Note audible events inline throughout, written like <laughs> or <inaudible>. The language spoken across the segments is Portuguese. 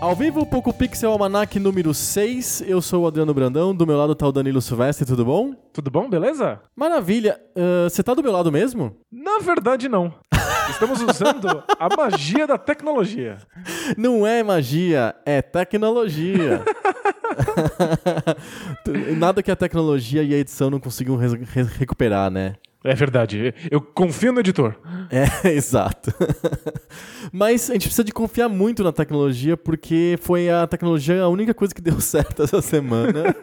Ao vivo, Poco Pixel Almanac número 6. Eu sou o Adriano Brandão, do meu lado tá o Danilo Silvestre, tudo bom? Tudo bom, beleza? Maravilha. Ah, Você tá do meu lado mesmo? Na verdade, não. Estamos usando a magia da tecnologia. Não é magia, é tecnologia. <laughs> Nada que a tecnologia e a edição não consigam res- re- recuperar, né? É verdade. Eu confio no editor. É, <laughs> exato. Mas a gente precisa de confiar muito na tecnologia, porque foi a tecnologia a única coisa que deu <laughs> certo essa semana.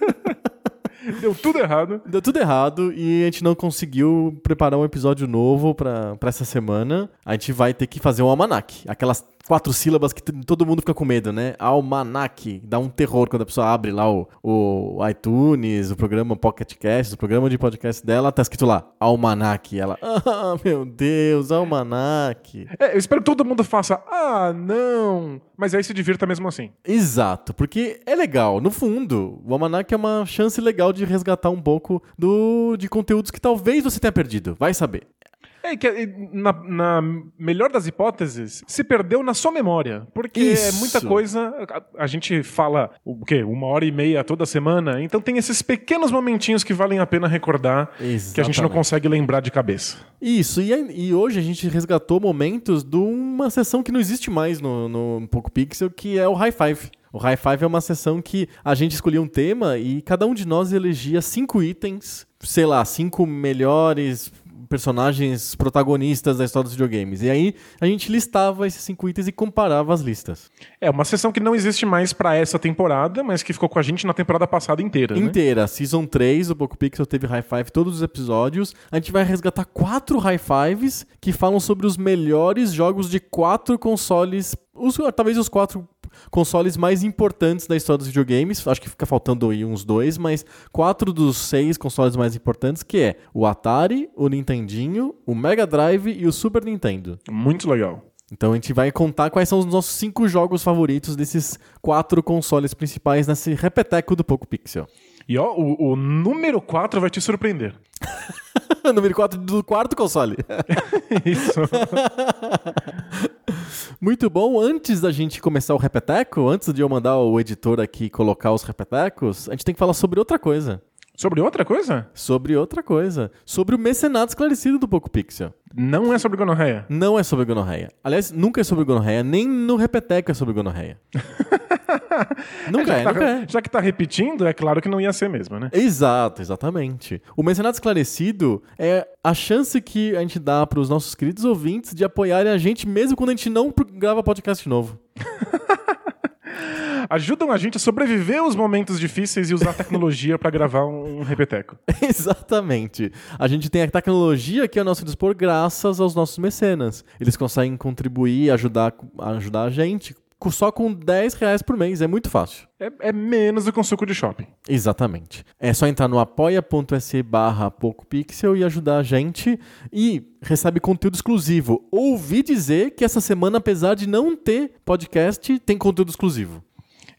Deu tudo errado. Deu tudo errado e a gente não conseguiu preparar um episódio novo pra, pra essa semana. A gente vai ter que fazer um almanac. Aquelas quatro sílabas que t- todo mundo fica com medo, né? Almanac. Dá um terror quando a pessoa abre lá o, o iTunes, o programa Pocket Cast, o programa de podcast dela, tá escrito lá, almanac. E Ela, <laughs> ah, meu Deus, almanac. É, eu espero que todo mundo faça, ah, não. Mas aí se divirta mesmo assim. Exato, porque é legal. No fundo, o Almanac é uma chance legal de resgatar um pouco do, de conteúdos que talvez você tenha perdido. Vai saber. É que é, na, na melhor das hipóteses, se perdeu na sua memória. Porque é Isso. muita coisa. A, a gente fala o quê? Uma hora e meia toda semana. Então tem esses pequenos momentinhos que valem a pena recordar que a gente não Exatamente. consegue lembrar de cabeça. Isso, e, aí- e hoje a gente resgatou momentos de uma sessão que não existe mais no, no Poco Pixel, que é o High Five. O High Five é uma sessão que a gente escolhia um tema e cada um de nós elegia cinco itens, sei lá, cinco melhores personagens protagonistas da história dos videogames. E aí a gente listava esses cinco itens e comparava as listas É, uma sessão que não existe mais pra essa temporada, mas que ficou com a gente na temporada passada inteira. né? inteira. Season 3, o Poco Pixel teve High Five todos os episódios. A gente vai resgatar quatro High Fives que falam sobre os melhores jogos de quatro consoles, os- talvez os quatro consoles mais importantes da história dos videogames. Acho que fica faltando aí uns dois, mas quatro dos seis consoles mais importantes que é o Atari, o Nintendinho, o Mega Drive e o Super Nintendo. Muito legal. Então a gente vai contar quais são os nossos cinco jogos favoritos desses quatro consoles principais nesse repeteco do Poco Pixel. E ó, o, o número 4 vai <laughs> te surpreender. Número 4 do quarto console. Isso. <laughs> Muito bom. Antes da gente começar o repeteco, antes de eu mandar o editor aqui colocar os repetecos, a gente tem que falar sobre outra coisa. sobre outra coisa? Sobre outra coisa. Sobre o mecenato esclarecido do Poco Pixel. Não é sobre gonorreia. Não é sobre gonorreia. Aliás, nunca é sobre gonorreia, nem no repeteco é sobre <laughs> gonorreia. nunca é, já, nunca que tá, é. já que tá repetindo, é claro que não ia ser mesmo, né? Exato, exatamente. O Mecenato Esclarecido é a chance que a gente dá para os nossos queridos ouvintes de apoiarem a gente mesmo quando a gente não pro- grava podcast novo. Ajudam a gente a sobreviver os momentos difíceis e usar a tecnologia pra gravar um repeteco. <laughs> Exatamente. A gente tem a tecnologia que é ao nosso dispor graças aos nossos mecenas. Eles conseguem contribuir, ajudar, ajudar a gente co- só com 10 reais por mês. É muito fácil. É, é menos do que um suco de shopping. Exatamente. É só entrar no apoia.se barra PocoPixel e ajudar a gente. E recebe conteúdo exclusivo. Ouvi dizer que essa semana, apesar de não ter podcast, tem conteúdo exclusivo.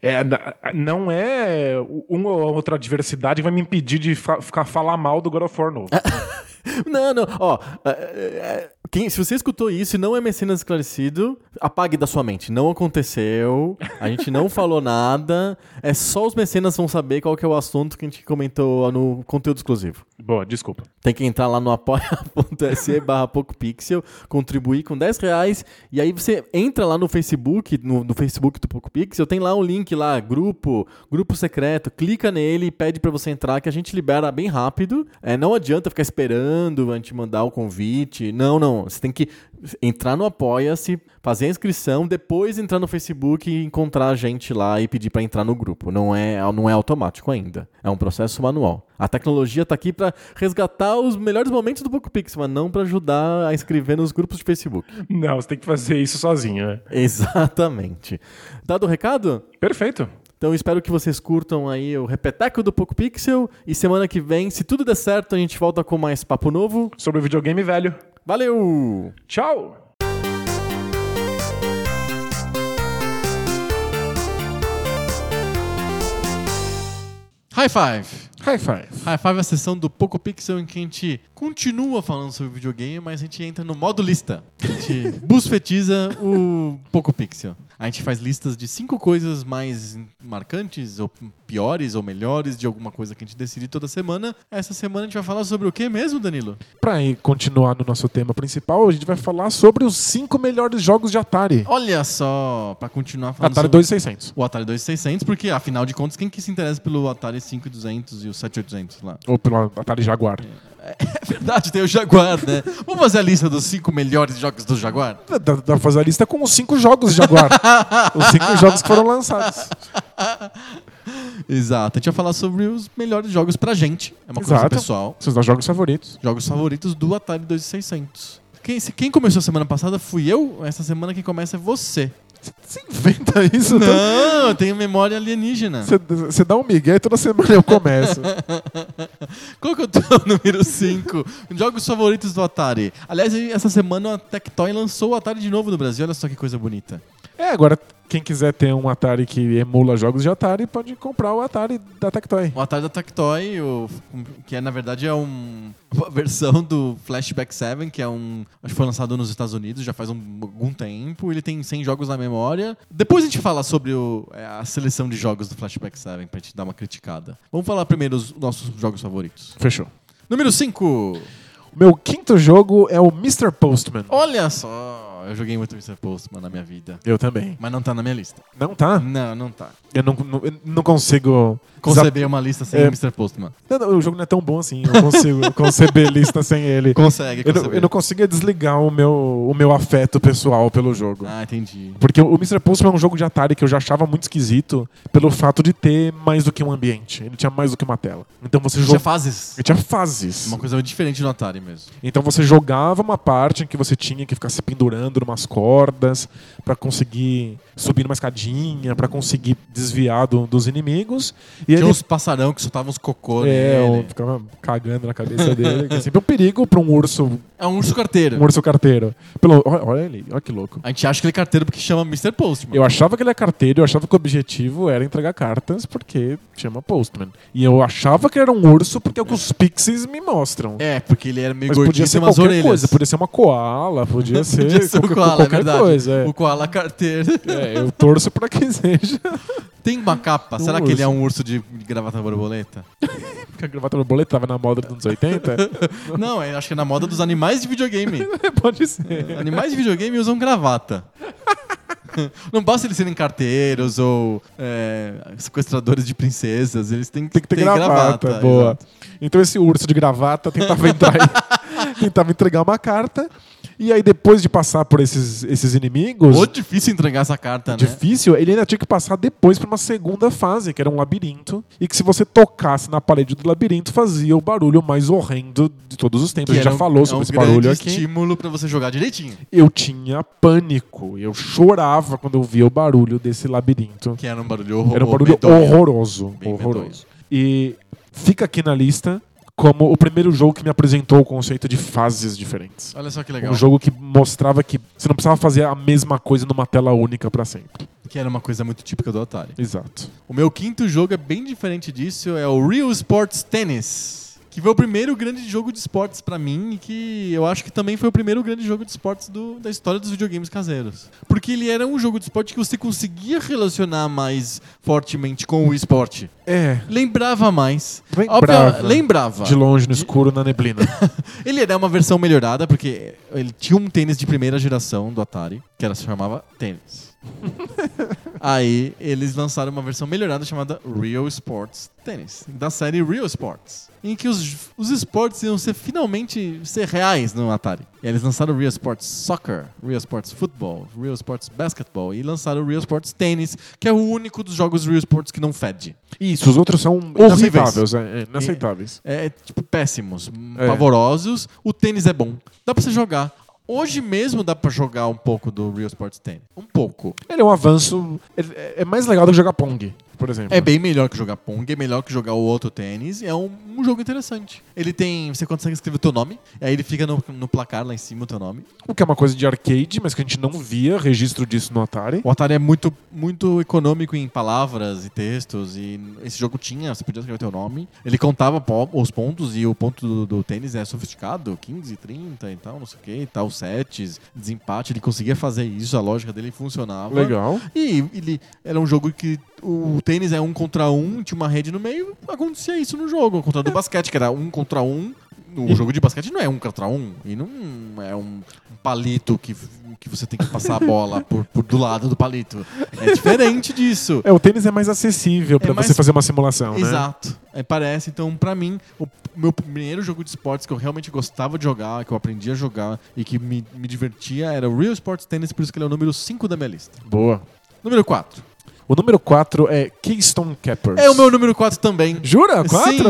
É, na- não é uma ou outra adversidade que vai me impedir de fa- ficar falar mal do God of War novo. Ah. <laughs> Não, não, ó. é, é, Quem, se você escutou isso e não é mecenas esclarecido, apague da sua mente. Não aconteceu, a gente não falou nada. É só os mecenas vão saber qual que é o assunto que a gente comentou no conteúdo exclusivo. Boa, desculpa. Tem que entrar lá no apoia.se <laughs> barra PocoPixel, contribuir com 10 reais, e aí você entra lá no Facebook, no, no Facebook do PocoPixel, tem lá um link lá, grupo, grupo secreto, clica nele e pede pra você entrar, que a gente libera bem rápido, é, não adianta ficar esperando esperando a gente mandar o convite. Não, não. Você tem que entrar no Apoia-se, fazer a inscrição, depois entrar no Facebook e encontrar a gente lá e pedir para entrar no grupo. Não é, não é automático ainda. É um processo manual. A tecnologia tá aqui para resgatar os melhores momentos do PocoPix, mas não para ajudar a escrever nos grupos de Facebook. <laughs> Não, você tem que fazer isso sozinho, né? Exatamente. Dado o recado? Perfeito. Então espero que vocês curtam aí o repeteco do Poco Pixel e semana que vem, se tudo der certo, a gente volta com mais papo novo Sobre o videogame velho. Valeu! Tchau! High five. High five. High five é a sessão do Poco Pixel em que a gente continua falando sobre videogame, mas a gente entra no modo lista. A <laughs> gente busfetiza o Poco Pixel. A gente faz listas de cinco coisas mais marcantes, ou piores, ou melhores, de alguma coisa que a gente decide toda semana. Essa semana a gente vai falar sobre o que mesmo, Danilo? Pra ir continuar no nosso tema principal, a gente vai falar sobre os cinco melhores jogos de Atari. Olha só, pra continuar falando Atari sobre 2600. o Atari 2600, porque afinal de contas, quem que se interessa pelo Atari 5200 e o 7800 lá? Ou pelo Atari Jaguar. É verdade, tem o Jaguar, né? Vamos fazer a lista dos cinco melhores jogos do Jaguar? Dá, dá pra fazer a lista com os cinco jogos de Jaguar. os cinco jogos que foram lançados. Exato, a gente vai falar sobre os melhores jogos pra gente. É uma coisa Exato. pessoal. Seus dois jogos favoritos. Jogos favoritos do Atari 2600. Quem, se- quem começou semana passada fui eu, essa semana quem começa é você. Você inventa isso? né? Não, eu tenho memória alienígena. Você você dá um migué e toda semana eu começo. Qual que eu tô <laughs> número 5? Jogos favoritos do Atari. Aliás, essa semana a Tectoy lançou o Atari de novo no Brasil, olha só que coisa bonita. é, agora, quem quiser ter um Atari que emula jogos de Atari, pode comprar o Atari da Tectoy. O Atari da Tectoy, o- que é, na verdade é um- uma <laughs> versão do Flashback 7, que é um. Acho que foi lançado nos Estados Unidos já faz um- algum tempo. Ele tem 100 jogos na memória. Depois a gente fala sobre o- é, a seleção de jogos do Flashback 7 pra gente dar uma criticada. Vamos falar primeiro os nossos jogos favoritos. Fechou. Número 5. O meu quinto jogo é o Mr. Postman. Olha só! Eu joguei muito Mr. Postman na minha vida. Eu também. Mas não tá na minha <laughs> lista. Não tá? Não, não tá. Eu não, não, eu não consigo. Conceber uma lista sem É. Mr. Postman. Não, não, o jogo não é tão bom assim. Eu <laughs> consigo conceber lista sem ele. Consegue, Eu consegue. não, eu não consigo desligar o meu, o meu afeto pessoal pelo jogo. Ah, entendi. Porque o Mr. Postman é um jogo de Atari que eu já achava muito esquisito pelo fato de ter mais do que um ambiente. Ele tinha mais do que uma tela. Então você Já jogava. fazes. Ele tinha fases. Uma coisa diferente do Atari mesmo. Então você jogava uma parte em que você tinha que ficar se pendurando numas cordas pra conseguir subir numa escadinha, pra conseguir desviar do- dos inimigos. E Tinha ele uns passarão que soltavam uns cocô é, eu nele. ficava cagando na cabeça dele. que É sempre um perigo pra um urso, É um urso carteiro. um urso carteiro. Pelo, olha, olha ele, olha que louco. A gente acha que ele é carteiro porque chama Mr. Postman. Eu achava que ele é carteiro, eu achava que o objetivo era entregar cartas porque chama Postman. E eu achava que era um urso porque é o que os pixies me mostram. É, porque ele era meio Mas gordinho podia e ser tem umas qualquer orelhas. coisa, <laughs> podia ser uma koala, podia ser, Podia ser qualquer, o koala, é qualquer verdade. coisa. é. O koala carteiro. <laughs> <laughs> É, eu torço pra que <laughs> seja. Tem uma capa. Um Será que ele é urso. um urso de de gravata borboleta? Porque a gravata borboleta tava na moda dos <laughs> anos 80? Não, eu acho que é na moda dos animais de videogame. <laughs> Pode ser. Animais de videogame usam gravata. <laughs> Não basta eles serem carteiros ou é, sequestradores de princesas, eles têm que Tem que ter gravata, boa. Então esse urso de gravata tentava <laughs> entrar, em- tentava entregar uma carta. E aí depois de passar por esses, esses inimigos, Ou difícil entregar essa carta, né? difícil, ele ainda tinha que passar depois pra uma segunda fase, que era um labirinto, e que se você tocasse na parede do labirinto fazia o barulho mais horrendo de todos os tempos. A gente era já um- falou é sobre um esse barulho grande aqui. estímulo pra você jogar direitinho. Eu tinha pânico, eu chorava quando eu via o barulho desse labirinto. Que era um barulho horroroso. Era um barulho horroroso. Bem horroroso. E fica aqui na lista como o primeiro jogo que me apresentou o conceito de fases diferentes. Olha só que Ah, legal. Um jogo que mostrava que você não precisava fazer a mesma coisa numa tela única pra sempre. Que era uma coisa muito típica do Atari. Exato. O meu quinto jogo é bem diferente disso, é o Real Sports Tennis. Que foi o primeiro grande jogo de esportes pra mim e que eu acho que também foi o primeiro grande jogo de esportes do- da história dos videogames caseiros. Porque ele era um jogo de esporte que você conseguia relacionar mais fortemente com o esporte. É. Lembrava mais. Lembrava. lembrava. De longe, no escuro, na neblina. Ele era uma versão melhorada, porque ele tinha um tênis de primeira geração do Atari, que era, se chamava tênis. Aí eles lançaram uma versão melhorada chamada Real Sports Tennis, da série Real Sports, em que os, os esportes iam ser finalmente ser reais no Atari. E eles lançaram o Real Sports Soccer, Real Sports Football, Real Sports Basketball e lançaram o Real Sports Tennis, que é o único dos jogos Real Sports que não fede. <laughs> Isso, os outros são inaceitáveis. É, é, inaceitáveis. É, tipo, péssimos, m- É. pavorosos. O tênis é bom. Dá pra você jogar. Hoje mesmo dá pra jogar um pouco do Real Sports Tennis. Um pouco. Ele é um avanço. ele- é, é mais legal do que jogar Pong, por exemplo. É bem melhor que jogar Pong, é melhor que jogar o outro tênis. É um, um jogo interessante. Ele tem. Você consegue escrever o teu nome, aí ele fica no, no placar lá em cima o teu nome. O que é uma coisa de arcade, mas que a gente não via registro disso no Atari. O Atari é muito, muito econômico em palavras e textos, e esse jogo tinha, você podia escrever teu nome. Ele contava po- os pontos, e o ponto do, do tênis é sofisticado, 15, 30 e tal, não sei o que, e tal, sets, desempate, ele conseguia fazer isso, a lógica dele funcionava. Legal. E ele era um jogo que o tênis é um contra um, tinha uma rede no meio, acontecia isso no jogo. Ao contrário do basquete, que era um contra um. O jogo de basquete não é um contra um. E não é um um palito que, que você tem que passar a bola por, por do lado do palito. É diferente disso. É, o tênis é mais acessível pra mais- você fazer uma simulação, né? Exato. É, parece. Então, pra mim, o meu primeiro jogo de esportes que eu realmente gostava de jogar, que eu aprendi a jogar e que me, me divertia era o Real Sports Tennis, por isso que ele é o número 5 da minha lista. Boa. Número 4. O número 4 é Keystone Cappers. É o meu número 4 também. Jura? 4? Sim.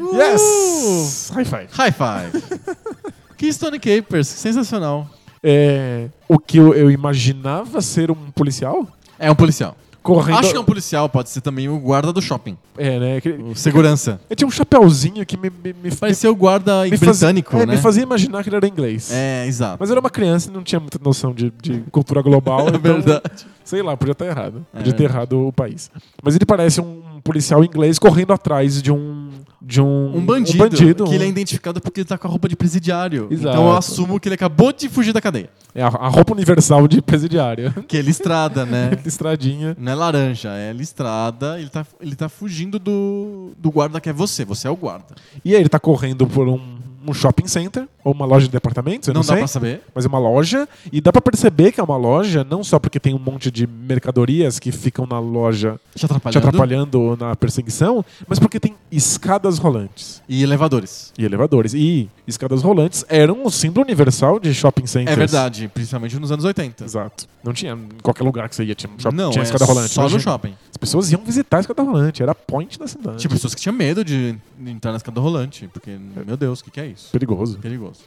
Uh! Yes! High five. High <laughs> five! Keystone Capers, sensacional. É, o que eu, eu imaginava ser um policial? É um policial. Correndo. Acho que é um policial, pode ser também o guarda do shopping. É, né? aquele- O segurança. Ele tinha um chapéuzinho que me, me, me, Parecia o guarda me faz- britânico, é, né? me fazia imaginar que ele era inglês. É, exato. Mas eu era uma criança e não tinha muita noção de, de cultura global. <laughs> É então, verdade. Sei lá, podia estar errado. É Podia ter verdade. errado o país. Mas ele parece um policial inglês correndo atrás de um. De um, Um bandido, um bandido. que ele é identificado porque ele tá com a roupa de presidiário. Exato. Então eu assumo que ele acabou de fugir da cadeia. É a, a roupa universal de presidiário. <laughs> Que é listrada, né? De Estradinha. Não é laranja, é listrada. Ele tá, ele tá fugindo do, do guarda que é você. Você é o guarda. E aí ele tá correndo por um, um shopping center ou uma loja de departamentos, eu não, não dá sei. pra saber. Mas é uma loja, e dá pra perceber que é uma loja, não só porque tem um monte de mercadorias que ficam na loja Te atrapalhando. te atrapalhando na perseguição, mas porque tem escadas rolantes E elevadores. e elevadores. E escadas rolantes eram o símbolo universal de shopping centers. É verdade, principalmente nos anos 80. Exato. Não tinha em qualquer lugar que você ia, tinha, um shop- não, tinha é escada rolante. só no Imagina. shopping. Tipo, As pessoas iam visitar a escada rolante, era a point da cidade. Tinha pessoas que tinham medo de entrar na escada rolante, porque, meu Deus, o que, que é isso? Perigoso. <laughs> Perigoso.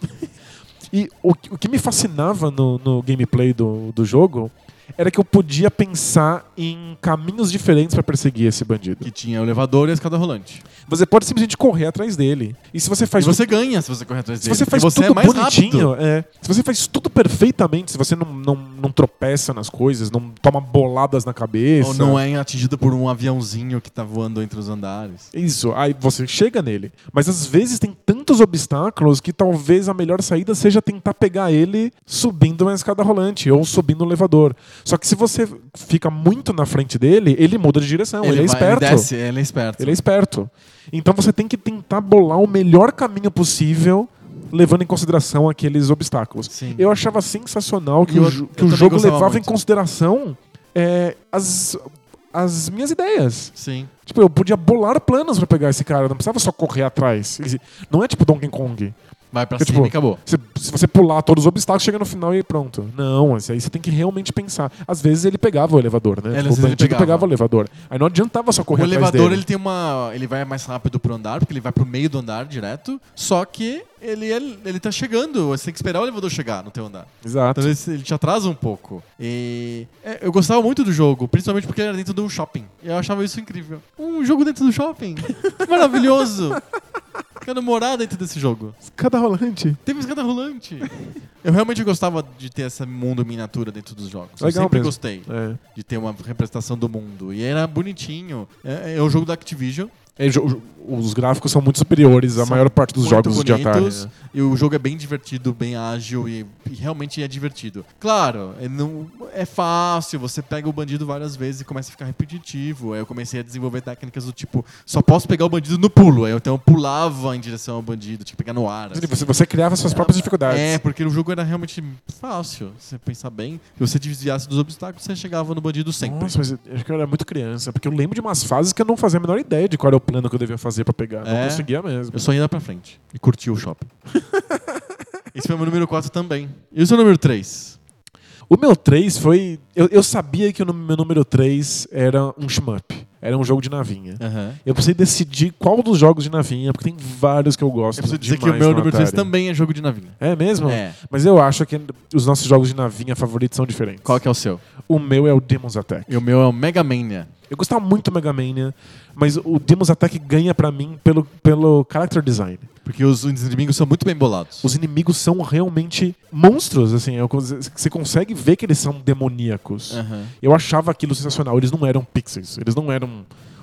E o, que- o que me fascinava no, no gameplay do, do jogo era que eu podia pensar em caminhos diferentes pra perseguir esse bandido. Que tinha o elevador e a escada rolante. Você pode simplesmente correr atrás dele. E se você faz e você ganha se você correr atrás Se dele. você faz porque você tudo é mais bonitinho, rápido. é. se você faz tudo perfeitamente, se você não, não, não tropeça nas coisas, não toma boladas na cabeça. Ou não é atingido por um aviãozinho que tá voando entre os andares. Isso, aí você chega nele. Mas às vezes tem tantos obstáculos que talvez a melhor saída seja tentar pegar ele subindo uma escada rolante ou subindo um elevador. Só que se você fica muito na frente dele, ele muda de direção, ele, é vai- esperto. Ele, desce, ele é esperto. Ele é esperto. Então você tem que tentar bolar o melhor caminho possível, levando em consideração aqueles obstáculos. Sim. Eu achava sensacional que Eu- o, jo- eu que o também jogo gostava levava em muito. consideração é, as, as minhas ideias. Sim. Tipo, eu podia bolar planos pra pegar esse cara, não precisava só correr atrás. Ele- Não é tipo Donkey Kong. Vai pra Eu, cima tipo, e acabou. Se, se você pular todos os obstáculos, chega no final e pronto. Não, esse aí você tem que realmente pensar. Às vezes ele pegava o elevador, né? É, às Tipo, o vezes ele bandido pegava. pegava o elevador. Aí não adiantava só correr O atrás elevador dele. ele tem uma. Ele vai mais rápido pro andar, porque ele vai pro meio do andar direto. Só que ele, ele, ele tá chegando. Você tem que esperar o elevador chegar no teu andar. Exato. Então ele, ele te atrasa um pouco. E é, eu gostava muito do jogo, principalmente porque ele era dentro de um shopping. E eu achava isso incrível. Um jogo dentro do <laughs> shopping? Maravilhoso! Quero morar dentro desse jogo. Cada rolante. Teve escada rolante. Eu realmente gostava de ter esse mundo miniatura dentro dos jogos. eu Legal sempre mesmo. É. gostei de ter uma representação do mundo. E era bonitinho. É, é um jogo da Activision. é, jo- jo- os gráficos são muito superiores à São maior parte dos muito jogos de Atari. né? bonitos, E o jogo é bem divertido, bem ágil e, e realmente é divertido. Claro, é, não, é fácil, você pega o bandido várias vezes e começa a ficar repetitivo. Aí eu comecei a desenvolver técnicas do tipo, só posso pegar o bandido no pulo. Aí eu, então eu pulava em direção ao bandido, tinha que pegar no ar. assim. Você, você criava suas próprias dificuldades. É, porque o jogo era realmente fácil. Se você pensar bem, se você desviasse dos obstáculos, você chegava no bandido sempre. Nossa, mas eu acho que eu era muito criança, porque eu lembro de umas fases que eu não fazia a menor ideia de qual era o plano que eu devia fazer pra pegar. Não É. conseguia mesmo. Eu só ia lá pra frente e curti o <laughs> shopping. Esse foi o meu número 4 também. E o seu número 3? O meu 3 foi. Eu, eu sabia que o meu número 3 era um shmup. Era um jogo de navinha. Aham. Eu precisei decidir qual dos jogos de navinha, porque tem vários que eu gosto. Eu preciso dizer que demais o meu no número 3 Atari. também é jogo de navinha. É mesmo? É. Mas eu acho que os nossos jogos de navinha favoritos são diferentes. Qual que é o seu? O meu é o Demon's Attack. E o meu é o Mega Mania. Eu gostava muito do Mega Mania, mas o Demon's Attack ganha pra mim pelo, pelo character design. Porque os inimigos são muito bem bolados. Os inimigos são realmente monstros, assim. é uma coisa- Você consegue ver que eles são demoníacos. Aham. Eu achava aquilo sensacional. Eles não eram pixels, eles não eram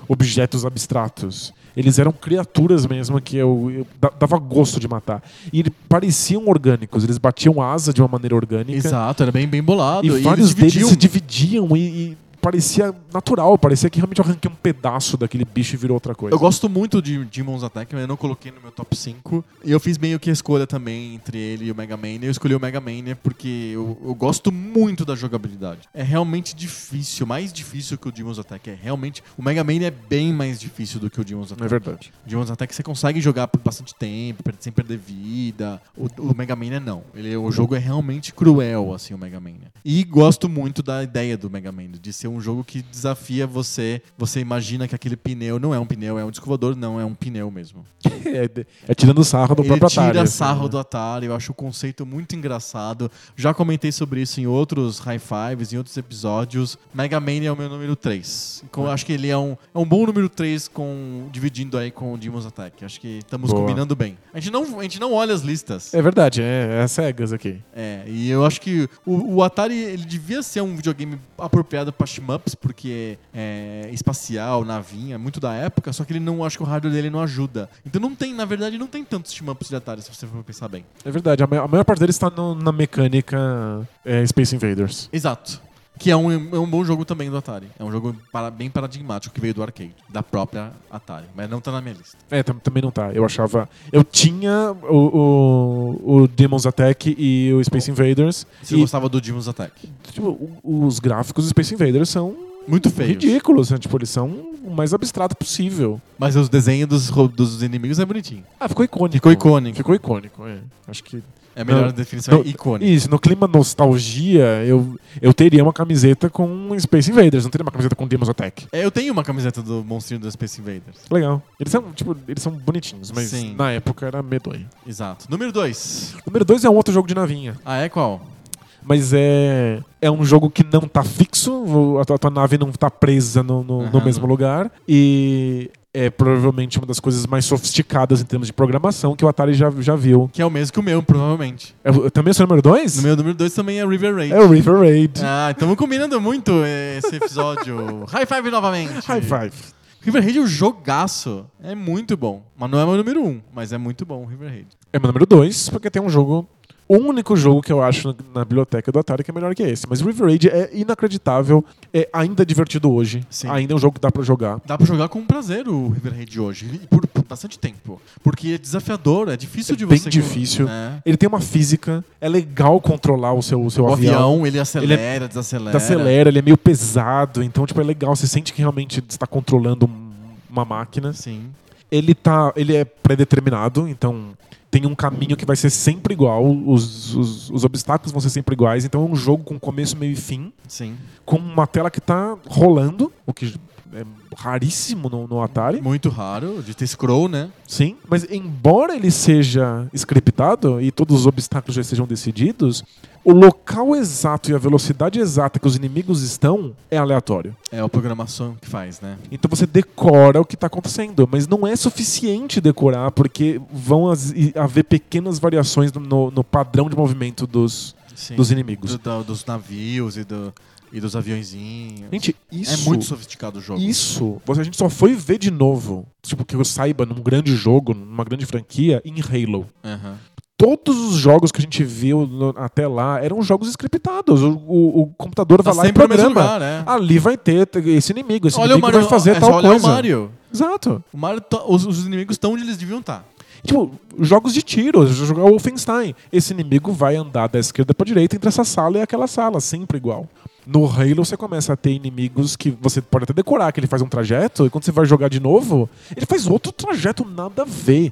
objetos abstratos. Eles eram criaturas mesmo que eu, eu da- dava gosto de matar. E eles pareciam orgânicos, eles batiam asa de uma maneira orgânica. Exato, era bem, bem bolado. E, eles vários deles dividiam. se dividiam e, e parecia natural, parecia que realmente eu arranquei um pedaço daquele bicho e virou outra coisa. Eu gosto muito de Demon's Attack, mas eu não coloquei no meu top 5. E eu fiz meio que a escolha também entre ele e o Mega Mania. Eu escolhi o Mega Mania porque eu, eu gosto muito da jogabilidade. É realmente difícil, mais difícil que o Demon's Attack. É realmente. O Mega Mania é bem mais difícil do que o Demon's Attack. É verdade. Demon's Attack você consegue jogar por bastante tempo, per- sem perder vida. O, o Mega Mania não. Ele, o jogo é realmente cruel, assim, o Mega Mania. E gosto muito da ideia do Mega Mania, de ser um jogo que desafia você. Você imagina que aquele pneu não é um pneu, é um descovador, não, é um pneu mesmo. <laughs> É, de- é tirando sarro do Ele próprio tira Atari. assim, sarro né? do Atari, eu acho o conceito muito engraçado. Já comentei sobre isso em outros high fives, em outros episódios. Mega Man é o meu número 3. Eu acho que ele é um, é um bom número 3 com, dividindo aí com o Demon's Attack. Acho que estamos Boa. combinando bem. A gente não, a gente não olha as listas. É verdade, é, é cegas aqui. É, e eu acho que o, o Atari ele devia ser um videogame apropriado para shmups, porque é, espacial, navinha, é muito da época, só que ele não acho que o hardware dele não ajuda. Então não tem, na verdade, não tem tantos shmups de Atari, se você for pensar bem. É verdade, a, ma- a maior parte deles está no- na mecânica é, Space Invaders. Exato. Que é um, é um bom jogo também do Atari. É um jogo para- bem paradigmático que veio do arcade, da própria Atari. Mas não tá na minha lista. É, tam- também não tá. Eu achava. Eu tinha o, o, o Demon's Attack e o Space Invaders. Você e gostava do Demon's Attack. tipo, o- os gráficos do Space Invaders são Muito feio. ridículos, né? Tipo, eles são o mais abstrato possível. Mas os desenhos dos, ro- dos inimigos é bonitinho. Ah, ficou icônico. Ficou icônico. Ficou icônico, é. Acho que. É a melhor Não, definição, não, é icônico. Isso, no clima nostalgia, eu, eu teria uma camiseta com Space Invaders, não teria uma camiseta com Demon's Attack. É, Eu tenho uma camiseta do monstrinho do Space Invaders. Legal. Eles são, tipo, eles são bonitinhos, mas Sim. na época era medonho. Exato. Número 2. Número 2 é um outro jogo de navinha. Ah, é qual? Mas é, é um jogo que não tá fixo, o- a tua, a tua nave não tá presa no, no- no Aham. mesmo lugar. E é provavelmente uma das coisas mais sofisticadas em termos de programação que o Atari já, já viu. Que é o mesmo que o meu, provavelmente. É, o- também é o seu número 2? No meu número 2 também é River Raid. É o River Raid. Ah, estamos combinando muito eh, esse <laughs> episódio. High five novamente. High five. River Raid é um jogaço. É muito bom. Mas não é meu número um, mas é muito bom o River Raid. É meu número 2, porque tem um jogo. O único jogo que eu acho na- na biblioteca do Atari que é melhor que esse. Mas River Raid é inacreditável, é ainda divertido hoje. Sim. Ainda é um jogo que dá pra jogar. Dá pra jogar com prazer o River Raid de hoje. E por, por bastante tempo. Porque é desafiador, é difícil É de bem você. difícil. É. Ele tem uma física, é legal controlar o seu, o seu O avião. avião, né? ele é tá acelera, desacelera. Ele acelera, ele é meio pesado, então tipo, é legal, você sente que realmente está controlando um- uma máquina. Sim. Ele tá, ele é pré-determinado, então tem um caminho que vai ser sempre igual, os, os, os obstáculos vão ser sempre iguais, então é um jogo com começo, meio e fim, Sim. com uma tela que tá rolando, o que é raríssimo no, no Atari. Muito raro de ter scroll, né? Sim, mas embora ele seja scriptado e todos os obstáculos já sejam decididos, o local exato e a velocidade exata que os inimigos estão é aleatório. É a programação que faz, né? Então você decora o que está acontecendo, mas não é suficiente decorar, porque vão as- e haver pequenas variações no, no padrão de movimento dos, Sim. dos inimigos. Do- da- dos navios e, do- e dos aviõezinhos. Gente, isso. é muito sofisticado o jogo. Isso, você- a gente só foi ver de novo, tipo, que eu saiba, num grande jogo, numa grande franquia, em Halo. Aham. Todos os jogos que a gente viu no- até lá eram jogos scriptados. O, o- o computador Tá vai lá e sempre no mesmo programa. lugar, né? Ali vai ter t- esse inimigo, esse Olha o inimigo Mario. vai fazer é tal só coisa. olhar o Mario. Exato. O Mario tá- os, os inimigos estão onde eles deviam tá. estar. Tipo, jogos de tiro, jogar o Wolfenstein. Esse inimigo vai andar da esquerda pra direita entre essa sala e aquela sala, sempre igual. No Halo você começa a ter inimigos que você pode até decorar, que ele faz um trajeto, e quando você vai jogar de novo, ele faz outro trajeto nada a ver.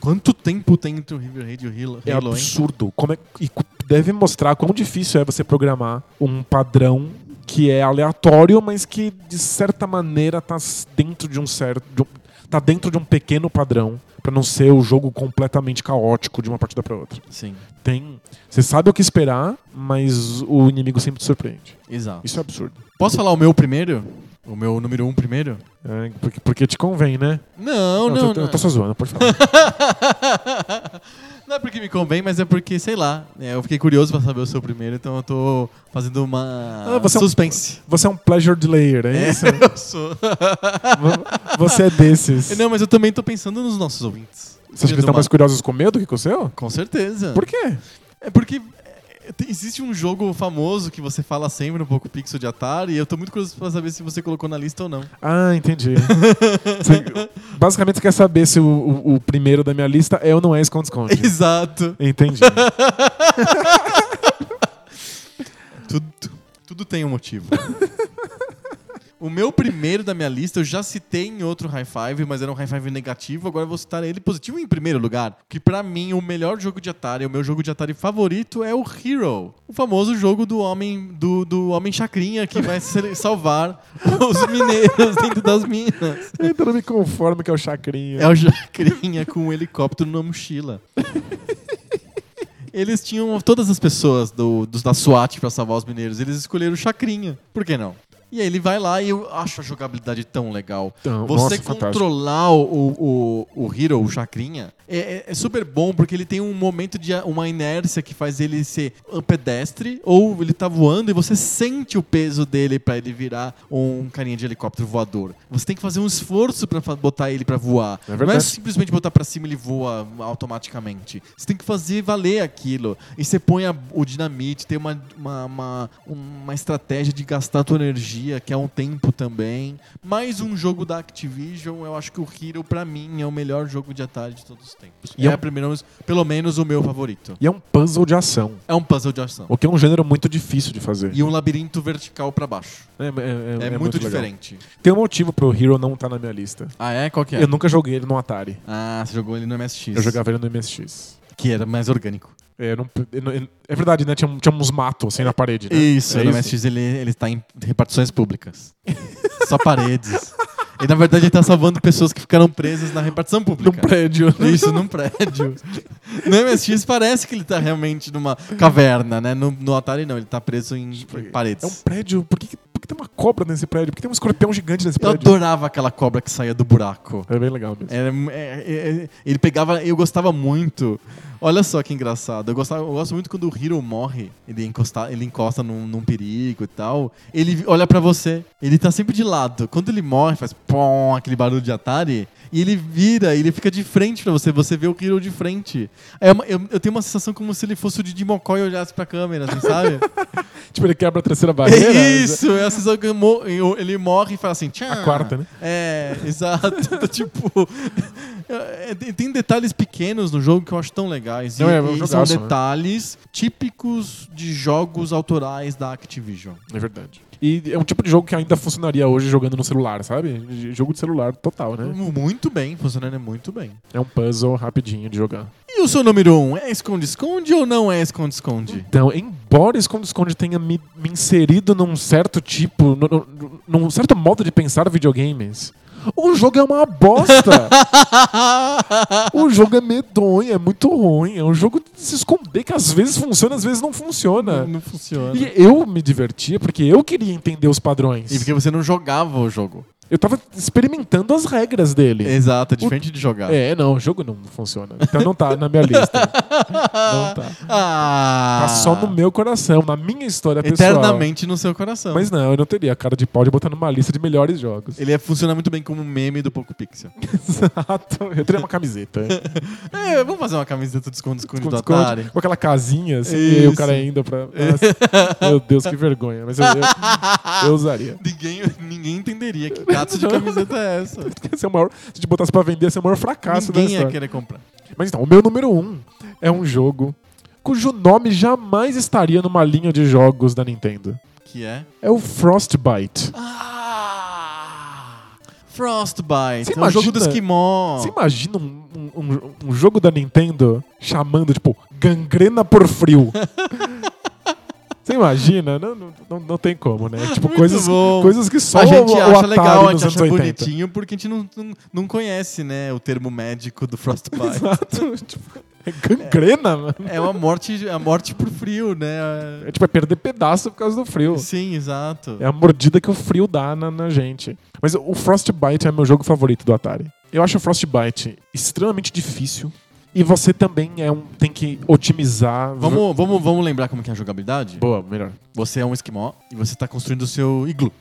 Quanto tempo tem entre o River Raid e o Halo, É Halo, hein? absurdo. Como é, e cu- deve mostrar quão difícil é você programar um padrão que é aleatório, mas que de certa maneira tá s- dentro de um certo. de um- tá dentro de um pequeno padrão, pra não ser o jogo completamente caótico de uma partida pra outra. Sim, Tem. Você sabe o que esperar, mas o inimigo sempre te surpreende. exato. Isso é absurdo. Posso falar o meu primeiro? O meu número um primeiro? É, porque, porque te convém, né? Não, eu não, tô- não. Eu tô só zoando, pode falar. <laughs> <laughs> Não é porque me convém, mas é porque, sei lá, é, eu fiquei curioso pra saber o seu primeiro, então eu tô fazendo uma Ah, você é um- <laughs> suspense. Você é um pleasure delayer, é isso? Eu sou. Vo- Você é desses. <laughs> Não, mas <laughs> eu também tô pensando nos nossos ouvintes. Você acha que eles estão Uma- mais curiosos com medo que com o seu? Com certeza. Por quê? É porque é, tem- existe um jogo famoso que você fala sempre no Poco Pixel de Atari, e eu tô muito curioso pra saber se você colocou na lista ou não. Ah, entendi. <laughs> Você- basicamente você quer saber se o, o- o primeiro da minha lista é ou não é esconde-esconde. <laughs> Exato. Entendi. Tudo, tudo tem um motivo. o meu primeiro da minha lista, eu já citei em outro high five, mas era um high five negativo, agora eu vou citar ele positivo em primeiro lugar. Que pra mim, o melhor jogo de Atari, o meu jogo de Atari favorito é o Hero. O famoso jogo do homem do, do homem chacrinha que vai ser- salvar <laughs> os mineiros dentro das minas. Então não me conformo que é o chacrinha. É o <laughs> Chacrinha com um helicóptero na mochila. <laughs> Eles tinham todas as pessoas do, dos- da SWAT pra salvar os mineiros. Eles escolheram o Chacrinha. Por que não? E aí ele vai lá e eu acho a jogabilidade tão legal. Então, Você nossa, fantástico. controlar o, o, o, o Hero, o Chacrinha, é, é- é super bom porque ele tem um momento de a- uma inércia que faz ele ser um pedestre ou ele tá voando e você sente o peso dele pra ele virar um carinha de helicóptero voador. Você tem que fazer um esforço pra fa- botar ele pra voar. É verdade. Não é simplesmente botar pra cima e ele voa automaticamente. Você tem que fazer valer aquilo. E você põe a- o dinamite, tem uma, uma, uma, uma estratégia de gastar tua energia, que é um tempo também. Mais um jogo da Activision, eu acho que o Hero, pra mim, é o melhor jogo de Atari de todos os tempos. E E é é, um- pelo menos, pelo menos o meu favorito. E é um puzzle de ação, É um puzzle de ação. o que é um gênero muito difícil de fazer. E um labirinto vertical pra baixo. É, é- é- É, é muito, legal. diferente. Tem um motivo pro Hero não estar na minha lista. Ah, é? Qual que é? Eu nunca joguei ele no Atari. Ah, você jogou ele no MSX. Eu jogava ele no MSX. Que era mais orgânico. É, não- eu não- é verdade, né? Tinha, um- tinha uns matos assim na parede, né? Isso, É o MSX ele, ele tá em repartições públicas. Só paredes. E na verdade ele tá salvando pessoas que ficaram presas na repartição Num pública. prédio. né? Isso, num prédio. No MSX parece que ele tá realmente numa caverna, né? No, no Atari não, ele tá preso em É um paredes. prédio. Por que, por que tem uma cobra nesse prédio? Por que tem um escorpião gigante nesse Eu prédio? adorava aquela cobra que saía do buraco. É bem legal mesmo. Era- é- é- é- ele pegava, eu gostava muito. Olha só que engraçado. Eu, gostava, eu gosto muito quando o Hiro morre. Ele encosta, ele encosta num, num perigo e tal. Ele olha pra você. Ele tá sempre de lado. Quando ele morre, faz pom, aquele barulho de Atari. E ele vira, ele fica de frente pra você. Você vê o Hiro de frente. É uma- eu, eu tenho uma sensação como se ele fosse o Didi Mocó e olhasse pra câmera, assim, sabe? Tipo, ele quebra a terceira barreira. É isso, é a sensação que eu mo- eu- ele morre e fala assim, tchau. né? A quarta, né? É, exato. <laughs> Então, tipo, é, tem tem detalhes pequenos no jogo que eu acho tão legais. E- Não, é, é um e são jogaço, né? detalhes típicos de jogos autorais da Activision. É verdade. E é um tipo de jogo que ainda funcionaria hoje jogando no celular, sabe? J- Jogo de celular total, né? Muito bem, funcionando muito bem. É um puzzle rapidinho de jogar. E o seu número um, é esconde-esconde ou não é <laughs> esconde-esconde? Então, embora Esconde-Esconde tenha me, me inserido num certo tipo, num, num- num certo modo de pensar videogames, o jogo é <laughs> uma bosta! o jogo é medonho, é muito ruim. É um jogo de se esconder que às vezes funciona, às vezes É, não funciona. não funciona. E eu me divertia porque eu queria entender os padrões. E porque você não jogava o jogo. Eu tava experimentando as regras dele. Exato, é diferente de jogar. É, não, o jogo não funciona. Então não tá na minha lista. Não tá. Ah, Tá só no meu coração, na minha história É, pessoal. Eternamente no seu coração. Mas é, não, eu não teria a cara de pau de botar numa lista de melhores jogos. Ele ia funcionar muito bem como meme do Poco Pixel. Exato. Eu teria uma camiseta. É, vamos fazer uma camiseta desconto desconto com, do desconto, Atari. com aquela casinha, assim, e aí o Isso. cara ainda pra. Nossa, meu Deus, que vergonha. Mas eu, eu, eu usaria. Ninguém, ninguém entenderia que <laughs> gato de camiseta é essa. Esse é o maior, se te botasse pra vender, esse é o maior fracasso da ninguém ia história. querer comprar. Mas então, o meu número um é um jogo cujo nome jamais estaria numa linha de jogos da Nintendo. Que é. É o Frostbite. Ah! Frostbite. Você É um jogo do imagina- Esquimó. Você imagina um, um- um- um jogo da Nintendo chamando, tipo, gangrena <laughs> por frio? Você imagina? Não, não, não, não tem como, né? Tipo, Muito coisas, bom. coisas que só a gente o, o acha Atari legal, a nos gente acha anos 80. bonitinho, porque a gente não, não, não conhece, né, o termo médico do Frostbite. <laughs> <laughs> Exato. Tipo, é gangrena, mano. é uma morte, é a morte por frio, né? É, tipo, é perder pedaço por causa do frio. Sim, exato. É a mordida que o frio dá na, na gente. Mas o Frostbite é meu jogo favorito do Atari. Eu acho o Frostbite extremamente difícil. E você também é um, tem que otimizar. Vamos, vamos, vamos lembrar como que é a jogabilidade? Boa, melhor. Você é um esquimó e você tá construindo o seu iglu.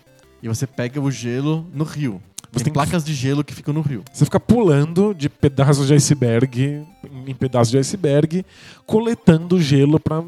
E você pega o gelo no rio. Você Você tem, tem que- placas de gelo que ficam no rio. Você fica pulando de pedaço de iceberg em pedaço de iceberg, coletando gelo pra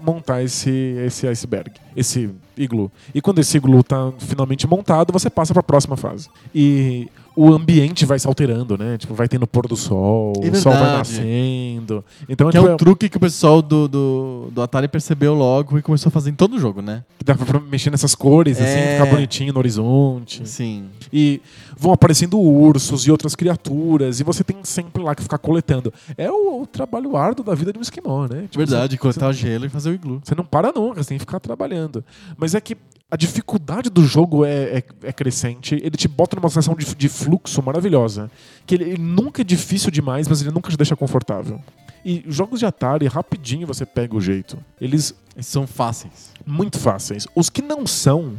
montar esse, esse iceberg, esse iglu. E quando esse iglu tá finalmente montado, você passa pra próxima fase. E o ambiente vai se alterando, né? Tipo, vai tendo pôr do sol, É o sol vai verdade. nascendo. Então, Que é tipo, um truque que o pessoal do, do, do Atari percebeu logo e começou a fazer em todo o jogo, né? dá pra mexer nessas cores, assim, É. ficar bonitinho no horizonte. Sim. E vão aparecendo ursos e outras criaturas, e você tem sempre lá que ficar coletando. É o, o trabalho árduo da vida de um esquimó, né? Tipo, Verdade, Você, coletar gelo e fazer o iglu. você não para nunca, você tem que ficar trabalhando. Mas é que a dificuldade do jogo é, é, é crescente, ele te bota numa sensação de, de fluxo maravilhosa. Que ele, ele nunca é difícil demais, mas ele nunca te deixa confortável. E jogos de Atari, rapidinho você pega o jeito. Eles Esses são fáceis. muito fáceis. Os que não são,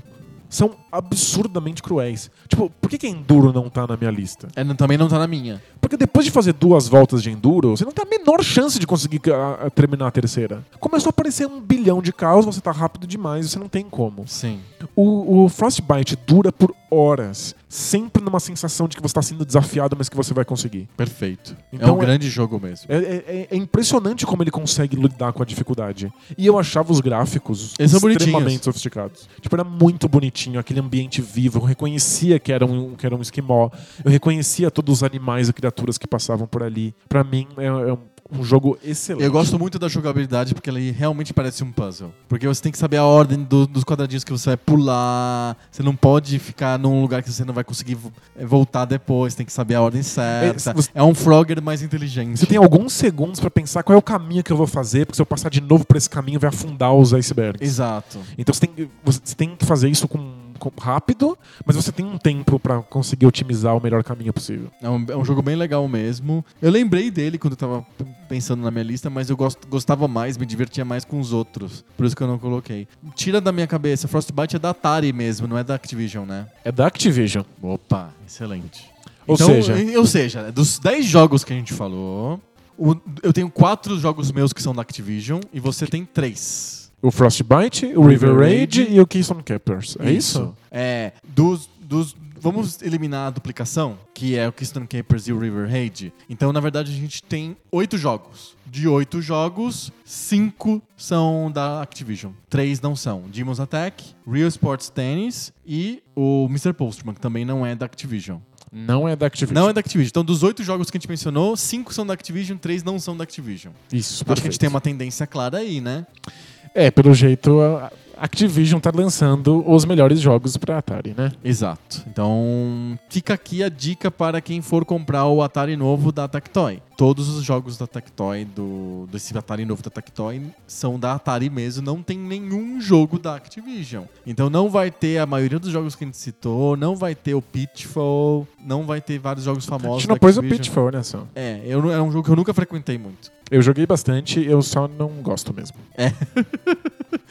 são absurdamente cruéis. Tipo, por que, que Enduro não tá na minha lista? É, não- também não tá na minha. Porque depois de fazer duas voltas de Enduro, você não tem a menor chance de conseguir ah, ah, terminar a terceira. Começou a aparecer um bilhão de carros, você tá rápido demais, você não tem como. Sim. O, o Frostbite dura por horas, sempre numa sensação de que você tá sendo desafiado, mas que você vai conseguir. Perfeito. é Então um é- grande jogo mesmo. É, é- é impressionante como ele consegue lidar com a dificuldade. E eu achava os gráficos Eles são extremamente bonitinhos. sofisticados. Tipo, era muito bonitinho, aquele ambiente vivo. Eu reconhecia que era um, que era um esquimó. Eu reconhecia todos os animais e criaturas que passavam por ali. Pra mim, é, é um- um jogo excelente. Eu gosto muito da jogabilidade porque ela realmente parece um puzzle. Porque você tem que saber a ordem do- dos quadradinhos que você vai pular. Você não pode ficar num lugar que você não vai conseguir vo- eh, voltar depois. Tem que saber a ordem certa. É, É, você- um Frogger mais inteligente. Você tem um alguns segundos pra pensar qual é o caminho que eu vou fazer, porque se eu passar de novo por esse caminho, vai afundar os icebergs. Exato. Então você tem, você tem que fazer isso com, com- rápido, mas você tem um tempo pra conseguir otimizar o melhor caminho possível. É um, é um jogo bem legal mesmo. Eu lembrei dele quando eu tava p- pensando na minha lista, mas eu gost- gostava mais, me divertia mais com os outros. Por isso que eu não coloquei. Tira da minha cabeça, Frostbite é da Atari mesmo, não é da Activision, né? É da Activision. Opa, excelente. Ou Então, seja- eh, ou seja, dos 10 jogos que a gente falou, o- eu tenho quatro jogos meus que são da Activision e você tem três. O Frostbite, o River River Raid Raid e o Keystone Capers. É isso? É, dos, dos. Vamos eliminar a duplicação, que é o Keystone Capers e o River Raid. Então, na verdade, a gente tem oito jogos. De oito jogos, cinco são da Activision. Três não são. Demon's Attack, Real Sports Tennis e o Mr. Postman, que também não é da Activision. Não é da Activision. Não é da Activision. Então, dos oito jogos que a gente mencionou, cinco são da Activision, três não são da Activision. Isso, Acho que a gente tem uma tendência clara aí, né? É, pelo jeito, a a Activision tá lançando os melhores jogos pra Atari, né? Exato. Então, fica aqui a dica para quem for comprar o Atari novo da Tectoy. todos os jogos da Tectoy, do, desse Atari novo da Tectoy, são da Atari mesmo, não tem nenhum jogo da Activision. Então não vai ter a maioria dos jogos que a gente citou, não vai ter o Pitfall, não vai ter vários jogos A famosos gente da não pôs o Activision. Pitfall, né, só. É, eu, nu- é um jogo que eu nunca frequentei muito. Eu joguei bastante, eu só não gosto mesmo. É. <laughs>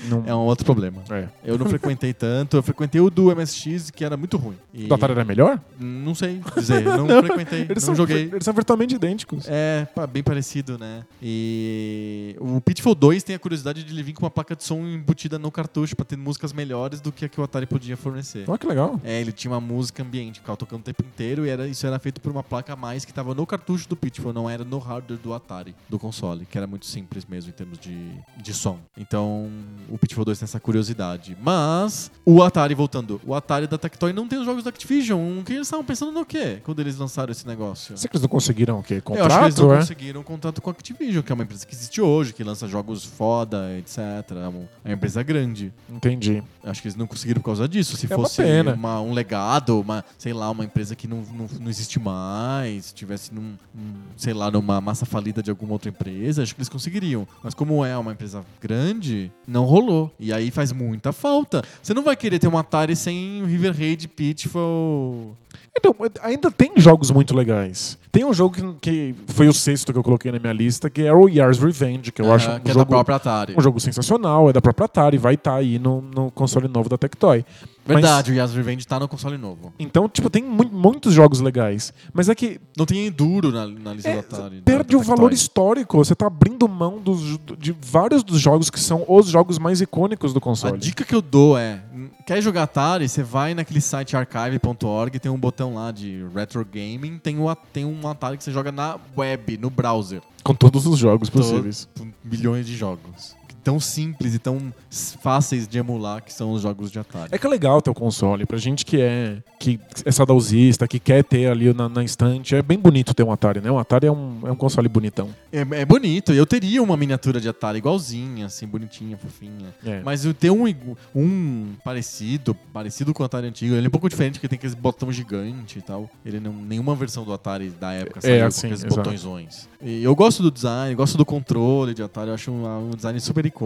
Não... É um outro problema. É. Eu não frequentei tanto, eu frequentei o do MSX, que era muito ruim. E O do Atari era melhor? Não sei dizer, não, <laughs> Não, frequentei, não são, joguei. Eles são virtualmente idênticos. É, pá, bem parecido, né? E o Pitfall 2 tem a curiosidade de ele vir com uma placa de som embutida no cartucho pra ter músicas melhores do que a que o Atari podia fornecer. Olha que legal. É, ele tinha uma música ambiente, ficava tocando o tempo inteiro e era, isso era feito por uma placa a mais que tava no cartucho do Pitfall, não era no hardware do Atari, do console, que era muito simples mesmo em termos de, de som. Então, o Pitfall 2 tem essa curiosidade. Mas, o Atari, voltando, o Atari da Tectoy não tem os jogos da Activision. O que eles estavam pensando no quê quando eles lançaram esse negócio? Será que eles não conseguiram o quê? Eu acho que eles Contrato, não é? conseguiram um contrato com a Activision, que é uma empresa que existe hoje, que lança jogos foda, etc. É uma- É uma empresa grande. Entendi. Acho que eles não conseguiram por causa disso. Se É uma fosse pena. uma- um legado, uma, sei lá, uma empresa que não, não, não existe mais, tivesse num, num, sei lá, numa massa falida de alguma outra empresa, acho que eles conseguiriam. Mas como é uma empresa grande, não rolou. E aí faz muita falta. Você não vai querer ter um Atari sem River Raid, Pitfall. Então, ainda tem jogos muito legais. Tem um jogo que, que foi o sexto que eu coloquei na minha lista, que é o Yars Revenge, que eu acho Ah, um que é da jogo, própria Atari. um jogo sensacional, é da própria Atari, vai estar aí no, no console novo da Tectoy. Mas- Verdade, o Yas Revenge tá no console novo. então, tipo, tem mu- muitos jogos legais. Mas é que Não tem enduro na, na lista É, do Atari. perde da- o da Tectoy. valor histórico. Você tá abrindo mão dos- de vários dos jogos que são os jogos mais icônicos do A console. dica que eu dou é: hum, quer jogar Atari? Você vai naquele site archive.org, tem um botão lá de retro gaming, tem, o, a- tem um Atari que você joga na web, no browser. Com todos os jogos Todo- possíveis. com Milhões de jogos. Tão simples e tão s- fáceis de emular que são os jogos de Atari. É que é legal ter o console. Pra gente que é que é saudosista, que quer ter ali na, na estante, é bem bonito ter um Atari, né? Um Atari é um, é um console bonitão. É, é bonito, eu teria uma miniatura de Atari igualzinha, assim, bonitinha, fofinha. É. Mas eu tenho um, igu- um parecido, parecido com o Atari antigo. Ele é um pouco diferente, porque tem aqueles botão gigante e tal. Ele não, nenhuma versão do Atari da época É, saiu assim, com aqueles exato. botõesões. E eu gosto do design, gosto do controle de Atari. Eu acho um, um design super icônico.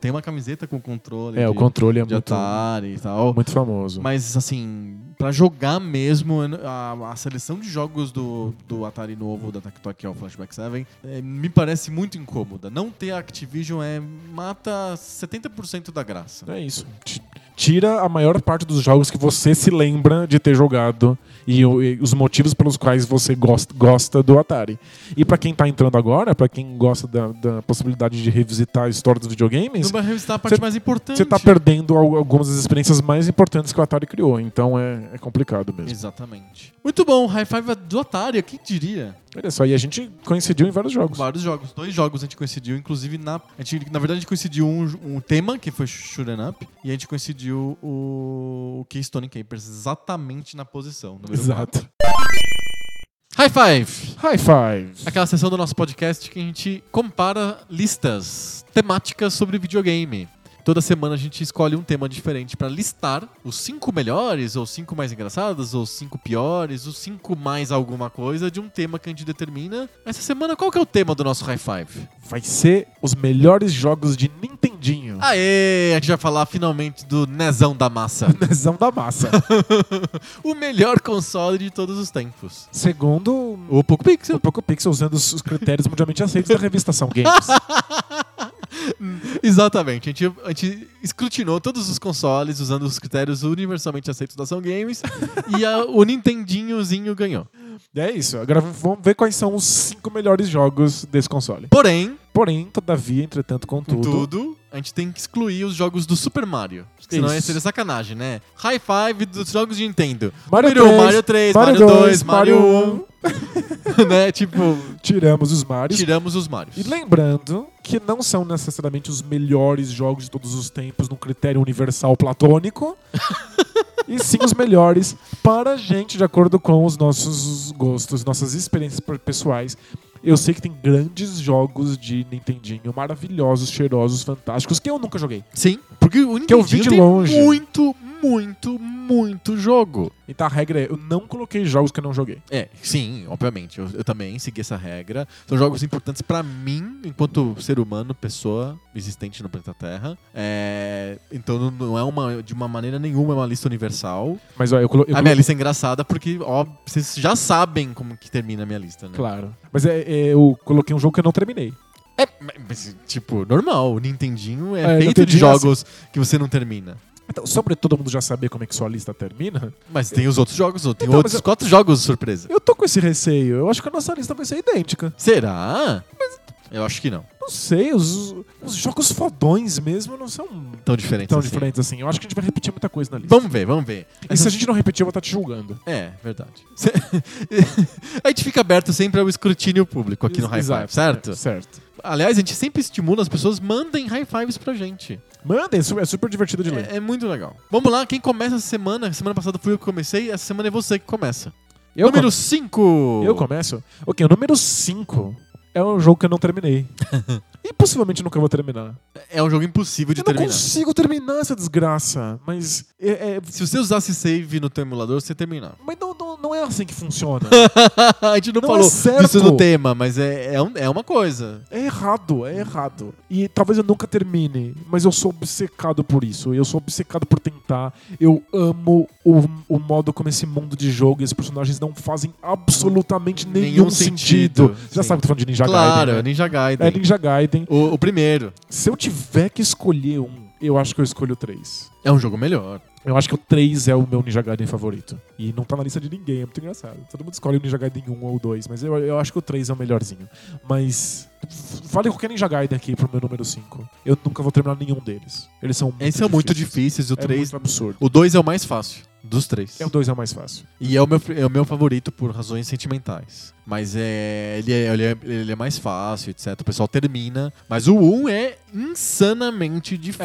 Tem uma camiseta com controle É, de, o controle é de muito, Atari e tal. muito famoso. tá Mas, assim, pra jogar mesmo, eu não- a, a seleção de jogos do, do Atari novo, da Tectoy, que é o Flashback 7, eh, me parece muito incômoda. Não ter a Activision é, mata 70% da graça. É isso. T- Tira a maior parte dos jogos que você se lembra de ter jogado e, o- e os motivos pelos quais você gosta, gosta do Atari. E pra quem tá entrando agora, pra quem gosta da, da possibilidade de revisitar a história dos Não videogames, vai revisitar a parte Cê- mais importante. você tá perdendo al- algumas das experiências mais importantes que o Atari criou. Então é, é complicado mesmo. Exatamente. Muito bom, High Five é do Atari, quem diria? Olha só, e a gente coincidiu em vários jogos. Vários jogos, dois jogos a gente coincidiu, inclusive na. A gente, na verdade, a gente coincidiu um, um tema, que foi Shoot 'em Up, e a gente coincidiu o, o Keystone Capers, exatamente na posição. número Exato. High Five! High five. Aquela sessão do nosso podcast que a gente compara listas temáticas sobre videogame. Toda semana a gente escolhe um tema diferente pra listar os cinco melhores, ou cinco mais engraçados, ou cinco piores, os cinco mais alguma coisa de um tema que a gente determina. Essa semana, qual que é o tema do nosso High Five? Vai ser os melhores jogos de Nintendinho. Ah. <laughs> Aê! A gente vai falar finalmente do Nezão da Massa. Nesão da massa. o melhor console de todos os tempos. Segundo O Poco Pixel. O Poco Pixel usando os os critérios mundialmente aceitos da revista São Games. Exatamente. A gente, a gente escrutinou todos os consoles usando os critérios universalmente aceitos da Ação <laughs> Games e a- o Nintendinhozinho ganhou. é isso. Agora v- vamos ver quais são os cinco melhores jogos desse console. Porém, Porém, todavia, entretanto, contudo. contudo, a gente tem que excluir os jogos do Super Mario. Senão Isso. ia ser sacanagem, né? High five dos jogos de Nintendo. Mario Número 3, Mario 3, Mario Mario 2, 2, Mario Mario 1. <laughs> né? <laughs> Tipo, Tiramos os Marios. tiramos os Marios. E lembrando que não são necessariamente os melhores jogos de todos os tempos num critério universal platônico. e sim os melhores para a gente, de acordo com os nossos gostos, nossas experiências pe- pessoais. Eu sei que tem grandes jogos de Nintendinho, maravilhosos, cheirosos, fantásticos, que eu nunca joguei. Sim, porque o Nintendinho eu vi de tem longe. muito, muito, muito jogo. Então a regra é: eu não coloquei jogos que eu não joguei. É, sim, obviamente. Eu, eu também segui essa regra. São jogos importantes pra mim, enquanto ser humano, pessoa existente no planeta Terra. É, então não- não é uma, de uma maneira nenhuma é uma lista universal. Mas ó, eu, colo- eu um- a colo- minha lista é engraçada porque, ó, vocês já sabem como que termina a minha lista, né? Claro. Mas é, é, eu coloquei um jogo que eu não terminei. É, mas, tipo, normal. O Nintendinho É, é, feito de Nintendinho é jogos que você não termina. Então, só pra todo mundo já saber como é que sua lista termina, Mas tem os outros jogos, tem Então, outros mas eu- quatro jogos surpresa. eu tô com esse receio. Eu acho que a nossa lista vai ser idêntica. Será? Eu acho que não. Não sei, os, os jogos fodões mesmo não são Tão diferente tão assim. diferentes assim. Eu acho que a gente vai repetir muita coisa na lista. Vamos ver, vamos ver. e se a gente não repetir, eu vou estar te julgando. É, verdade. <laughs> a gente fica aberto sempre ao escrutínio público aqui no High Five, Exato. certo? É, certo. Aliás, a gente sempre estimula as pessoas, mandem high fives pra gente. Mandem, su- é super divertido de ler. É, é muito legal. Vamos lá, quem começa essa semana? Semana passada fui eu que comecei, essa semana é você que começa. Eu Número 5! Eu começo? Ok, o número 5 é um jogo que eu <laughs> não terminei. e possivelmente nunca vou terminar. É um jogo impossível de eu terminar. não consigo terminar essa desgraça. Mas é. é- Se você usasse save no teu emulador, você <laughs> terminava. mas não, não, não é assim que <laughs> funciona. a gente não, Não é falou certo. disso no tema, mas é, é, um- é uma coisa. é errado, é errado. E talvez eu nunca termine, mas eu sou obcecado por isso. Eu sou obcecado por tentar. Eu amo o, o modo como esse mundo de jogo e esses personagens não fazem absolutamente nenhum, Nenhum sentido. sentido, Você já sim. sabe que eu tô falando de Ninja claro, Gaiden. né? Ninja Gaiden. É Ninja Gaiden. O, o primeiro Se eu tiver que escolher um, eu acho que eu escolho o 3. é um jogo melhor. Eu acho que o 3 é o meu Ninja Gaiden favorito. E não tá na lista de ninguém, é muito engraçado. Todo mundo escolhe o Ninja Gaiden 1 ou 2, mas eu, eu acho que o 3 é o melhorzinho. Mas. f- Fale qualquer Ninja Gaiden aqui pro meu número 5. Eu nunca vou terminar nenhum deles. Eles são muito Eles são muito difíceis, o É 3. muito absurdo. O 2 é o mais fácil dos três. É o 2 é o mais fácil. E é o, meu, é o meu favorito por razões sentimentais. Mas é ele, é. ele é ele é mais fácil, etc. O pessoal termina. Mas o 1 é insanamente difícil.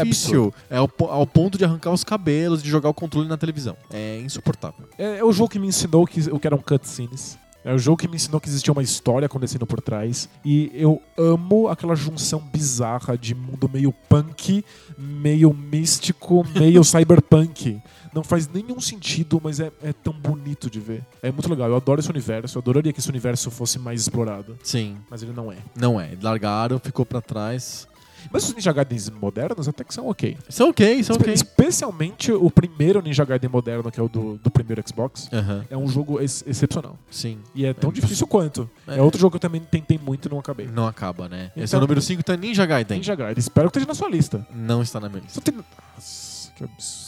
absurdo. É, ao, po- ao ponto de arrancar os cabelos, de jogar o controle na televisão. É insuportável. É, é o jogo que me ensinou que, o que eram cutscenes. É o jogo que me ensinou que existia uma história acontecendo por trás. E eu amo aquela junção bizarra de mundo meio punk, meio místico, meio cyberpunk. Não faz nenhum sentido, mas é, é tão bonito de ver. É muito legal. Eu adoro esse universo. Eu adoraria que esse universo fosse mais explorado. Sim, Mas ele não é. não é. Largaram, ficou pra trás. Mas os Ninja Gaidens modernos até que são ok. Isso é ok, isso é Espe- ok. Especialmente o primeiro Ninja Gaiden moderno, que é o do, do primeiro Xbox. Aham, É um jogo ex- excepcional. sim. E é tão É. difícil quanto. É. É. outro jogo que eu também tentei muito e não acabei. Não acaba, né? Esse é Então- o número 5, tá Ninja Gaiden. Ninja Gaiden. Espero que esteja na sua lista. Não está na minha lista. Só tem... Nossa, que absurdo.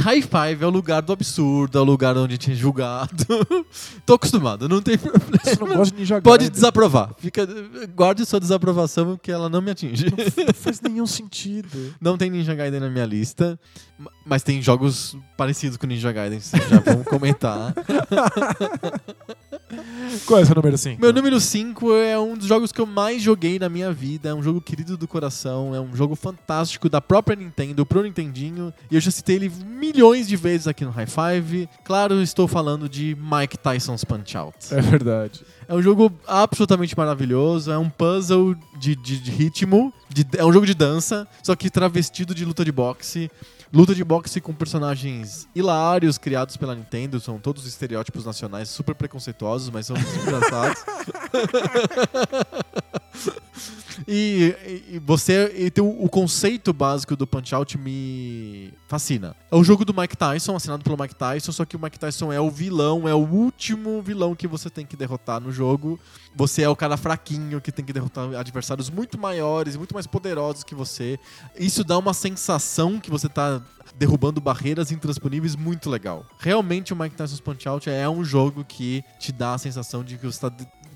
High Five é o lugar do absurdo, é o lugar onde a gente é julgado. <laughs> Tô acostumado, não tem problema. <laughs> Você não gosta de Ninja Pode Gaiden. desaprovar. Fica, guarde sua desaprovação porque ela não me atinge. Não faz <laughs> nenhum sentido. Não tem Ninja Gaiden na minha lista, ma- mas tem jogos parecidos com Ninja Gaiden, vocês já vão comentar. Qual é o seu número 5? Meu número 5 é um dos jogos que eu mais joguei na minha vida, é um jogo querido do coração, é um jogo fantástico da própria Nintendo pro Nintendinho, e eu já citei ele milhões de vezes aqui no High Five. Claro, estou falando de Mike Tyson's Punch-Out. É verdade. É um jogo absolutamente maravilhoso. É um puzzle de, de- de ritmo. de- é um jogo de dança, só que travestido de luta de boxe. Luta de boxe com personagens hilários criados pela Nintendo. São todos estereótipos nacionais super preconceituosos, mas são muito engraçados. E, e- e você. E tem o, o conceito básico do Punch Out me fascina. É o jogo do Mike Tyson, assinado pelo Mike Tyson, só que o Mike Tyson é o vilão, é o último vilão que você tem que derrotar no jogo. Você é o cara fraquinho que tem que derrotar adversários muito maiores, muito mais poderosos que você. Isso dá uma sensação que você tá derrubando barreiras intransponíveis muito legal. Realmente o Mike Tyson's Punch-Out é um jogo que te dá a sensação de que você está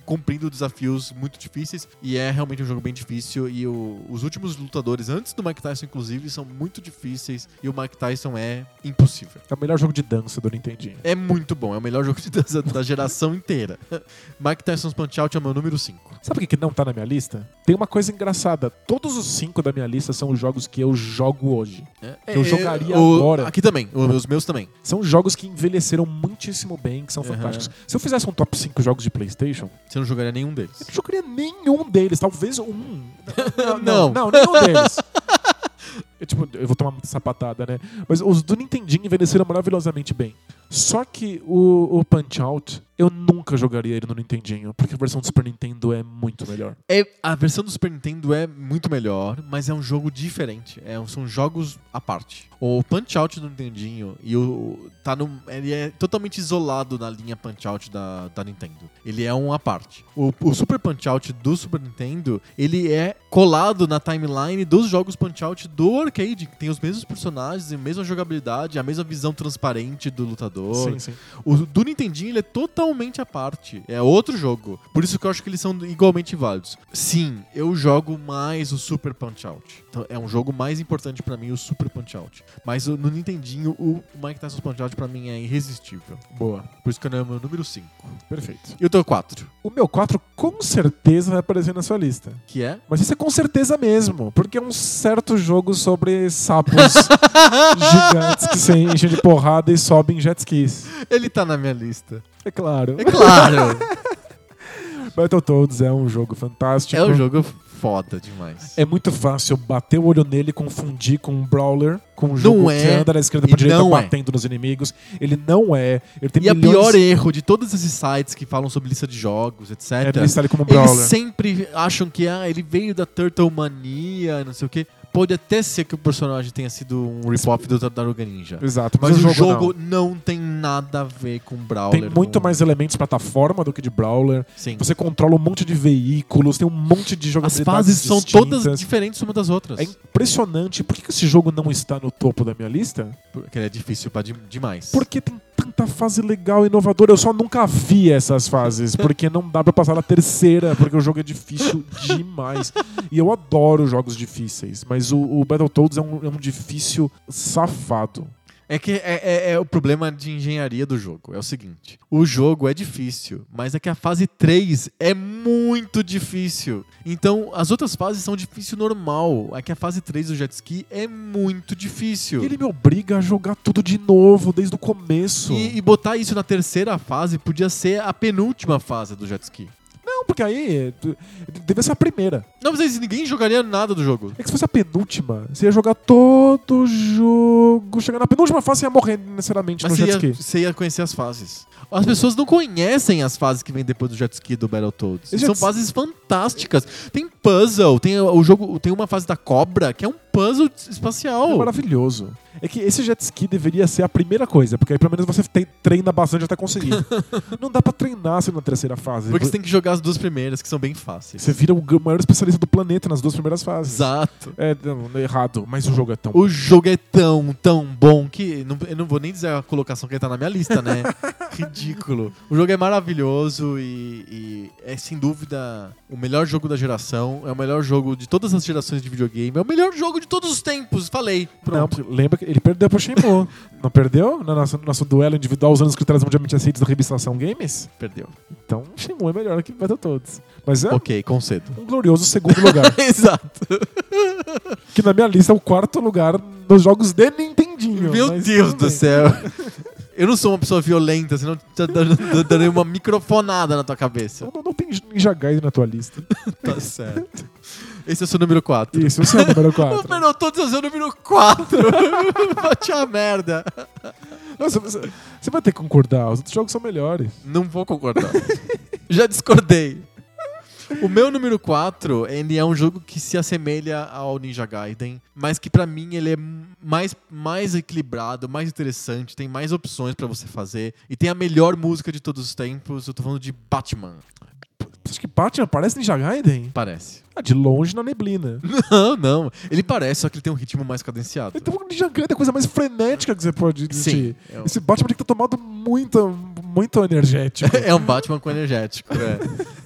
cumprindo desafios muito difíceis e é realmente um jogo bem difícil e o- os últimos lutadores antes do Mike Tyson inclusive são muito difíceis e o Mike Tyson é impossível. É o melhor jogo de dança do Nintendinho. É muito bom, é o melhor <laughs> jogo de dança da geração inteira. <laughs> Mike Tyson's Punch-Out é o meu número 5. Sabe o que que não tá na minha lista? Tem uma coisa engraçada. Todos os 5 da minha lista são os jogos que eu jogo hoje. Eu jogaria agora. Aqui também, o- os meus também. São jogos que envelheceram muitíssimo bem, que são Aham. fantásticos. Se eu fizesse um top 5 jogos de Playstation, Você não jogaria nenhum deles. Eu não <laughs> jogaria nenhum deles, talvez um. Não. não, nenhum deles. é tipo, eu vou tomar muita sapatada, né? Mas os do Nintendinho envelheceram maravilhosamente bem. Só que o, o Punch-Out, eu nunca jogaria ele no Nintendinho, porque a versão do Super Nintendo é muito melhor. É, a versão do Super Nintendo é muito melhor, mas é um jogo diferente. É, um- são jogos à parte. O Punch Out do Nintendinho e o tá no, ele é totalmente isolado na linha Punch Out da, da Nintendo. Ele é um à parte. O, o Super Punch Out do Super Nintendo ele é colado na timeline dos jogos Punch Out do arcade, que tem os mesmos personagens, a mesma jogabilidade, a mesma visão transparente do lutador. sim. O do Nintendinho ele é totalmente à parte. É outro jogo. Por isso que eu acho que eles são igualmente válidos. Sim, eu jogo mais o Super Punch-Out. Então, é um jogo mais importante pra mim, o Super Punch-Out. Mas o- no Nintendinho, o Mike Tyson's Punch-Out pra mim é irresistível. Boa. Por isso que eu não é o meu número 5. Perfeito. E o teu 4, O meu 4 com certeza vai aparecer na sua lista. que é? Mas isso é com certeza mesmo, porque é um certo jogo sobre <laughs> sapos gigantes que se enchem de porrada e sobem jet skis. Ele tá na minha lista. É claro. É <laughs> claro! Battletoads é um jogo fantástico. é um jogo foda demais. É muito fácil bater o olho nele, confundir com um brawler, com um jogo que é. anda da esquerda E pra direita não é. batendo nos inimigos. Ele não é. Ele tem E o milhões pior erro de todos esses sites que falam sobre lista de jogos, etc. é listar ele como um Eles brawler. sempre acham que ah, ele veio da Turtle Mania, não sei o quê. Pode até ser que o personagem tenha sido um rip-off do Tartaruga Ninja. Exato, Mas o não. jogo não. tem nada a ver com Brawler. tem muito não- mais elementos de plataforma do que de brawler. Sim. Você controla um monte de veículos, tem um monte de As jogabilidades fases são distintas. todas diferentes uma das outras. É impressionante. Por que que esse jogo não está no topo da minha lista? Porque ele é difícil pra de- demais. Porque tem tanta fase legal e inovadora. Eu só nunca vi <laughs> essas fases, porque não dá pra passar na terceira, porque o jogo é difícil demais. E eu adoro jogos difíceis, mas o, o Battletoads é um, é um difícil safado. É que é, é- é o problema de engenharia do jogo. É o seguinte: o jogo é difícil, mas é que a fase 3 é muito difícil. Então, as outras fases são difícil normal. É que a fase 3 do jet ski é muito E difícil. ele me obriga a jogar tudo de novo, desde o começo. E, e botar isso na terceira fase podia ser a penúltima fase do jet ski. Não, porque aí tu- deve ser a primeira. Não, mas ninguém jogaria nada do jogo. É que se fosse a penúltima, você ia jogar todo o jogo. Chegar na penúltima fase, você ia morrer necessariamente Mas no você jet ia, ski. você ia conhecer as fases. As pessoas não conhecem as fases que vem depois do jet ski do Battletoads. Eu já São dis- fases fantásticas. Tem puzzle, tem o jogo, tem uma fase da cobra que é um puzzle É espacial. maravilhoso. É que esse jet ski deveria ser a primeira coisa, porque aí pelo menos você te- treina bastante <laughs> até conseguir. não dá pra treinar se na terceira fase. Porque você tem que jogar as duas primeiras, que são bem fáceis. Você vira o g- maior especialista do planeta nas duas primeiras fases. Exato. É, não, não, errado, mas o jogo é tão. O jogo é tão, tão bom que. não- eu não vou nem dizer a colocação que ele tá na minha lista, né? <laughs> Ridículo. O jogo é maravilhoso e, e é sem dúvida o melhor jogo da geração. É o melhor jogo de todas as gerações de videogame. É o melhor jogo de todos os tempos. Falei. Não, Pronto. porque lembra que ele perdeu pro <laughs> Shenmue. não perdeu? No nosso, no nosso duelo individual, usando os critérios mundialmente aceitos da revistação Games? Perdeu. Então, Shenmue é melhor que Battletoads. Mas é Ok, concedo. <laughs> um glorioso segundo lugar. Exato. que na minha lista é o quarto lugar nos jogos de Nintendinho. Meu mas Deus tudo do bem. céu. Eu não sou uma pessoa violenta, senão eu dar- darei uma microfonada na tua cabeça. Não, não, não tem Ninja Gaiden na tua lista. <laughs> Tá certo. Esse é o seu número 4. Isso, esse é o número Ô, 4. Fernando, todos é o seu número 4. <laughs> Bate a merda. Nossa, você, você vai ter que concordar, os outros jogos são melhores. Não vou concordar. <laughs> Já discordei. O meu número 4, ele é um jogo que se assemelha ao Ninja Gaiden, mas que pra mim ele é mais, mais equilibrado, mais interessante, tem mais opções pra você fazer e tem a melhor música de todos os tempos. Eu tô falando de Batman, Você acha que Batman parece Ninja Gaiden? parece. <laughs> Ah, de longe na neblina. Não, não. Ele parece, só que ele tem um ritmo mais cadenciado. Então Ninja Gaiden é a coisa mais frenética que você pode Sim. existir. É um- Esse Batman tem que ter tomado muito, muito <laughs> energético. É um Batman com energético, é.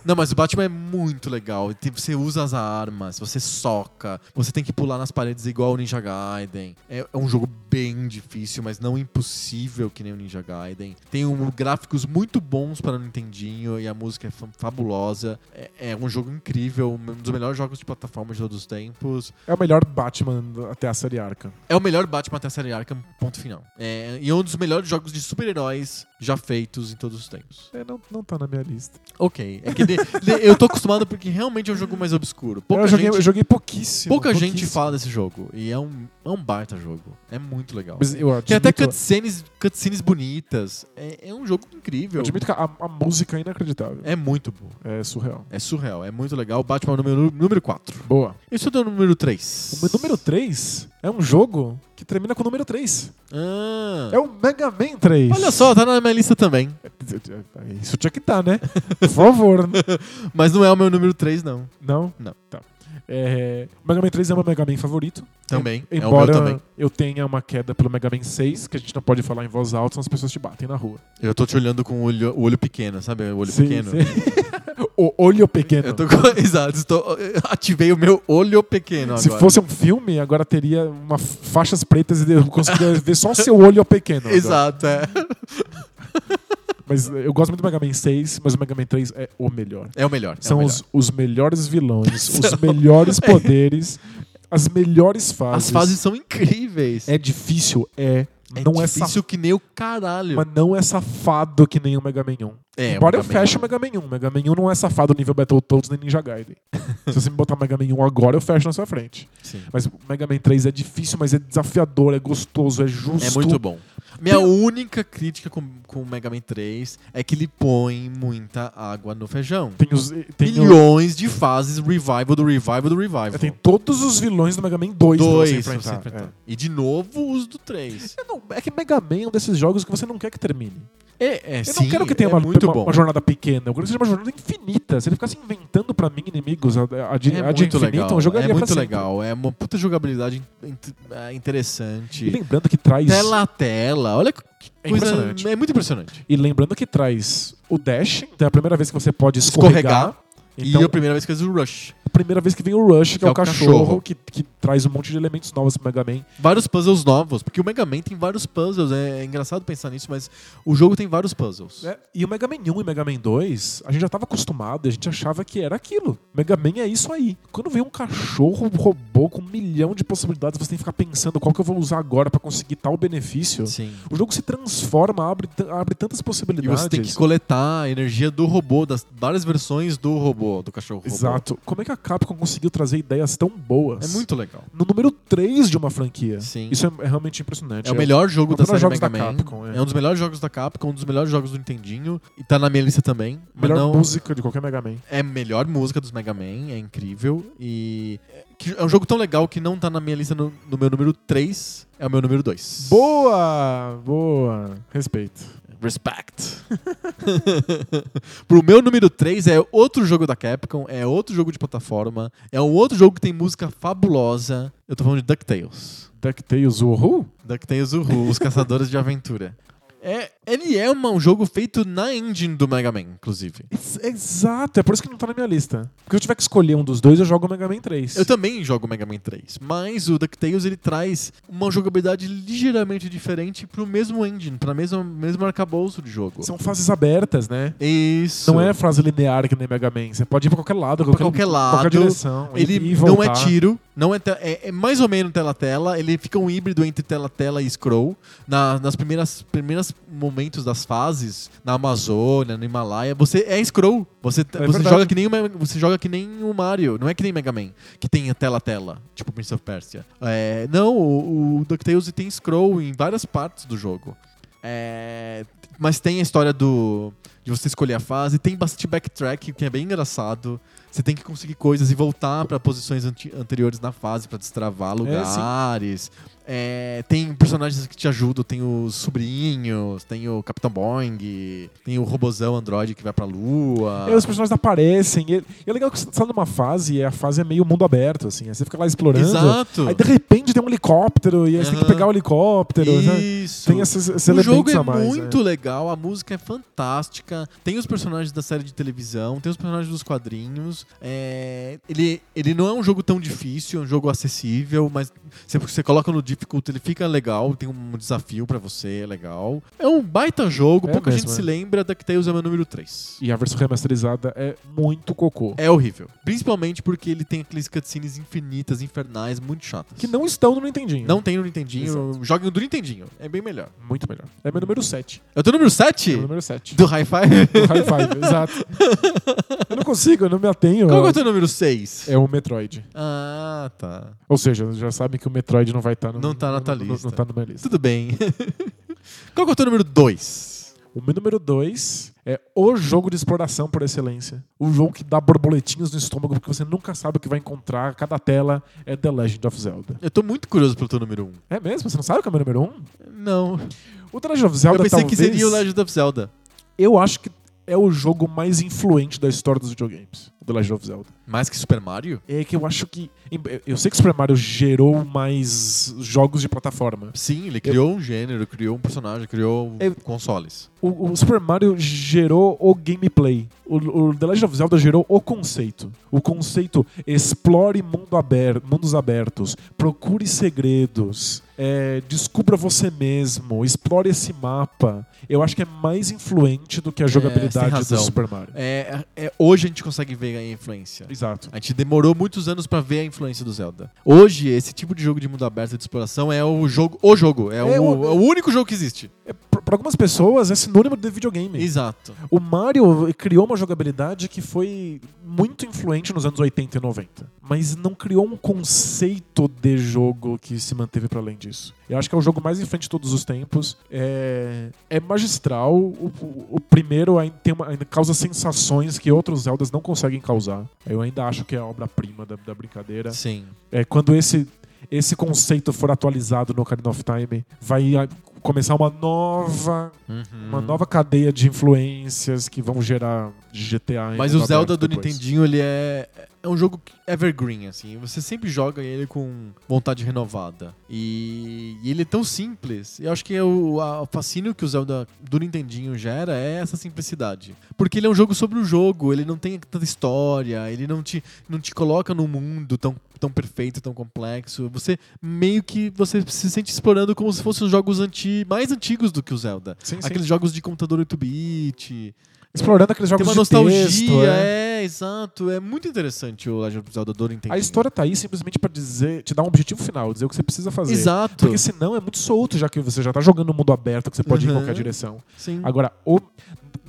Não, mas o Batman é muito legal. Tem- Você usa as armas, você soca, você tem que pular nas paredes igual o Ninja Gaiden. É, é um jogo bem difícil, mas não impossível que nem o Ninja Gaiden. Tem um, gráficos muito bons para o Nintendinho e a música é fa- fabulosa. É, é um jogo incrível, um dos melhores jogos de plataforma de todos os tempos. É o melhor Batman até a série Arkham. É o melhor Batman até a série Arkham, ponto final. É, e é um dos melhores jogos de super-heróis já feitos em todos os tempos. É, não, não tá na minha lista. Ok. É que de- de- eu tô acostumado porque realmente é um jogo mais obscuro. Pouca eu, joguei, gente, eu joguei pouquíssimo. pouca gente pouquíssimo. fala desse jogo. E é um, é um baita jogo. É muito legal. Mas eu Tem até admito- cutscenes, cutscenes bonitas. É, é um jogo incrível. Eu admito que a, a música é inacreditável. É muito bom. É surreal. É surreal. É muito legal. Batman número, número 4. Boa. Esse é o número O 3. meu número 3 é um jogo que termina com o número 3. Ah. É o Mega Man 3. Olha só, tá na minha lista também. Isso tinha que estar, né? Por favor. <laughs> né? Mas não é o meu número 3, não. Não? Não. Tá. É, Mega Man 3 é o meu Mega Man favorito. Também. É, o Embora meu também. eu tenha uma queda pelo Mega Man 6, que a gente não pode falar em voz alta, senão as pessoas te batem na rua. Eu tô te olhando com o olho, o olho pequeno, sabe? O olho Sim, pequeno. sim. o olho pequeno. Eu tô com... <laughs> Exato. Estou... eu Ativei o meu olho pequeno Se agora. fosse um filme, agora teria uma faixas pretas e eu conseguiria ver só o seu olho pequeno. agora. Exato, é. Mas eu gosto muito do Mega Man 6, mas o Mega Man 3 é o melhor. É o melhor. é São o melhor. É. os, os <laughs> melhores vilões, os melhores poderes, as melhores fases. As fases são incríveis. É difícil, é. É não é difícil que nem o caralho. Mas não é safado que nem o Mega Man 1. É, Embora o eu Mega feche Man. o Mega Man 1. O Mega Man 1 não é safado nível Battletoads nem <laughs> Ninja Gaiden. Se você me botar Mega Man 1 agora, eu fecho na sua frente. Sim. Mas o Mega Man 3 é difícil, mas é desafiador, é gostoso, é justo. É muito bom. Minha única crítica com, com o Mega Man 3 é que ele põe muita água no feijão. Tem, os, eh, tem, o- eh, Milhões de fases revival do revival do revival. tem todos os vilões do Mega Man 2 pra dois você pra enfrentar. você enfrentar. É. E de novo os do 3. Eu não- é que Mega Man é um desses jogos que você não quer que termine. É, é, Eu sim, não quero que tenha é uma, muito uma- bom. uma jornada pequena. Eu quero que seja uma jornada infinita. Se ele ficasse inventando pra mim inimigos a, a, a de, é a de muito infinito, legal. eu jogaria é muito pra sempre. legal. É uma puta jogabilidade in- in- é, E interessante. lembrando que traz... Tela a tela. Olha que É coisa. impressionante. É muito impressionante. E lembrando que traz o dash, então é a primeira vez que você pode escorregar. Escorregar. Então, é e a primeira vez que eu fiz o Rush. a primeira vez que vem o Rush, que, é o cachorro, cachorro. Que, que traz um monte de elementos novos pro Mega Man. Vários puzzles novos, porque o Mega Man tem vários puzzles. É, é engraçado pensar nisso, mas o jogo tem vários puzzles. né? E o Mega Man 1 e Mega Man 2, a gente já tava acostumado, a gente achava que era aquilo. Mega Man é isso aí. Quando vem um cachorro, um robô com um milhão de possibilidades, você tem que ficar pensando qual que eu vou usar agora pra conseguir tal benefício. Sim. O jogo se transforma, abre, t- abre tantas E possibilidades. você tem que coletar a energia do robô, das várias versões do robô, do cachorro um robô. Exato. Como é que a Capcom conseguiu trazer ideias tão boas? É muito legal. no número 3 de uma franquia. Sim. Isso é, é realmente impressionante. É o melhor jogo um da dos melhores série jogos Mega da Man. Capcom, é. é. um dos melhores jogos da Capcom, um dos melhores jogos do Nintendinho. E tá na minha lista também. É a Mas melhor não, música de qualquer Mega Man. É a melhor música dos Mega Man, é incrível. E é- que- é um jogo tão legal que não tá na minha lista no, no meu número 3, é o meu número 2. Boa! Boa! Respeito. Respect. <laughs> Pro meu número 3 é outro jogo da Capcom, é outro jogo de plataforma, é um outro jogo que tem música fabulosa. Eu tô falando de DuckTales. DuckTales, uhul! DuckTales Uhul, Os Caçadores de Aventura. É, ele é uma- um jogo feito na engine do Mega Man, inclusive. Ex- Exato, é por isso que não tá na minha lista. Porque se eu tiver que escolher um dos dois, eu jogo o Mega Man 3. Eu também jogo Mega Man 3, mas o DuckTales ele traz uma jogabilidade ligeiramente diferente pro mesmo engine, pra mesma, mesmo arcabouço de jogo. São fases abertas, né? Isso. Não é frase linear que nem Mega Man. Você pode ir pra qualquer lado, Pra qualquer lado. qualquer direção. e- Ele e não é voltar. tiro, não é, te- é, é mais ou menos tela a tela, ele fica um híbrido entre tela a tela e scroll. Na, nas primeiras primeiros momentos das fases, na Amazônia, no Himalaia, você é scroll. Você, t- É você verdade. joga que nem o, Mega- você joga que nem o Mario, não é que nem Mega Man, que tem a tela a tela, tipo Prince of Persia. É, não, o, o DuckTales tem scroll em várias partes do jogo. É, mas tem a história do de você escolher a fase, tem bastante backtrack, que é bem engraçado. Você tem que conseguir coisas e voltar para posições anti- anteriores na fase para destravar É, lugares. É, tem personagens que te ajudam, tem os sobrinhos, tem o Capitão Boing, tem o robozão Android que vai pra lua. É, os personagens aparecem. E e é legal que você tá numa fase e a fase é meio mundo aberto, assim. Aí você fica lá explorando. Exato. Aí de repente tem um helicóptero e aí você tem que Aham. pegar o helicóptero. Né? Isso. Tem esses, esses o elementos jogo é a mais. né? muito legal, a música é fantástica, tem os personagens da série de televisão, tem os personagens dos quadrinhos. é, ele, ele não é um jogo tão difícil, é um jogo acessível, mas você, você coloca no difficult, ele fica legal, tem um desafio pra você, é legal. É um baita jogo, É pouca mesmo, gente é. se lembra, DuckTales é meu número 3. E a versão remasterizada é muito cocô. É horrível. Principalmente porque ele tem aqueles cutscenes infinitas, infernais, muito chatas. Que não estão no Nintendinho. Não tem no Nintendinho, joguem o do Nintendinho, é bem melhor. Muito melhor. É meu número 7. Eu tô no número 7? o número 7. Do Hi-Fi? Do High <laughs> Five, exato. Eu não consigo, eu não me atenho. Qual que é ao- o teu número 6? É o Metroid. Ah, tá. Ou seja, já sabem que o Metroid não vai estar no, Não tá na tua não- lista. Não tá na minha lista. Tudo bem. <laughs> Qual que é o teu número 2? O meu número 2 é o jogo de exploração por excelência. O jogo que dá borboletinhas no estômago porque você nunca sabe o que vai encontrar. Cada tela é The Legend of Zelda. Eu tô muito curioso pelo teu número 1. Um. É mesmo? Você não sabe o que é o meu número 1? Um? Não. O The Legend of Zelda eu pensei que talvez, seria o Legend of Zelda. Eu acho que é o jogo mais influente da história dos videogames. O The Legend of Zelda. Mais que Super Mario? É que eu acho que... Eu sei que Super Mario gerou mais jogos de plataforma. Sim, ele criou um gênero, criou um personagem, criou Eu- consoles. O, o Super Mario gerou o gameplay. O, o The Legend of Zelda gerou o conceito. O conceito explore mundo aber- mundos abertos, procure segredos, é, descubra você mesmo, explore esse mapa. Eu acho que é mais influente do que a É, tem jogabilidade do razão. Super Mario. É, É, é- hoje a gente consegue ver a influência. Exato. A gente demorou muitos anos pra ver a influência do Zelda. Hoje, esse tipo de jogo de mundo aberto e de exploração é o jogo. O jogo. É, É o, o- é o único jogo que existe. É, pra pra algumas pessoas é sinônimo de videogame. Exato. O Mario criou uma jogabilidade que foi muito influente nos anos 80 e 90, mas não criou um conceito de jogo que se manteve para além disso. Eu acho que é o jogo mais influente de todos os tempos. É, é magistral. O, o- o primeiro ainda, tem uma- ainda causa sensações que outros Zeldas não conseguem causar. Eu ainda acho que é a obra-prima da- da brincadeira. Sim. É, quando esse, esse conceito for atualizado no Ocarina of Time, vai ah, começar uma nova Uhum. uma nova cadeia de influências que vão gerar GTA. em Mas mundo o Zelda aberto do depois. Nintendinho, ele é, é um jogo que- evergreen, assim. Você sempre joga ele com vontade renovada. E, e ele é tão simples. Eu acho que é o, a- o fascínio que o Zelda do Nintendinho gera é essa simplicidade. Porque ele é um jogo sobre o jogo, ele não tem tanta história, ele não te, não te coloca num mundo tão, tão perfeito, tão complexo. Você meio que você se sente explorando como se fossem os jogos anti, mais antigos do que o Zelda. Sim, sim. Aqueles jogos de computador 8-bit, Explorando aqueles jogos tem uma de nostalgia, texto. é. é. exato. É muito interessante o Legend of Zelda do Nintendo. A história tá aí simplesmente pra dizer, te dar um objetivo final, dizer o que você precisa é fazer. Exato. Porque senão é muito solto, já que você já tá jogando um mundo aberto, que você pode ir em Uhum. qualquer direção. Sim. Agora, o-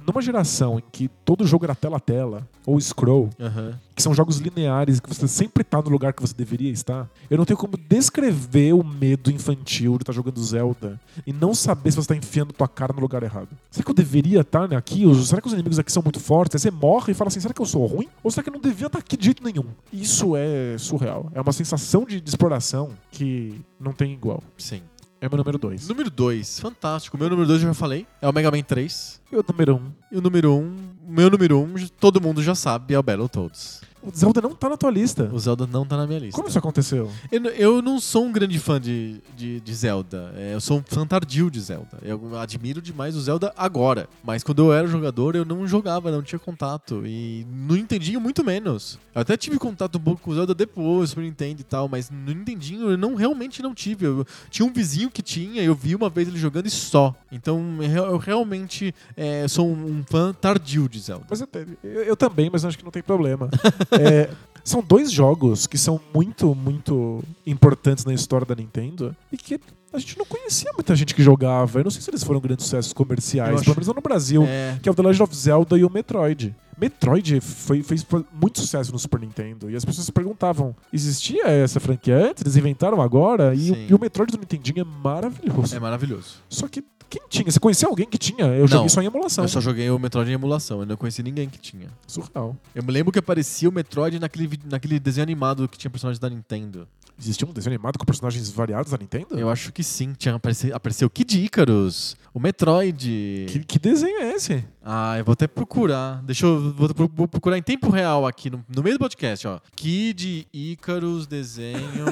numa geração em que todo jogo era tela a tela, ou scroll, Aham. que são jogos lineares, que você sempre tá no lugar que você deveria estar, eu não tenho como descrever o medo infantil de estar jogando Zelda e não saber se você tá enfiando tua cara no lugar errado. Será que eu deveria estar né, aqui? Ou Será que os inimigos aqui são muito fortes? Aí você morre e fala assim, será que eu sou ruim? Ou será que eu não devia estar aqui de jeito nenhum? Isso é surreal. É uma sensação de, de exploração que não tem igual. Sim. É meu número 2. Número 2, fantástico. Meu número 2 eu já falei, é o Mega Man 3. E o número 1? Um, E o número 1, um, meu número 1, um, todo mundo já sabe, é o Battletoads. o Zelda não tá na tua lista. O Zelda não tá na minha lista. Como isso aconteceu? Eu, n- eu não sou um grande fã de, de, de Zelda. É, Eu sou um fã tardio de Zelda. Eu admiro demais o Zelda agora. Mas quando eu era jogador, eu não jogava, não tinha contato. E no Nintendinho, muito menos. Eu até tive contato um pouco com o Zelda depois, Super Nintendo e tal. Mas no Nintendinho, eu não, realmente não tive. Eu, tinha um vizinho que tinha, eu vi uma vez ele jogando e só. Então, eu re- eu realmente é, sou um, um fã tardio de Zelda. Mas eu, te- eu- eu também, mas eu acho que não tem problema. <laughs> É, são dois jogos que são muito, muito importantes na história da Nintendo e que a gente não conhecia muita gente que jogava. Eu não sei se eles foram grandes sucessos comerciais, Eu acho- pelo menos não no Brasil, É, que é o The Legend of Zelda e o Metroid. Metroid foi, fez muito sucesso no Super Nintendo e as pessoas se perguntavam: existia essa franquia antes? Eles inventaram agora? E, o- Sim. e o Metroid do Nintendinho é maravilhoso. é maravilhoso. Só que quem tinha? Você conhecia alguém que tinha? Eu Não. joguei só em emulação. Eu só joguei o Metroid em emulação, eu não conheci ninguém que tinha. Surreal. Eu me lembro que aparecia o Metroid naquele, vi- naquele desenho animado que tinha personagens da Nintendo. Existia um desenho animado com personagens variados da Nintendo? Eu acho que sim, tinha aparecido, apareceu o Kid Icarus, o Metroid. Que, que desenho é esse? Ah, eu vou até procurar. Deixa eu vou, pro- vou procurar em tempo real aqui no, no meio do podcast, ó. Kid Icarus desenho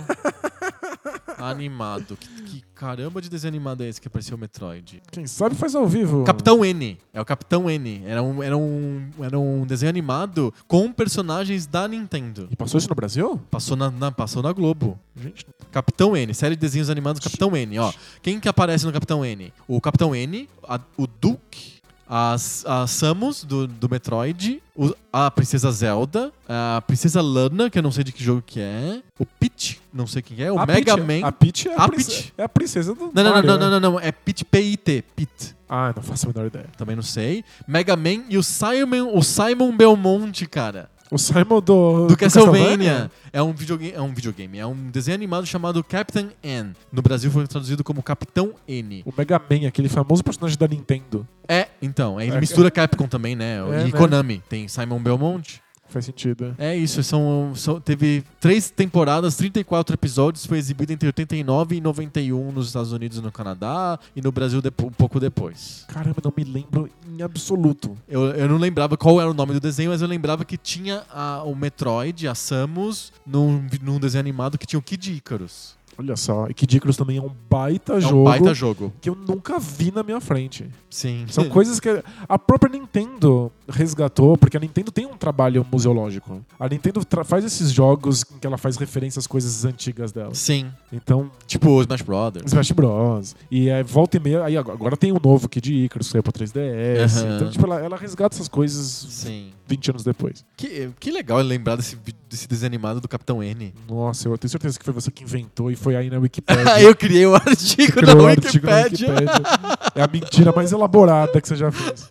animado. Que, que caramba de desenho animado é esse que apareceu o Metroid? Quem sabe faz ao vivo. Capitão N. É o Capitão N. Era um, era um, era um desenho animado com personagens da Nintendo. E passou isso no Brasil? Passou na- na, passou na Globo. Gente, Capitão N, série de desenhos animados Capitão N, ó. Quem que aparece no Capitão N? O Capitão N, a- o Duke, a, S- a Samus, do, do Metroid, o- a Princesa Zelda, a Princesa Lana, que eu não sei de que jogo que é, o Peach, não sei quem é, o A Mega Peach- Man... A Peach é a, A princesa, Peach. é a princesa do Não, não, não, Mario, não, né? não, não, não, é Peach, P-I-T, Pit. Ah, não faço a menor ideia. Também não sei. Mega Man e o Simon, o Simon Belmonte, cara. O Simon do... Do Castlevania. É um videogame, é um videogame, é um desenho animado chamado Captain N. No Brasil foi traduzido como Capitão N. O Mega Man, aquele famoso personagem da Nintendo. É, então, aí É. ele mistura Capcom também, né? É, e né? Konami, tem Simon Belmonte. Faz sentido. É isso, são, são- teve três temporadas, 34 episódios, foi exibido entre 89 e 91 nos Estados Unidos e no Canadá, e no Brasil depo- um pouco depois. Caramba, não me lembro em absoluto. Eu, eu não lembrava qual era o nome do desenho, mas eu lembrava que tinha a- o Metroid, a Samus, num, vi- num desenho animado que tinha o Kid Icarus. Olha só, e Kid Icarus também é um baita É jogo um baita jogo. que eu nunca vi na minha frente. Sim. São coisas que a própria Nintendo resgatou, porque a Nintendo tem um trabalho museológico. A Nintendo tra- faz esses jogos em que ela faz referência às coisas antigas dela. Sim. Então, Tipo o Smash Brothers. Smash Bros. E aí, volta e meia. Aí agora agora tem o novo Kid Icarus, que saiu pra 3DS. Aham. Então, tipo, ela, ela resgata essas coisas Sim. 20 anos depois. Que, que legal lembrar desse, vi- desse desenho animado do Capitão N. Nossa, eu tenho certeza que foi você que inventou e foi aí na Wikipedia. Ah, <laughs> eu criei o artigo na É, Criou o artigo na Wikipédia. Wikipédia. É a mentira mais elaborada que você <laughs> já fez.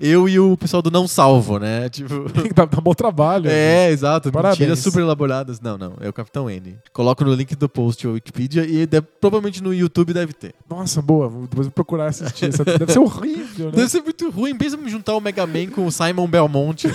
Eu e o pessoal do Não Salvo, né? <laughs> Tipo. dá, dá bom trabalho. né? É, exato. Parabéns. Mentiras super elaboradas. Não, não. É o Capitão N. Coloco no link do post a Wikipedia e de- provavelmente no YouTube deve ter. Nossa, boa. vou- Depois vou procurar assistir. Isso deve ser horrível, né? Deve ser muito ruim. Pensa em juntar o Mega Man com o Simon <laughs> Belmonte.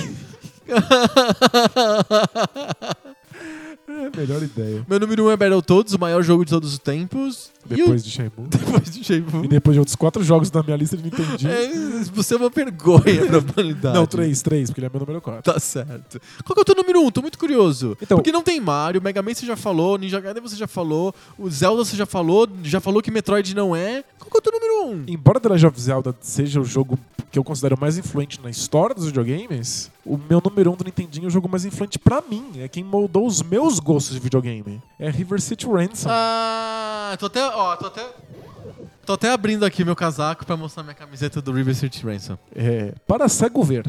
É a melhor ideia. Meu número 1 um é Battletoads, o maior jogo de todos os tempos. Depois de Shenmue. E o... <laughs> Depois de Shape E depois de outros quatro jogos da minha lista de Nintendinho. É, você é uma vergonha <laughs> pra humanidade. Não, três, três, porque ele é meu número quatro. <laughs> Tá certo. Qual que é o teu número 1? Um? Tô muito curioso. Então- Porque não tem Mario, Mega Man você já falou, Ninja Gaiden você já falou, o Zelda você já falou, já falou que Metroid não é. Qual que é o teu número 1? Um? Embora The Legend of Zelda seja o jogo que eu considero mais influente na história dos videogames, o meu número um do Nintendinho é o jogo mais influente pra mim. É quem moldou os meus gostos de videogame. É River City Ransom. Ah, tô até, ó, tô até... Tô até abrindo aqui meu casaco pra mostrar minha camiseta do River City Ransom. <laughs> É, para cego ver.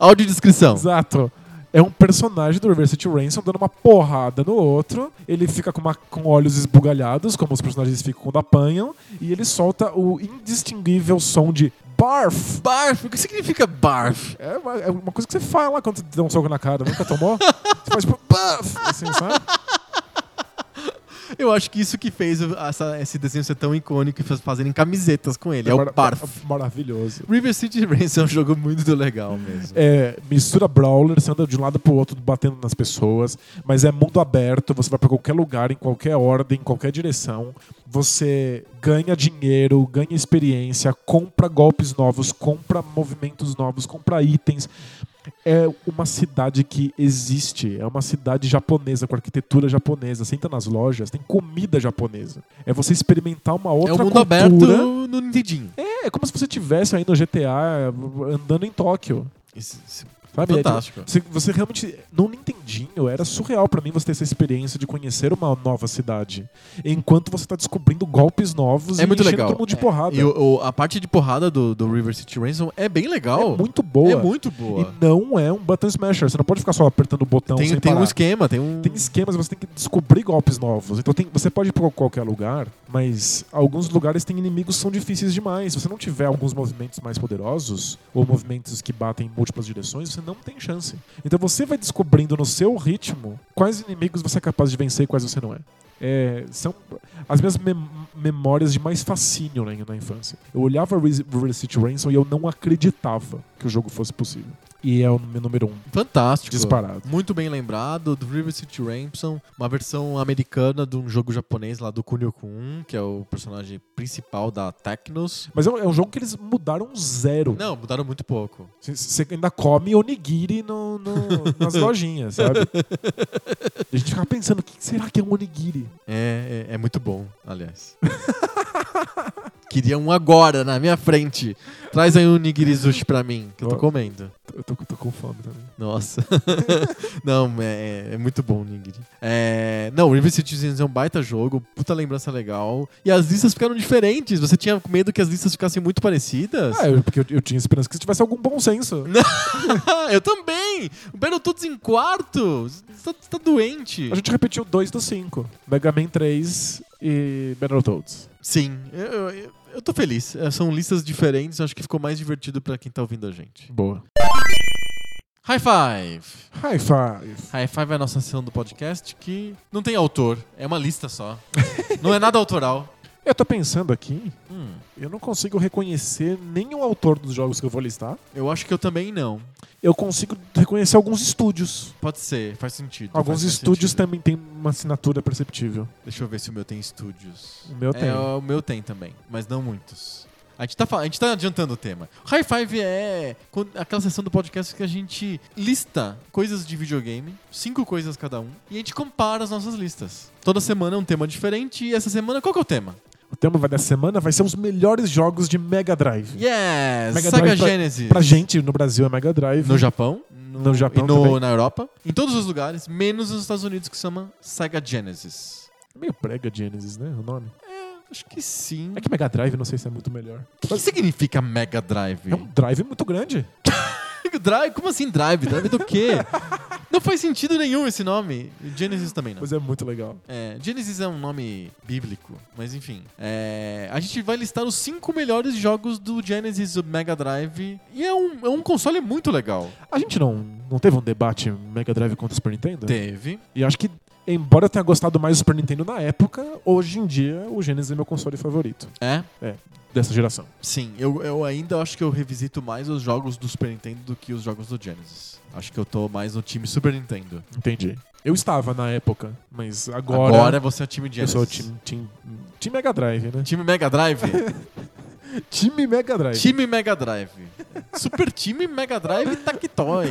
Audiodescrição. Exato. É um personagem do River City Ransom dando uma porrada no outro. Ele fica com, uma- com olhos esbugalhados, como os personagens ficam quando apanham. E ele solta o indistinguível som de barf. Barf, o que significa barf? É uma, é uma coisa que você fala quando você dá um soco na cara. <laughs> Nunca tomou? você faz tipo barf, assim, sabe? Eu acho que isso que fez essa- esse desenho ser tão icônico e faz- fazerem camisetas com ele. É Mara- o barf. Maravilhoso. River City Ransom é um jogo muito legal mesmo. É, mistura brawler, você anda de um lado pro outro batendo nas pessoas, mas é mundo aberto, você vai pra qualquer lugar, em qualquer ordem, em qualquer direção. Você ganha dinheiro, ganha experiência, compra golpes novos, compra movimentos novos, compra itens. É uma cidade que existe, é uma cidade japonesa, com arquitetura japonesa. Você entra nas lojas, tem comida japonesa. É você experimentar uma outra é um mundo cultura. aberto no Nintendinho. É, é como se você estivesse aí no GTA andando em Tóquio. Isso- isso- Sabe? É, tipo, Fantástico. Você, você realmente. No Nintendinho, era surreal pra mim você ter essa experiência de conhecer uma nova cidade. Enquanto você tá descobrindo golpes novos É e muito enchendo legal. todo mundo de porrada. E o- o- a parte de porrada do, do River City Ransom é bem legal. É muito boa. É muito boa. E não é um button smasher. Você não pode ficar só apertando o botão tem sem tem parar. um esquema, tem um. Tem esquemas, você tem que descobrir golpes novos. Então tem- você pode ir pra qualquer lugar, mas alguns lugares tem inimigos que são difíceis demais. Se você não tiver alguns movimentos mais poderosos, ou movimentos que batem em múltiplas direções, você não tem chance. Então você vai descobrindo no seu ritmo quais inimigos você é capaz de vencer e quais você não é. É, são as minhas mem- memórias de mais fascínio né, na, na infância. Eu olhava Re- River City Ransom e eu não acreditava que o jogo fosse possível. E é o meu número um, Fantástico. disparado. Muito bem lembrado, do River City Ransom, uma versão americana de um jogo japonês lá do Kunio Kun, que é o personagem principal da Tecnos. Mas é um, é um jogo que eles mudaram zero. Não, mudaram muito pouco. C- Você ainda come onigiri no, no- <laughs> nas lojinhas, sabe? A gente ficava pensando, o que será que é um onigiri? É, é, é muito bom, aliás. <laughs> Queria um agora, na minha frente. Traz aí um nigirizushi pra mim, que eu tô Ó. comendo. Eu tô, tô com fome também. Nossa. <laughs> não, é, é muito bom, Nigiri. É, não, River City Sirens é um baita jogo, puta lembrança legal. E as listas ficaram diferentes. Você tinha medo que as listas ficassem muito parecidas? Ah, eu- porque eu, eu tinha esperança que você tivesse algum bom senso. <laughs> eu também! O Battletoads em quarto! Você tá, você tá doente. A gente repetiu dois dos cinco. Mega Man 3 e Battletoads. Sim, eu, eu, eu tô feliz. É, São listas diferentes, eu acho que ficou mais divertido pra quem tá ouvindo a gente. Boa. High Five! High five. High Five é a nossa sessão do podcast que não tem autor, é uma lista <laughs> só. não é nada autoral. Eu tô pensando aqui, Hum, eu não consigo reconhecer nenhum autor dos jogos que eu vou listar. eu acho que eu também não. Eu consigo reconhecer alguns estúdios. Pode ser, faz sentido. Alguns faz- faz estúdios sentido. também têm uma assinatura perceptível. Deixa eu ver se o meu tem estúdios. O meu É, tem. o meu tem também, mas não muitos. A gente, tá, fa- a gente tá adiantando o tema. High Five é quando- aquela sessão do podcast que a gente lista coisas de videogame, cinco coisas cada um, e a gente compara as nossas listas. Toda semana é um tema diferente, e essa semana qual que é o tema? O tema vai da semana vai ser os melhores jogos de Mega Drive. Yes! Mega Sega Drive pra- Genesis. Pra gente, no Brasil é Mega Drive. No Japão. No, No Japão e no- também. na Europa. Em todos os lugares, menos nos Estados Unidos, que se chama Sega Genesis. É Meio prega Genesis, né? O nome. Acho que sim. É que Mega Drive não sei se é muito melhor. O que significa Mega Drive? É um drive muito grande. <laughs> drive? Como assim drive? Drive do quê? não faz sentido nenhum esse nome. Genesis também não. Mas é muito legal. É, Genesis é um nome bíblico, mas enfim. É, a gente vai listar os cinco melhores jogos do Genesis do Mega Drive. E é um, é um console muito legal. A gente não, não teve um debate Mega Drive contra o Super Nintendo? Teve. E acho que, embora eu tenha gostado mais do Super Nintendo na época, hoje em dia o Genesis é meu console favorito É, dessa geração. Sim, eu, eu ainda acho que eu revisito mais os jogos do Super Nintendo do que os jogos do Genesis. Acho que eu tô mais no time Super Nintendo. Entendi. Eu estava na época, mas agora, Agora, você é o time eu Genesis. sou o time, time, time Mega Drive, né? Time Mega <laughs> Drive? Time Mega Drive. time Mega Drive. Super time Mega Drive Tactoy.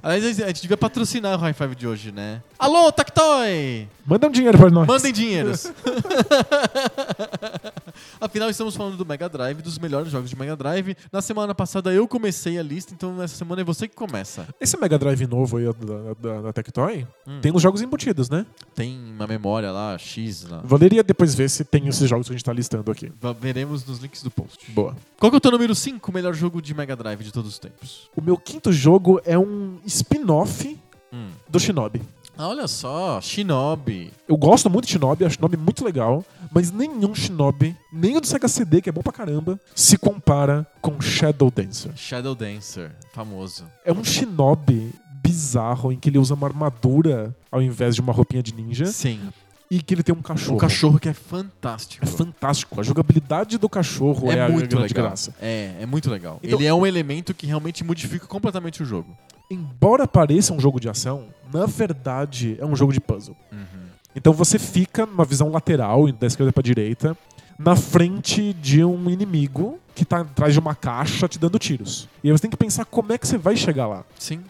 Aliás, a gente devia patrocinar o High Five de hoje, né? Alô, Tactoy! Manda um dinheiro pra nós. Mandem dinheiros. <laughs> Afinal, estamos falando do Mega Drive, dos melhores jogos de Mega Drive. Na semana passada eu comecei a lista, então nessa semana é você que começa. Esse Mega Drive novo aí da, da, da Tectoy Hum. tem os jogos embutidos, né? Tem uma memória lá, X lá. Valeria depois ver se tem esses jogos que a gente tá listando aqui. Va- Veremos nos links do post. Boa. Qual que é o teu número 5 melhor jogo de Mega Drive de todos os tempos? O meu quinto jogo é um spin-off Hum. do Shinobi. Ah, olha só, Shinobi. Eu gosto muito de Shinobi, acho Shinobi muito legal, mas nenhum Shinobi, nem o do Sega CD, que é bom pra caramba, se compara com Shadow Dancer. Shadow Dancer, famoso. É um Shinobi bizarro em que ele usa uma armadura ao invés de uma roupinha de ninja Sim. e que ele tem um cachorro. Um É? cachorro que é fantástico. É fantástico. A jogabilidade do cachorro é, É a muito grande legal. graça. É, é muito legal. Então- Ele é um elemento que realmente modifica completamente o jogo. Embora pareça um jogo de ação, na verdade é um jogo de puzzle. Então você fica numa visão lateral, da esquerda pra direita, na frente de um inimigo que tá atrás de uma caixa te dando tiros. E aí você tem que pensar como é que você vai chegar lá. Sim.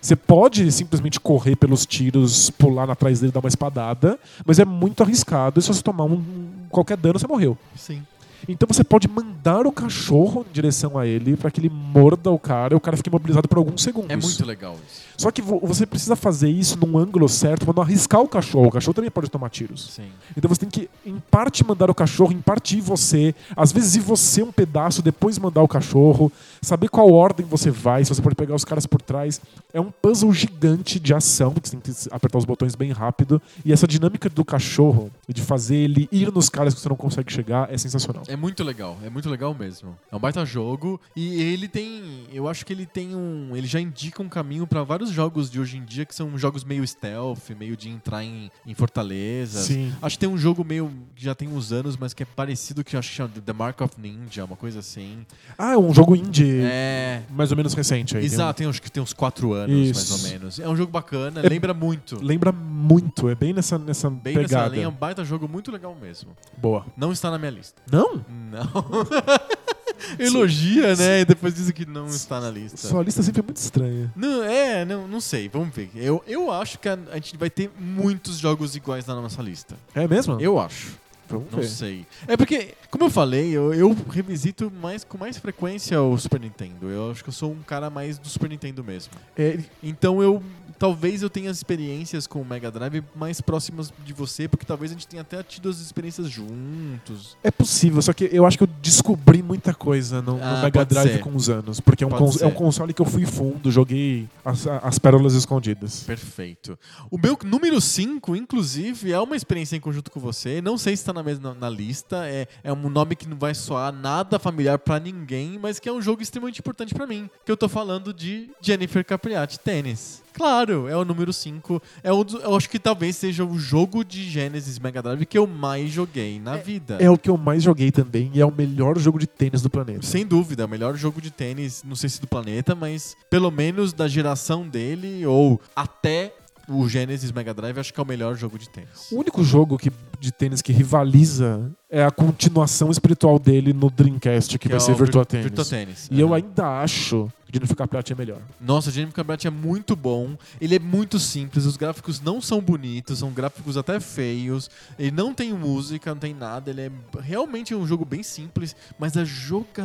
Você pode simplesmente correr pelos tiros, pular lá atrás dele e dar uma espadada, mas é muito arriscado e se você tomar um- um, qualquer dano, você morreu. Sim. Então você pode mandar o cachorro em direção a ele pra que ele morda o cara e o cara fique imobilizado por alguns segundos. É muito legal isso. Só que vo- você precisa fazer isso num ângulo certo pra não arriscar o cachorro. O cachorro também pode tomar tiros. Sim. Então você tem que, em parte, mandar o cachorro, em parte ir você. Às vezes ir você um pedaço, depois mandar o cachorro. Saber qual ordem você vai, se você pode pegar os caras por trás. É um puzzle gigante de ação, que você tem que apertar os botões bem rápido. E essa dinâmica do cachorro, de fazer ele ir nos caras que você não consegue chegar, é sensacional. É muito legal, é muito legal mesmo. É um baita jogo e ele tem, eu acho que ele tem um, ele já indica um caminho pra vários jogos de hoje em dia que são jogos meio stealth, meio de entrar em, em fortalezas. Sim. Acho que tem um jogo meio que já tem uns anos, mas que é parecido que eu acho que chama The Mark of Ninja, uma coisa assim. Ah, é um jogo indie É, mais ou menos recente aí. exato, tem, acho que tem uns quatro anos mais um- Isso. ou menos. É um jogo bacana, É- lembra muito. Tem um- Lembra muito, é bem nessa, nessa Bem nessa pegada. linha, é um baita jogo muito legal mesmo. Boa. Não está na minha lista. Não? Não. <laughs> Elogia, né? E depois diz que não está na lista. Sua lista sempre é muito estranha. Não, é, não, não sei, vamos ver. Eu, eu acho que a, a gente vai ter muitos jogos iguais na nossa lista. É mesmo? Eu acho. Vamos Não ver. sei. É porque, como eu falei, eu, eu revisito mais, com mais frequência o Super Nintendo. Eu acho que eu sou um cara mais do Super Nintendo mesmo. É, Então eu. Talvez eu tenha experiências com o Mega Drive mais próximas de você, porque talvez a gente tenha até tido as experiências juntos. é possível, só que eu acho que eu descobri muita coisa no, no Ah, Mega pode Drive ser. com os anos. Porque é um, Pode cons- é um ser. console que eu fui fundo, joguei as, as pérolas escondidas. Perfeito. O meu número 5, inclusive, é uma experiência em conjunto com você. Não sei se está na mesma na lista. É, é um nome que não vai soar nada familiar pra ninguém, mas que é um jogo extremamente importante pra mim. Que eu tô falando de Jennifer Capriati Tênis. Claro, é o número 5. É um dos- eu acho que talvez seja o jogo de Genesis Mega Drive que eu mais joguei na vida. É o que eu mais joguei também e é o melhor jogo de tênis do planeta. Sem dúvida, o melhor jogo de tênis, não sei se do planeta, mas pelo menos da geração dele ou até o Genesis Mega Drive, acho que é o melhor jogo de tênis. O único jogo que, de tênis que rivaliza é a continuação espiritual dele no Dreamcast, que, vai é ser o Virtua Vir- Tennis. Virtua Tennis. E é. eu ainda acho que Dinoficar Plata é melhor. Nossa, o Jennifer Capriati é muito bom. Ele é muito simples, os gráficos não são bonitos, são gráficos até feios. Ele não tem música, não tem nada. Ele é realmente um jogo bem simples, mas a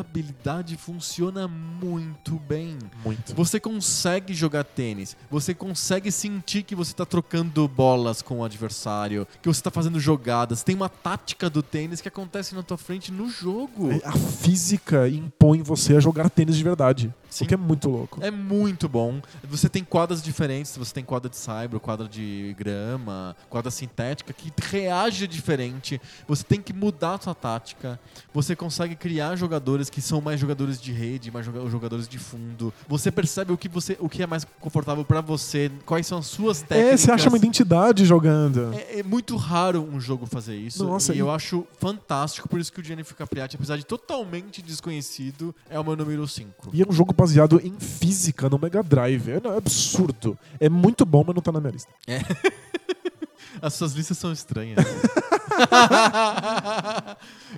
jogabilidade funciona muito bem. Muito. Você consegue jogar tênis, você consegue sentir que você tá trocando bolas com o adversário, que você tá fazendo jogadas, tem uma tática do tênis que acontece na tua frente no jogo. A física impõe você a jogar tênis de verdade. Sim. O que é muito louco. É muito bom. Você tem quadras diferentes, você tem quadra de saibro, quadra de grama, quadra sintética que reage diferente. Você tem que mudar a sua tática. Você consegue criar jogadores que são mais jogadores de rede, mais joga- jogadores de fundo. Você percebe o que você, o que é mais confortável pra você, quais são as suas técnicas. É, você acha uma identidade jogando. É, é muito raro um jogo fazer isso. Nossa, e e- eu acho fantástico, por isso que o Jennifer Capriati, apesar de totalmente desconhecido, é o meu número 5. E é um jogo baseado em física no Mega Drive. É, não, é absurdo. É muito bom, mas não tá na minha lista. As suas listas são <laughs> estranhas.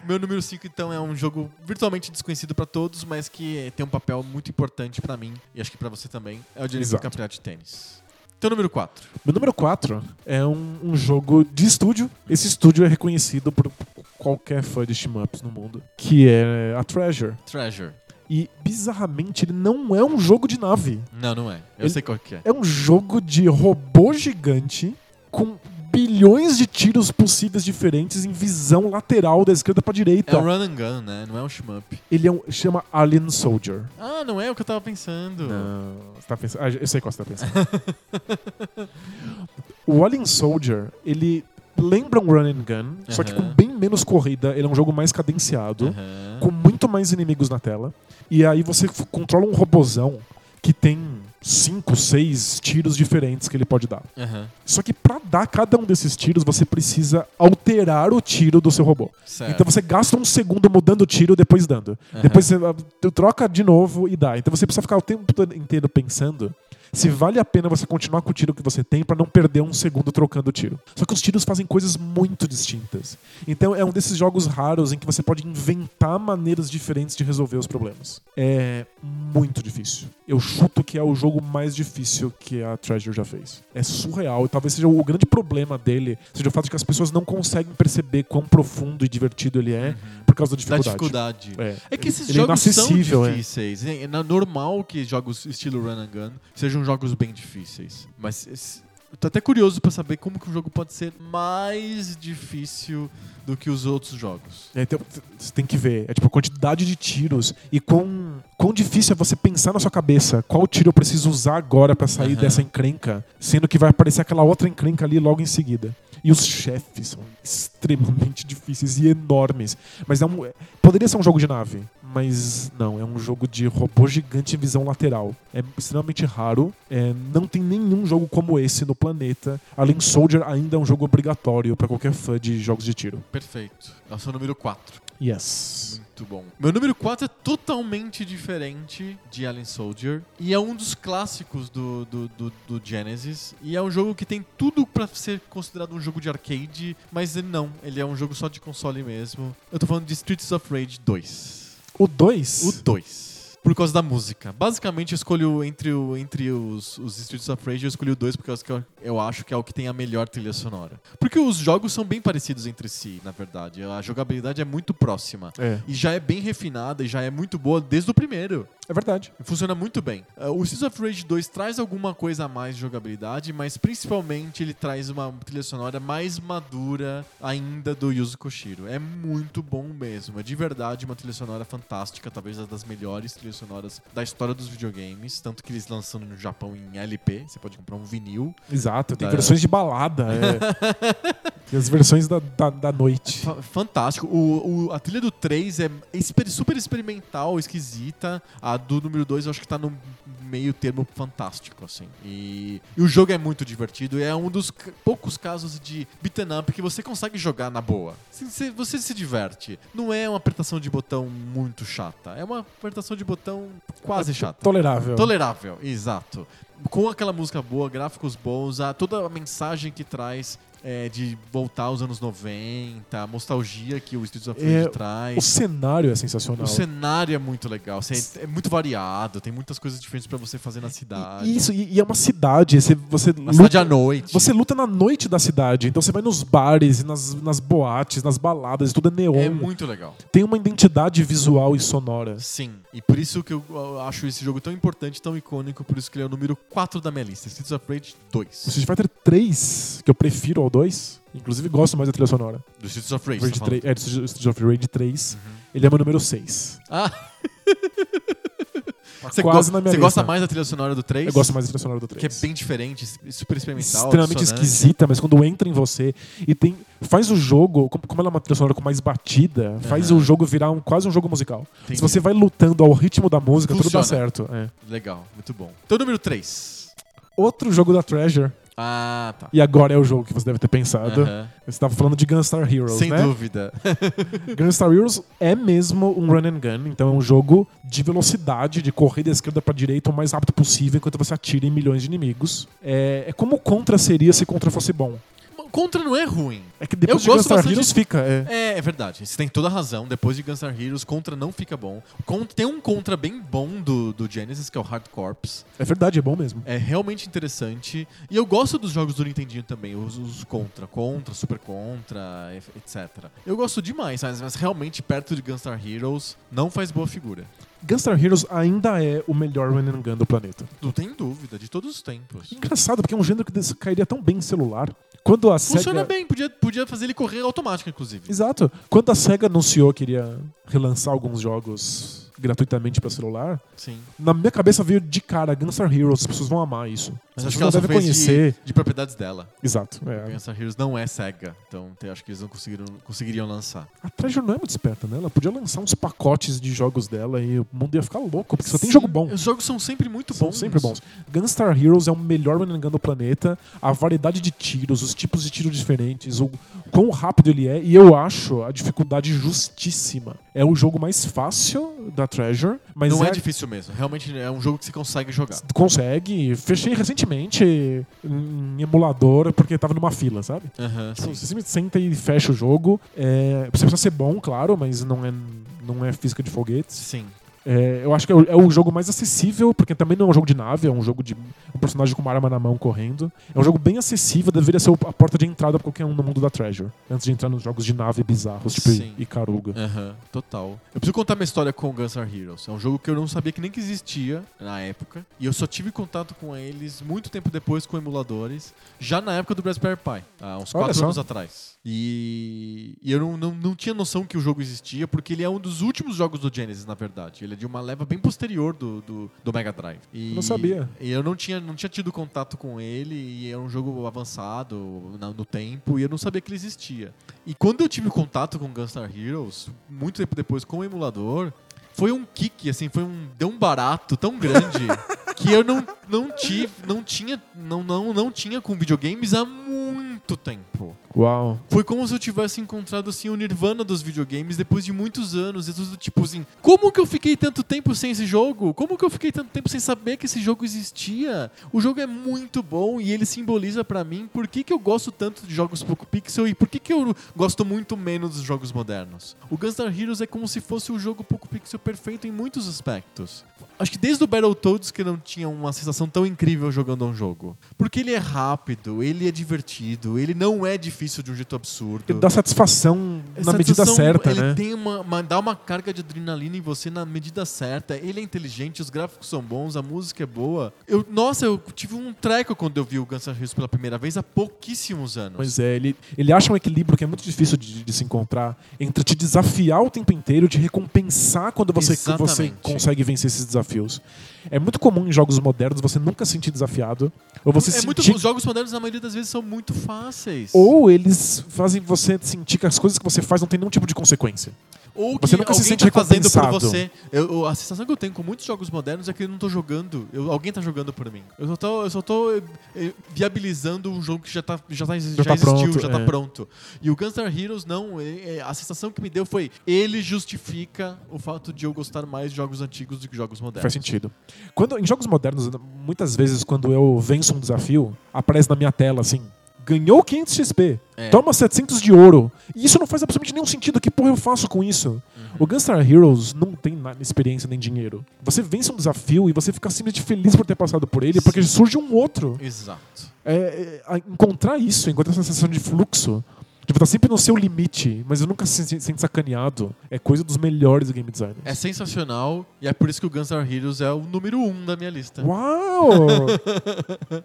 Meu número 5, então, é um jogo virtualmente desconhecido pra todos, mas que tem um papel muito importante pra mim e acho que pra você também. É o Jennifer Exato. Capriati de Tênis. Então, número 4. Meu número 4 é um, um jogo de estúdio. Esse estúdio é reconhecido por qualquer fã de shmups no mundo, que é a Treasure. Treasure. E bizarramente ele não é um jogo de nave. Não, não é. Eu Ele- sei qual que é. É um jogo de robô gigante com bilhões de tiros possíveis diferentes em visão lateral da esquerda pra direita. É um run and gun, né? Não é um shmup. Ele é um, chama Alien Soldier. Ah, não é o que eu tava pensando. Não, você tá pensando. Ah, eu sei qual você tá pensando. <laughs> o Alien Soldier, ele lembra um run and gun, só que com Aham. bem menos corrida. Ele é um jogo mais cadenciado, Aham. com muito mais inimigos na tela. E aí você f- controla um robozão que tem cinco, seis tiros diferentes que ele pode dar. Aham. Só que pra dar cada um desses tiros, você precisa alterar o tiro do seu robô. Certo. Então você gasta um segundo mudando o tiro, depois dando. Aham. Depois você ah, tu troca de novo e dá. Então você precisa ficar o tempo todo inteiro pensando se vale a pena você continuar com o tiro que você tem pra não perder um segundo trocando o tiro. Só que os tiros fazem coisas muito distintas. Então é um desses jogos raros em que você pode inventar maneiras diferentes de resolver os problemas. É muito difícil. Eu chuto que é o jogo mais difícil que a Treasure já fez. É surreal. E talvez seja o grande problema dele, seja o fato de que as pessoas não conseguem perceber quão profundo e divertido ele é por causa da Uhum. Da dificuldade. dificuldade. É. É que esses Ele é jogos são inacessível, é. difíceis. É. na- normal que jogos estilo Run and Gun sejam jogos bem difíceis. Mas esse- eu tô até curioso pra saber como que o jogo pode ser mais difícil do que os outros jogos. É, então, t- você tem que ver. É tipo a quantidade de tiros e quão, quão difícil é você pensar na sua cabeça qual tiro eu preciso usar agora pra sair Aham. dessa encrenca, sendo que vai aparecer aquela outra encrenca ali logo em seguida. E os chefes são extremamente difíceis e enormes. Mas é um. é- Poderia ser um jogo de nave, mas não, é um jogo de robô gigante em visão lateral. É extremamente raro. é, não tem nenhum jogo como esse no planeta. Além Soldier ainda é um jogo obrigatório pra qualquer fã de jogos de tiro. Perfeito. É o seu número 4. Yes. Muito bom. Meu número 4 é totalmente diferente de Alien Soldier. E é um dos clássicos do, do, do- do Genesis. E é um jogo que tem tudo pra ser considerado um jogo de arcade. Mas ele não. Ele é um jogo só de console mesmo. Eu tô falando de Streets of Rage 2. O 2? O 2. Por causa da música. Basicamente, eu escolho entre, o, entre os, os Streets of Rage, eu escolhi o 2 porque eu acho que é o eu acho que é o que tem a melhor trilha sonora. Porque os jogos são bem parecidos entre si, na verdade. A jogabilidade é muito próxima. É. E já é bem refinada e já é muito boa desde o primeiro. É verdade. Funciona muito bem. Uh, o Seas of Rage 2 traz alguma coisa a mais de jogabilidade, mas principalmente ele traz uma trilha sonora mais madura ainda do Yuzo Koshiro. É muito bom mesmo. É de verdade uma trilha sonora fantástica, talvez uma das melhores trilhas sonoras da história dos videogames. Tanto que eles lançando no Japão em LP, você pode comprar um vinil. Exato, tá. tem Da- versões de balada. É. <laughs> tem as versões da, da, da noite. Fa- Fantástico. O, o- a trilha do 3 é esper- super experimental, esquisita. A do número 2 eu acho que tá no meio termo fantástico, assim. E, e o jogo é muito divertido. É um dos c- poucos casos de beaten up que você consegue jogar na boa. Se- se- Você se diverte. Não é uma apertação de botão muito chata. É uma apertação de botão É, quase chata. Tolerável. Tolerável, exato. Com aquela música boa, gráficos bons, a, toda a mensagem que traz é, de voltar aos anos 90, a nostalgia que o Streets of Rage É, O traz. cenário é O, sensacional. cenário é muito legal, cê- é muito variado, tem muitas coisas diferentes pra você fazer na cidade. E, isso, e, e é uma cidade. Você, você na luta- cidade à noite. Você luta na noite da cidade, então você vai nos bares, e nas, nas boates, nas baladas, tudo é neon. É muito legal. Tem uma identidade visual e sonora. Sim. E por isso que eu eu acho esse jogo tão importante, tão icônico, por isso que ele é o número 4 da minha lista, Streets of Rage O 2. Street Fighter 3, que eu prefiro ao 2, inclusive gosto mais da trilha sonora. Do Streets of Rage, Rage tá falando. 3, é, do Street of Rage 3, Uhum. ele é meu número 6. <laughs> Ah, você Tá quase go- na minha você lista. gosta mais da trilha sonora do 3? Eu gosto mais da trilha sonora do Que é 3. bem diferente, super experimental. é extremamente dissonante. esquisita, mas quando entra em você e tem faz o jogo, como como ela é uma trilha sonora com mais batida, faz Aham. o jogo virar um, quase um jogo musical. Entendi. Se você vai lutando ao ritmo da música, tudo dá Funciona. certo. é. Legal, muito bom. Então, número 3. Outro jogo da Treasure, Ah, tá. e agora é o jogo que você deve ter pensado. Aham. Você estava falando de Gunstar Heroes, Sem né? dúvida. <laughs> Gunstar Heroes é mesmo um run and gun, então é um jogo de velocidade, de correr da esquerda pra direita o mais rápido possível enquanto você atira em milhões de inimigos. É, é como o Contra seria se Contra fosse bom. Contra não é ruim. É que depois Eu de gosto Gunstar bastante Heroes de- fica. É. É, é verdade. Você tem toda a razão. Depois de Gunstar Heroes, Contra não fica bom. Contra, tem um Contra bem bom do, do Genesis, que é o Hard Corps. É verdade, é bom mesmo. É realmente interessante. E eu gosto dos jogos do Nintendinho também, os, os Contra, Contra, Super Contra, e- etc. Eu gosto demais, mas, mas realmente perto de Gunstar Heroes não faz boa figura. Gunstar Heroes ainda é o melhor run and gun do planeta. Não tem dúvida, de todos os tempos. Engraçado, porque é um gênero que des- cairia tão bem em celular. Quando a Funciona SEGA... bem, podia, podia fazer ele correr automático, inclusive. Exato. Quando a SEGA anunciou que iria relançar alguns jogos gratuitamente pra celular, Sim. na minha cabeça veio de cara Gunstar Heroes, as pessoas vão amar isso. Mas as acho pessoas que ela não só devem fez conhecer. de, de propriedades dela. Exato. A é. Gunstar Heroes não é SEGA, então te- acho que eles não conseguiram, conseguiriam lançar. A Treasure não é muito esperta, né? Ela podia lançar uns pacotes de jogos dela e o mundo ia ficar louco, porque só tem Sim, jogo bom. Os jogos são sempre muito São bons. sempre bons. Gunstar Heroes é o melhor run and gun do planeta. A variedade de tiros, os tipos de tiros diferentes, o quão rápido ele é. E eu acho a dificuldade justíssima. É o jogo mais fácil da Treasure, mas não é, é- difícil mesmo. Realmente é um jogo que você consegue jogar. consegue. Fechei recentemente em emulador porque tava numa fila, sabe? Aham, Então, sim. Você simplesmente senta e fecha o jogo. É, você precisa ser bom, claro, mas não é, não é física de foguetes. Sim. É, eu acho que é o, é o jogo mais acessível, porque também não é um jogo de nave, é um jogo de um personagem com uma arma na mão correndo. É um jogo bem acessível, deveria ser o- a porta de entrada pra qualquer um no mundo da Treasure. Antes de entrar nos jogos de nave bizarros, tipo Sim. Icaruga. Aham, total. Eu preciso contar minha história com Gunstar Heroes. É um jogo que eu não sabia que nem que existia na época. E eu só tive contato com eles muito tempo depois com emuladores. Já na época do Raspberry Pi, há uns Olha 4 só. anos atrás. E, e eu não, não, não tinha noção que o jogo existia, porque ele é um dos últimos jogos do Genesis, na verdade. Ele é de uma leva bem posterior do, do, do Mega Drive. E- Eu não sabia. E eu não tinha, não tinha tido contato com ele, e era um jogo avançado na- no tempo, e eu não sabia que ele existia. E quando eu tive contato com Gunstar Heroes, muito tempo depois com o emulador, foi um kick, assim, foi um deu um barato tão <laughs> grande que eu não, não tive, não tinha, não, não, não tinha com videogames há muito tempo. Uau. Foi como se eu tivesse encontrado assim o Nirvana dos videogames depois de muitos anos, e tudo tipo assim, como que eu fiquei tanto tempo sem esse jogo? Como que eu fiquei tanto tempo sem saber que esse jogo existia? O jogo é muito bom e ele simboliza pra mim por que, que eu gosto tanto de jogos pouco pixel e por que, que eu gosto muito menos dos um jogos modernos. O Gunstar Heroes é como se fosse o jogo pouco pixel perfeito em muitos aspectos. Acho que desde o Battletoads que não tinha uma sensação tão incrível jogando um jogo. Porque ele é rápido, ele é divertido, ele não é difícil de um jeito absurdo. Ele dá satisfação Essa na medida sensação, certa, É ele né? tem uma, uma- dá uma carga de adrenalina em você na medida certa. Ele é inteligente, os gráficos são bons, a música é boa. Eu, nossa, eu tive um treco quando eu vi o Guns N' Roses pela primeira vez há pouquíssimos anos. Pois é, ele, ele acha um equilíbrio que é muito difícil de, de se encontrar entre te desafiar o tempo inteiro, te recompensar quando você, Exatamente. você consegue vencer esses desafios. É muito comum em jogos modernos você nunca se sentir desafiado. Ou você é sentir muito- os jogos modernos, na maioria das vezes, são muito fáceis. Ou eles fazem você sentir que as coisas que você faz não tem nenhum tipo de consequência. Ou que Você nunca se alguém sente tá fazendo por recompensado. você. Eu, eu- a sensação que eu tenho com muitos jogos modernos é que eu não tô jogando. Eu- alguém tá jogando por mim. Eu só tô, eu só tô eh, eh, viabilizando um jogo que já, tá, já, tá, já, tá existiu, pronto, já tá é. pronto. E o Gunstar Heroes, não. eh, eh, a sensação que me deu foi ele justifica o fato de eu gostar mais de jogos antigos do que jogos modernos. Faz sentido. Quando, em jogos modernos, muitas vezes quando eu venço um desafio, aparece na minha tela assim: ganhou 500 XP, É. toma 700 de ouro. E isso não faz absolutamente nenhum sentido. Que porra eu faço com isso? O Gunstar Heroes não tem na- experiência nem dinheiro. Você vence um desafio e você fica simplesmente feliz por ter passado por ele, porque surge um outro. Exato. É, é, a- encontrar isso, encontrar essa sensação de fluxo. Tipo, tá sempre no seu limite, mas eu nunca se se sente sacaneado. É coisa dos melhores game designers. É sensacional e é por isso que o Gunstar Heroes é o número um da minha lista. <laughs> Uau!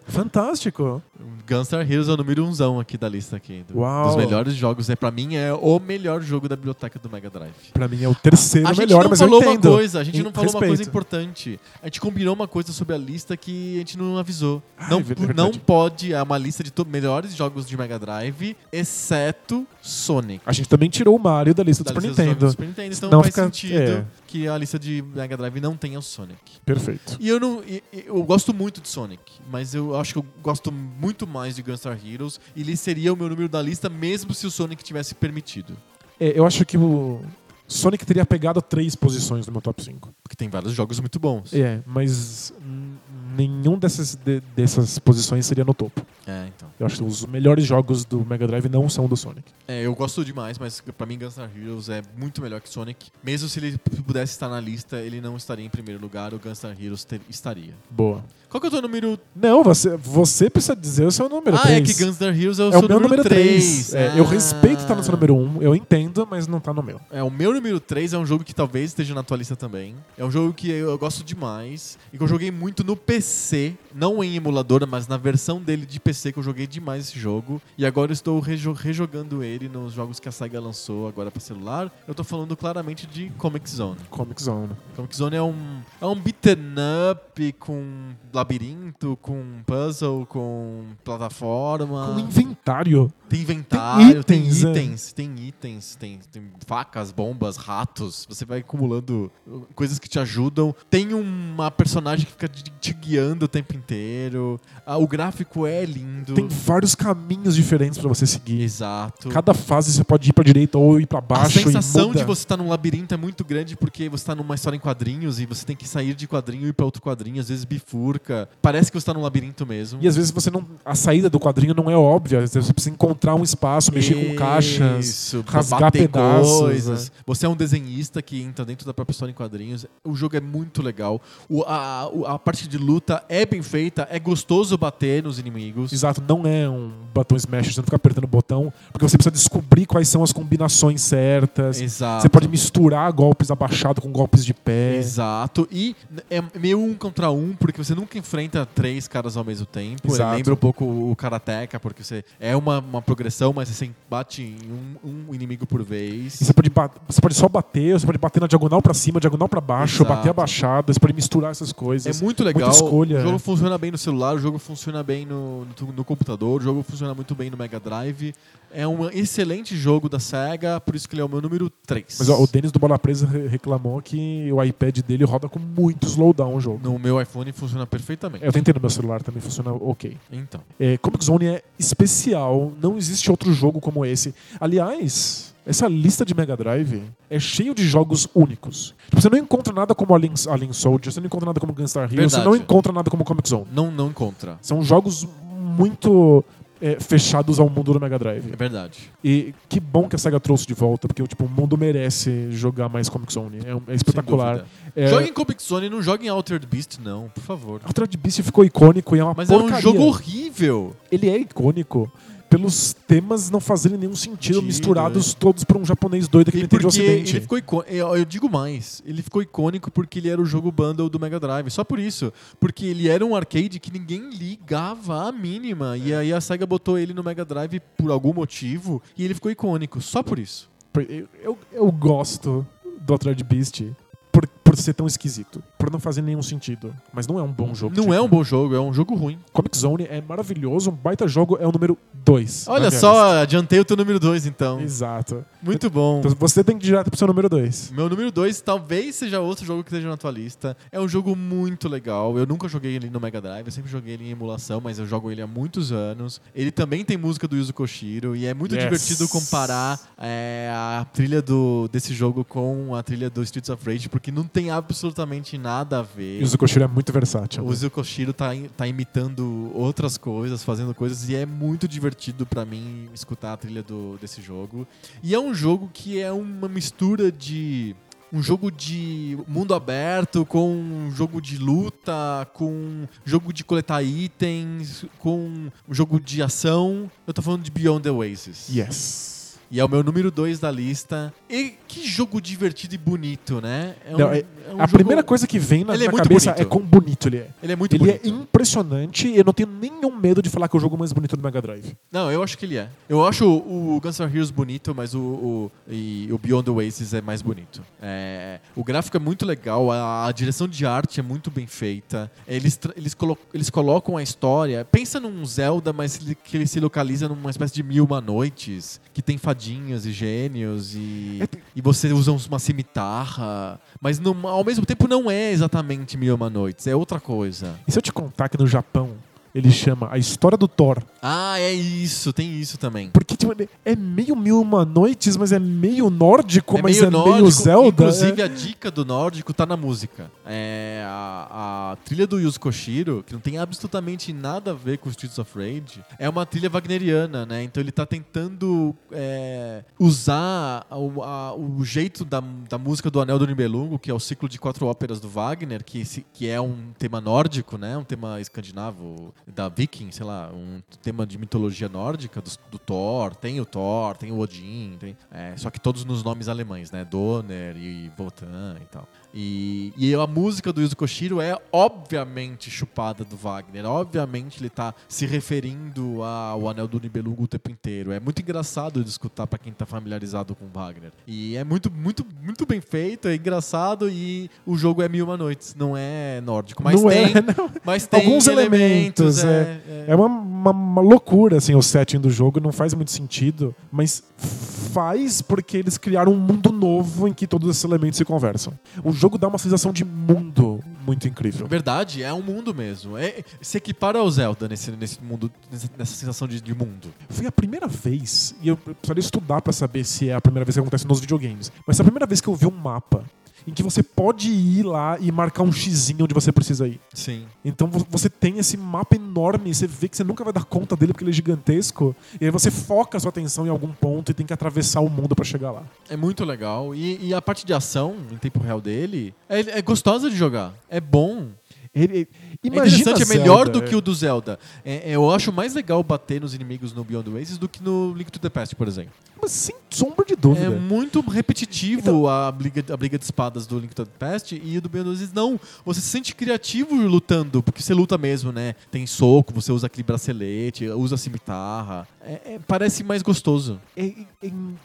Fantástico! Gunstar Heroes é o número umzão aqui da lista aqui. do- Uau. Dos melhores jogos. É, pra mim é o melhor jogo da biblioteca do Mega Drive. Pra mim é o terceiro a gente melhor, não mas falou eu entendo. uma coisa, a gente Em- não falou uma coisa respeito. importante. A gente combinou uma coisa sobre a lista que a gente não avisou. Ah, não, é verdade. não pode, é uma lista de to- melhores jogos de Mega Drive, exceto Sonic. A gente também tirou o Mario da lista do Da Ah, Super lista dos jogos Nintendo. do Super Nintendo, então Não faz fica- sentido é. que a lista de Mega Drive não tenha o Sonic. Perfeito. E eu não. e- e- Eu gosto muito de Sonic, mas eu acho que eu gosto muito mais de Gunstar Heroes. E ele seria o meu número da lista, mesmo se o Sonic tivesse permitido. É, eu acho que o Sonic teria pegado três posições no meu top 5. Porque tem vários jogos muito bons. É, mas hum, nenhum dessas, de- dessas posições seria no topo. É, então. Eu acho que os melhores jogos do Mega Drive não são do Sonic. É, eu gosto demais, mas pra mim Guns N' Heroes é muito melhor que Sonic. Mesmo se ele p- pudesse estar na lista, ele não estaria em primeiro lugar, o Guns N' Heroes ter- estaria. Boa. Qual que é o teu número? Não, você, você precisa dizer o seu número. ah, é três. que Guns N' Heroes é o É o seu meu número 3. três. É, Eu Ah. respeito estar no seu número 1, um, eu entendo, mas não tá no meu. É, o meu número 3 é um jogo que talvez esteja na tua lista também. É um jogo que eu, eu gosto demais e que eu joguei muito no PC, não em emuladora, mas na versão dele de PC que eu joguei demais esse jogo. E agora eu estou rejo- rejogando ele nos jogos que a Sega lançou agora pra celular. Eu tô falando claramente de Comic Zone. Comic Zone. Comic Zone é um, é um beaten up com labirinto, com puzzle, com plataforma. Com inventário. Tem inventário, tem itens, itens, é. tem itens, tem, tem facas, bombas, ratos. Você vai acumulando uh, coisas que te ajudam. Tem uma personagem que fica te- te guiando o tempo inteiro. Ah, o gráfico é lindo. Tem vários caminhos diferentes pra você seguir. Exato. Cada fase você pode ir pra direita ou ir pra A baixo. e sensação muda. de você estar num labirinto é muito grande porque você está numa história em quadrinhos e você tem que sair de quadrinho e ir para outro quadrinho, às vezes bifurca. Parece que você está num labirinto mesmo. E às vezes você não. A saída do quadrinho não é óbvia. Às vezes você precisa encontrar um espaço, mexer com caixas. Isso, rasgar bater pedaços, né? coisas. Você é um desenhista que entra dentro da própria história em quadrinhos. O jogo é muito legal. O- a, o- a parte de luta é bem feita, é gostoso bater nos inimigos. Exato, não é um batom smash, você não fica apertando o botão, porque você precisa descobrir quais são as combinações certas. Exato. Você pode misturar golpes abaixado com golpes de pé. Exato. E é meio um contra um, porque você nunca enfrenta três caras ao mesmo tempo. Ele Exato. lembra um pouco o Karateka, porque você é uma, uma progressão, mas você bate em um, um inimigo por vez. E Você pode, ba- você pode só bater, você pode bater na diagonal pra cima, diagonal pra baixo, Exato. bater abaixado, você pode misturar essas É coisas. muito legal. Muita escolha, o jogo né? funciona bem no celular, o jogo funciona bem no, no, no computador, o jogo funciona muito bem no Mega Drive. É um excelente jogo da SEGA, por isso que ele é o meu número 3. Mas ó, o Denis do Bola Presa re- reclamou que o iPad dele roda com muito slowdown o jogo. No meu iPhone funciona perfeitamente. Eu tentei no meu celular também, funciona ok. Então. É, Comic Zone é especial, não existe outro jogo como esse. Aliás, essa lista de Mega Drive é cheio de jogos únicos. Tipo, você não encontra nada como Alien, Alien Soldier, você não encontra nada como Gunstar Hero, você Verdade. não encontra nada como Comic Zone. Não, não encontra. São jogos muito é, fechados ao mundo do Mega Drive. É verdade. E que bom que a SEGA trouxe de volta, porque tipo, o mundo merece jogar mais Comic Zone. É, um- é espetacular. dúvida. É, Joguem Comic Zone, não joguem Altered Beast, não, por favor. Altered Beast ficou icônico e é uma Mas porcaria. é um jogo horrível. Ele é icônico pelos temas não fazerem nenhum sentido, Sentido, misturados todos por um japonês doido que né? E não entende o porque ocidente. ele ficou icônico, eu eu digo mais, ele ficou icônico porque ele era o jogo bundle do Mega Drive, só por isso, porque ele era um arcade que ninguém ligava a mínima, e aí a SEGA botou ele no Mega Drive por algum motivo, e ele ficou icônico, só por isso. Eu, eu, eu gosto do Altered Beast por, por ser tão esquisito, por não fazer nenhum sentido. Mas não é um bom jogo. Não tipo. é um bom jogo, é um jogo ruim. Comic Zone é maravilhoso, um baita jogo, é o número 2. Olha só, adiantei o teu número 2 então. Exato. Muito bom. Então você tem que ir direto pro seu número 2. Meu número 2 talvez seja outro jogo que esteja na tua lista. É um jogo muito legal. Eu nunca joguei ele no Mega Drive, eu sempre joguei ele em emulação, mas eu jogo ele há muitos anos. Ele também tem música do Yuzo Koshiro e é muito Yes. divertido comparar é, a trilha do, desse jogo com a trilha do Streets of Rage, porque não tem absolutamente nada a ver. E o Zukoshiro é muito versátil. O Zuko Koshiro tá, im- tá imitando outras coisas, fazendo coisas, e é muito divertido pra mim escutar a trilha do, desse jogo. E é um jogo que é uma mistura de. Um jogo de mundo aberto, com um jogo de luta, com um jogo de coletar itens, com um jogo de ação. Eu tô falando de Beyond the Oasis. é- Yes. E é o meu número 2 da lista. E que jogo divertido e bonito, né? É um- Não, é- é um a jogo- primeira coisa que vem na Ele é minha muito cabeça bonito. é quão bonito ele é. Ele é muito ele bonito. é impressionante e eu não tenho nenhum medo de falar que é o jogo mais bonito do Mega Drive. Não, eu acho que ele é. Eu acho o, o Guns N' Heroes bonito, mas o, o- e o Beyond the Oasis é mais bonito. É, o gráfico é muito legal, a, a direção de arte é muito bem feita. Eles, tra- eles, colo- eles colocam a história. Pensa num Zelda, mas ele- que ele se localiza numa espécie de Mil Uma Noites, que tem fadinhas e gênios e, e você usa uns- uma cimitarra. Mas não- ao mesmo tempo não é exatamente Mil e Uma Noites, é outra coisa. E se eu te contar que no Japão ele chama A História do Thor? Ah, é isso, tem isso também. Porque tipo, ele é meio Mil e Uma Noites, mas é meio nórdico, mas é meio nórdico, Zelda. Inclusive, é. a dica do nórdico tá na música. É a, a trilha do Yuzo Koshiro, que não tem absolutamente nada a ver com Streets of Rage, é uma trilha wagneriana, né? Então ele tá tentando é, usar o, a- o jeito da, da música do Anel do Nibelungo, que é o ciclo de quatro óperas do Wagner, que, se- que é um tema nórdico, né? Um tema escandinavo, da viking, sei lá, um tema de mitologia nórdica, dos- do, Thor. Tem o Thor, tem o Odin, tem, é, só que todos nos nomes alemães, né? Donner e Wotan e tal. E, e a música do Yuzo Koshiro é obviamente chupada do Wagner. Obviamente ele tá se referindo ao Anel do Nibelungo o tempo inteiro. É muito engraçado de escutar pra quem tá familiarizado com Wagner. E é muito, muito, muito bem feito, é engraçado e o jogo é Mil e Uma Noites, não é nórdico. Mas Não é, tem, <laughs> não. mas tem Alguns elementos, é, é. É uma, uma- uma loucura assim, o setting do jogo, não faz muito sentido, mas faz porque eles criaram um mundo novo em que todos esses elementos se conversam. O jogo dá uma sensação de mundo muito incrível. Verdade, é um mundo mesmo. É, se equipara ao Zelda nesse, nesse mundo, nessa- nessa sensação de, de mundo. Foi a primeira vez, e eu precisaria estudar pra saber se é a primeira vez que acontece nos videogames, mas foi a primeira vez que eu vi um mapa em que você pode ir lá e marcar um xizinho onde você precisa ir. Sim. Então vo- você tem esse mapa enorme, você vê que você nunca vai dar conta dele porque ele é gigantesco, e aí você foca a sua atenção em algum ponto e tem que atravessar o mundo pra chegar lá. É muito legal. E, e a parte de ação em tempo real dele é, é gostosa de jogar. É bom. Ele, ele- é imagina interessante, é Zelda, melhor do que é. o do Zelda. É- eu acho mais legal bater nos inimigos no Beyond the Oasis do que no Link to the Past, por exemplo. Mas sem sombra de É dúvida. muito repetitivo Então- a, briga, a briga de espadas do Link to the Past e o do Beyond the Oasis não. Você se sente criativo lutando, porque você luta mesmo, né? Tem soco, você usa aquele bracelete, usa a cimitarra. É- é- parece mais gostoso. É- é- em-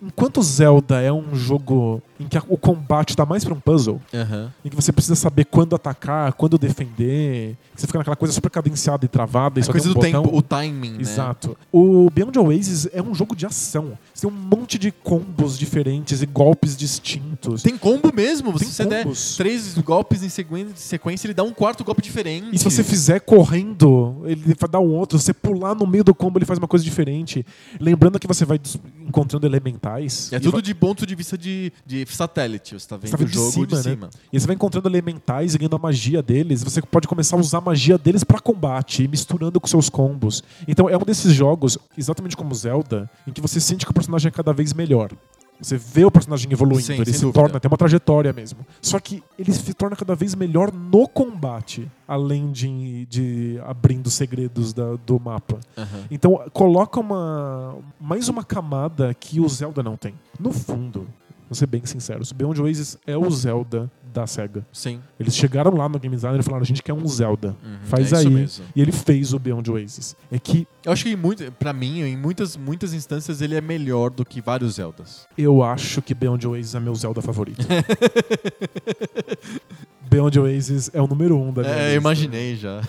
enquanto Zelda é um jogo em que a- o combate tá mais pra um puzzle, Aham. em que você precisa saber quando atacar, quando defender, que você fica naquela coisa super cadenciada e travada, e só É coisa tem um do botão. tempo, o timing, né? Exato. O Beyond Oasis é um jogo de ação. Você tem um monte de combos diferentes e golpes distintos. Tem combo mesmo. Tem se você der combos. três golpes em seguen- sequência, ele dá um quarto golpe diferente. E se você fizer correndo, ele dá um outro. Você pular no meio do combo, ele faz uma coisa diferente. Lembrando que você vai des- encontrando elementais. É e tudo vai- de ponto de vista de, de satélite. Você tá vendo você vai o jogo de cima. né? E você vai encontrando elementais e ganhando a magia deles. Você pode começar a usar a magia deles pra combate, e misturando com seus combos. Então é um desses jogos, exatamente como Zelda, em que você sente que o personagem é cada vez melhor. Você vê o personagem evoluindo, Sim, ele sem se dúvida. torna, tem uma trajetória mesmo. Só que ele se torna cada vez melhor no combate, além de, de abrindo segredos da- do mapa. Então coloca uma mais uma camada que o Zelda não tem. No fundo, vou ser bem sincero, o Beyond Oasis é o Zelda da SEGA. Sim. Eles chegaram lá no Game Design e falaram, a gente quer um Zelda. Uhum, Faz é aí. isso mesmo. E ele fez o Beyond Oasis. É que Eu acho que, em muito, pra mim, em muitas, muitas instâncias, ele é melhor do que vários Zeldas. <laughs> eu acho que Beyond Oasis é meu <laughs> Zelda favorito. Beyond Oasis é o número um da minha É, lista. eu imaginei já.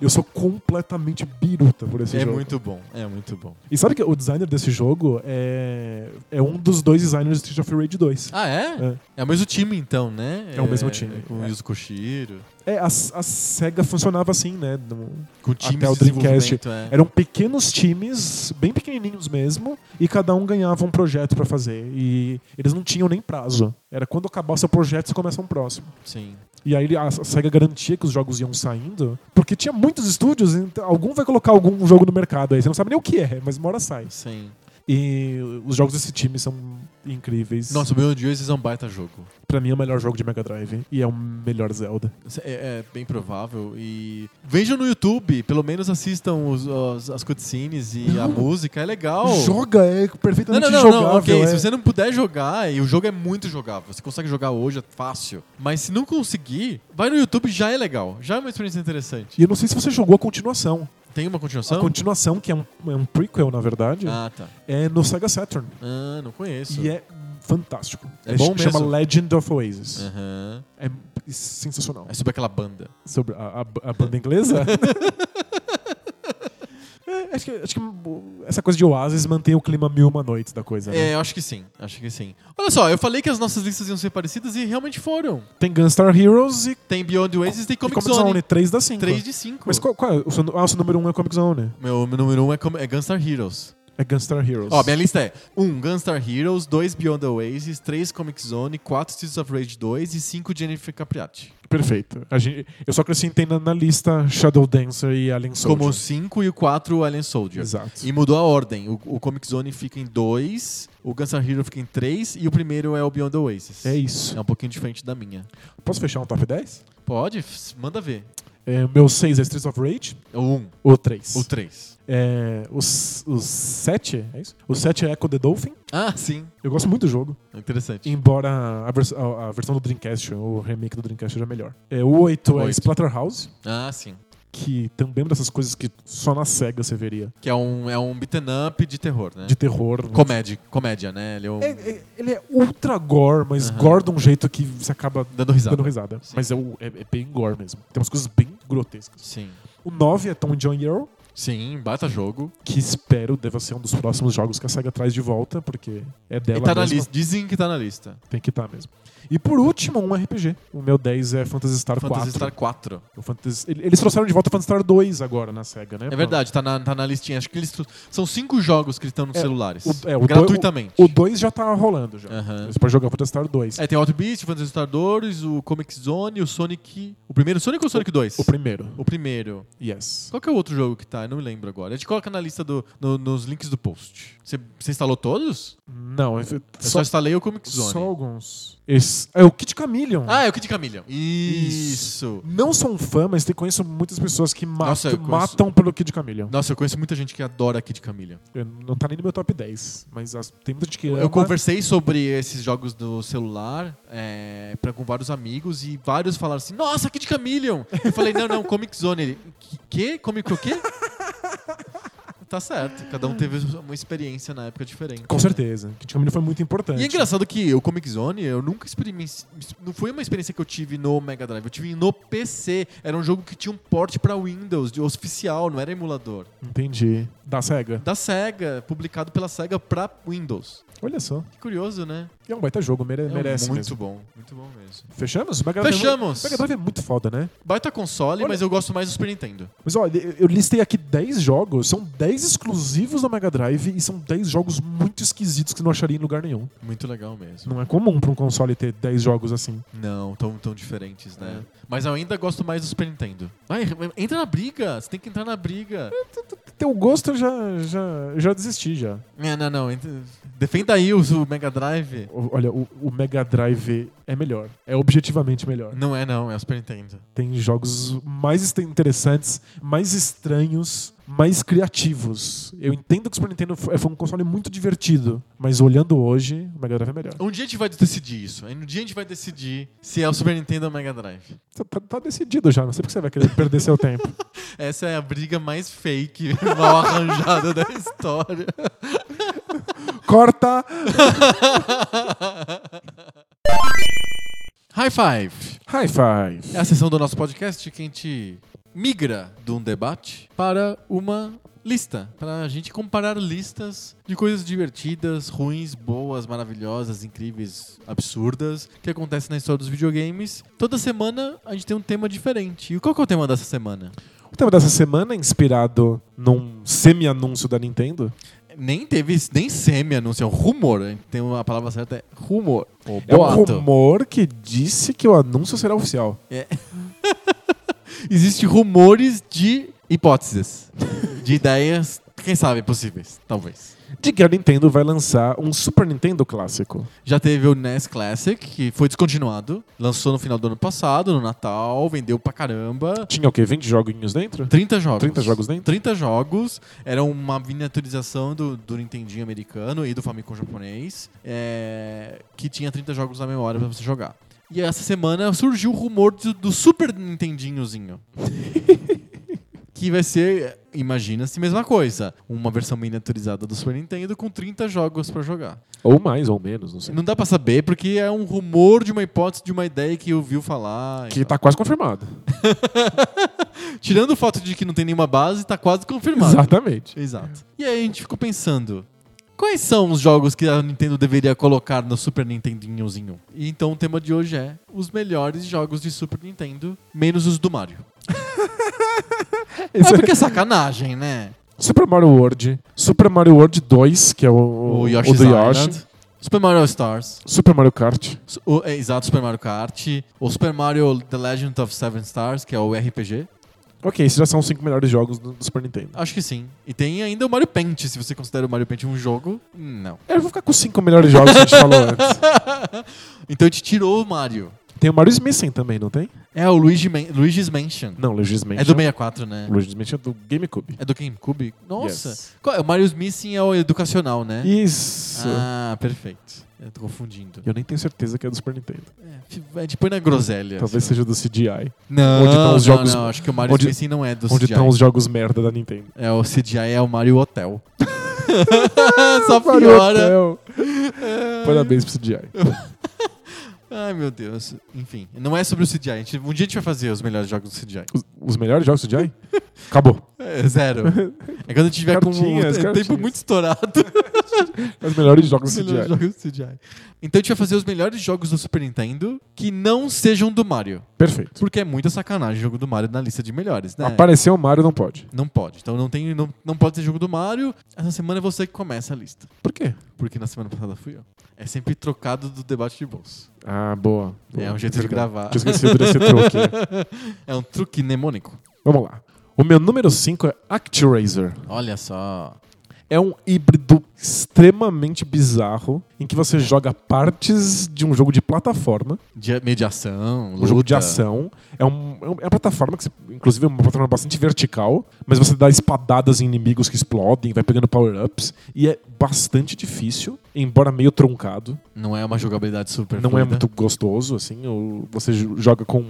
Eu sou completamente biruta por esse é jogo. muito bom. É muito bom. E sabe que o designer desse jogo é, é um dos dois designers do Street of Rage 2. Ah, é? É. É o mesmo time, então, né? É o mesmo time. Com o É. Yuzo Koshiro. É, a, a SEGA funcionava assim, né? No- Com o time Até o de Dreamcast. desenvolvimento, é. Eram pequenos times, bem pequenininhos mesmo, e cada um ganhava um projeto pra fazer. E eles não tinham nem prazo. Era quando acabar o seu projeto, você começa um próximo. Sim. E aí a SEGA garantia que os jogos iam saindo, porque tinha muitos estúdios, então algum vai colocar algum jogo no mercado aí. Você não sabe nem o que é, mas uma hora sai. Sim. E os jogos desse time são incríveis. Nossa, o Beyond Oasis é um baita jogo. Pra mim é o melhor jogo de Mega Drive e é o melhor Zelda. É, é bem provável. E vejam no YouTube, pelo menos assistam os- os- as cutscenes e a música. É legal. Joga, é Não, perfeitamente não, não, não, jogável. ok. é. Se você não puder jogar, e o jogo é muito jogável, você consegue jogar hoje, é fácil. Mas se não conseguir, vai no YouTube, já é legal. Já é uma experiência interessante. E eu não sei se você jogou a continuação. Tem uma A continuação? continuação, que é um, é um prequel, na verdade, Ah, tá. é no Sega Saturn. Ah, não conheço. E é fantástico. É bom Chama mesmo. Legend of Oasis. Aham. É sensacional. É sobre aquela banda. Sobre a, a- a <laughs> banda inglesa? É, acho, que, acho que essa coisa de Oasis mantém o clima mil e uma noites da coisa, né? É, eu acho que sim. Acho que sim. Olha só, eu falei que as nossas listas iam ser parecidas e realmente foram. Tem Gunstar Heroes e Tem Beyond Oasis e tem Comic, Comic Zone, 3 da 5. 3 de 5. Mas qual, qual é? O seu, ah, o seu número 1 um é Comic Zone. Meu número 1 um é, Com- é Gunstar Heroes. É Gunstar Heroes. Ó, minha lista é 1, um, Gunstar Heroes, 2, Beyond the Oasis, 3, Comic Zone, 4, Streets of Rage 2 e 5, Jennifer Capriati. Perfeito. A gente, eu só acrescentei na, na lista Shadow Dancer e Alien Soldier. Como o 5 e o 4, o Alien Soldier. Exato. E mudou a ordem. O, o Comic Zone fica em 2, o Gunstar Hero fica em 3 e o primeiro é o Beyond the Oasis. É isso. É um pouquinho diferente da minha. Posso fechar um top 10? Pode? F- Manda ver. É, o meu 6 é Streets of Rage. O 1, um, O 3. o 3. É, o 7, é isso? O 7 é Echo the Dolphin. Ah, sim. Eu gosto muito do jogo. Interessante. Embora a, vers- a- a versão do Dreamcast, o remake do Dreamcast seja melhor. É, o 8 é Oito. Splatterhouse, Ah, sim. que também é uma dessas coisas que só na SEGA você veria. Que é um, é um beaten up de terror, né? De terror. Comédia, comédia, né? Ele é um... É- é- ele é ultra gore, mas Aham. gore de um jeito que você acaba Dando risada. dando risada. Sim. Mas é, o- é- é bem gore mesmo. Tem umas coisas bem grotescas. Sim. O 9 é Tom John Earl, Sim, baita jogo. que espero deva ser um dos próximos jogos que a SEGA traz de volta, porque é dela e tá na mesma. lista. Dizem que tá na lista. Tem que estar mesmo. E por último, um RPG. O meu 10 é Phantasy Star 4. Phantasy Star 4. O Phantas- ele- Eles trouxeram de volta o Phantasy Star 2 agora na SEGA, né? É verdade, tá na, tá na listinha. Acho que eles tru- são cinco jogos que estão nos É, celulares. O, é, o gratuitamente. dois- O 2 já tá rolando já. Aham. Você pode jogar o Phantasy Star 2. É, tem o Out Beast, o Phantasy Star 2, o Comic Zone, o Sonic. O primeiro Sonic ou o Sonic 2? O primeiro. O primeiro. Yes. Qual que é o outro jogo que tá? Eu não me lembro agora. A gente coloca na lista do, no- nos links do post. Você você instalou todos? Não, eu eu- Eu É só, só, instalei o Comic Zone. só um. alguns. Esse- é o Kid Chameleon. Ah, é o Kid Chameleon. Isso. Não sou um fã, mas te- conheço muitas pessoas que ma- Nossa, eu conheço- matam pelo Kid Chameleon. Nossa, eu conheço muita gente que adora Kid Chameleon. Eu- não tá nem no meu top 10, mas as- tem muita gente que ama. Eu conversei sobre esses jogos do celular é, pra, com vários amigos e vários falaram assim: Nossa, Kid Chameleon! Eu falei: Não, não, Comic Zone. Ele, "Que- Que? Comic o quê? tá certo. Cada um teve uma experiência na época diferente. Com né? certeza. Que antigamente foi muito importante. E é engraçado que o Comic Zone, eu nunca experimentei. Não foi uma experiência que eu tive no Mega Drive, eu tive no PC. Era um jogo que tinha um port pra Windows, de- oficial, não era emulador. Entendi. Da SEGA. Da SEGA, publicado pela SEGA pra Windows. Olha só. Que curioso, né? É um baita jogo, mere- É merece muito mesmo. bom, muito bom mesmo. Fechamos? O Mega Drive é muito- Fechamos! O Mega Drive é muito foda, né? Baita console, Olha- mas eu gosto mais do Super Nintendo. Mas olha, eu listei aqui 10 jogos, são 10 exclusivos do Mega Drive e são 10 jogos muito esquisitos que não acharia em lugar nenhum. Muito legal mesmo. Não é comum pra um console ter 10 jogos assim. Não, tão, tão diferentes, né? Mas eu ainda gosto mais do Super Nintendo. Ai, entra na briga! Você tem que entrar na briga. Teu gosto eu já, já, já desisti já. É, não, não. ent- Defenda aí o o Mega Drive. O- Olha, o, o Mega Drive é melhor. É objetivamente melhor. Não é, não. É o Super Nintendo. Tem jogos mais est- interessantes, mais estranhos, mais criativos. Eu entendo que o Super Nintendo f- foi um console muito divertido, mas olhando hoje, o Mega Drive é melhor. Um dia a gente vai decidir isso. Aí Um dia a gente vai decidir se é o Super Nintendo ou o Mega Drive. Tá, tá- tá decidido já, não sei porque você vai querer perder seu tempo. Essa é a briga mais fake, <laughs> mal arranjada da história. Corta! High Five! High five! É a sessão do nosso podcast que a gente migra de um debate para uma lista, para a gente comparar listas de coisas divertidas, ruins, boas, maravilhosas, incríveis, absurdas que acontecem na história dos videogames. Toda semana a gente tem um tema diferente. E qual que é o tema dessa semana? O tema dessa semana é inspirado num semi-anúncio da Nintendo. Nem teve, nem semi-anúncio, é um rumor. hein? Tem uma palavra certa, é rumor. Ou É um rumor que disse que o anúncio será oficial. Existem rumores de hipóteses, de ideias, quem sabe, possíveis, talvez. De que a Nintendo vai lançar um Super Nintendo clássico. Já teve o NES Classic, que foi descontinuado. Lançou no final do ano passado, no Natal, vendeu pra caramba. Tinha o quê? 20 joguinhos dentro? 30 jogos. 30 jogos dentro? 30 jogos. Era uma miniaturização do, do Nintendinho americano e do Famicom japonês, é, que tinha 30 jogos na memória pra você jogar. E essa semana surgiu o rumor do, do Super Nintendinhozinho. <laughs> que vai ser, imagina-se, mesma coisa. Uma versão miniaturizada do Super Nintendo com 30 jogos pra jogar. Ou mais, ou menos, não sei. Não dá pra saber, porque é um rumor de uma hipótese, de uma ideia que eu viu falar. e Que tal. tá quase confirmado. Tirando o fato de que não tem nenhuma base, tá quase confirmado. Exatamente. Exato. E aí a gente ficou pensando, quais são os jogos que a Nintendo deveria colocar no Super Nintendinhozinho? E então o tema de hoje é os melhores jogos de Super Nintendo, menos os do Mario. É Esse- porque é sacanagem, né? Super Mario World, Super Mario World 2, que é o, O o Yoshi's do Yoshi, Island, Super Mario Stars, Super Mario Kart, Su- O, é, exato, Super Mario Kart. O Super Mario The Legend of Seven Stars, que é o RPG. Ok, esses já são os cinco melhores jogos do, do Super Nintendo. Acho que sim. E tem ainda o Mario Paint, se você considera o Mario Paint um jogo. Não. Eu vou ficar com os cinco melhores jogos que a gente falou antes. <laughs> então a gente tirou o Mario. Tem o Mario Smithen também, não tem? É o Luigi Man- Luigi's Mansion. Não, Luigi's Mansion. É do 64, né? Luigi's Mansion é do GameCube. É do GameCube? Nossa. Yes. Qual é? O Mario's Missing é o educacional, né? Isso. Ah, perfeito. Eu tô confundindo. Eu nem tenho certeza que é do Super Nintendo. É, tipo na groselha. Talvez seja do CGI. Não, Onde estão os não, jogos- não. Acho que o Mario's onde- Missing não é do onde CGI. estão os jogos merda da Nintendo. É, o CGI é o Mario <laughs> Hotel. <laughs> Só Mario piora. Hotel. Parabéns <laughs> pro CGI. Ai, meu Deus. Enfim, não é sobre o CGI. A gente- Um dia a gente vai fazer os melhores jogos do CGI. Os, os melhores jogos do CGI? Acabou. É, zero. É quando a gente tiver Cartinhas, com o tempo cartinhas. muito estourado. Os melhores jogos <laughs> os do melhores CGI. jogos do CGI. Então a gente vai fazer os melhores jogos do Super Nintendo que não sejam do Mario. Perfeito. Porque é muita sacanagem o jogo do Mario na lista de melhores, É. né? Apareceu o Mario, não pode. Não pode. Então não, tem, não, não pode ser jogo do Mario. Essa semana é você que começa a lista. Por quê? Porque na semana passada fui eu. É sempre trocado do debate de bolso. Ah, boa. É um jeito de gravar. Tinha esquecido <laughs> desse truque. É um truque mnemônico. Vamos lá. O meu número 5 é ActRaiser. Olha só. É um híbrido extremamente bizarro em que você joga partes de um jogo de plataforma, De mediação, um jogo de ação. É, um, é um- é uma plataforma que, você- inclusive, é uma plataforma bastante vertical, mas você dá espadadas em inimigos que explodem, vai pegando power-ups, e é bastante difícil, embora meio truncado. Não é uma jogabilidade super não é fluida. muito gostoso, assim. ou você jo- joga com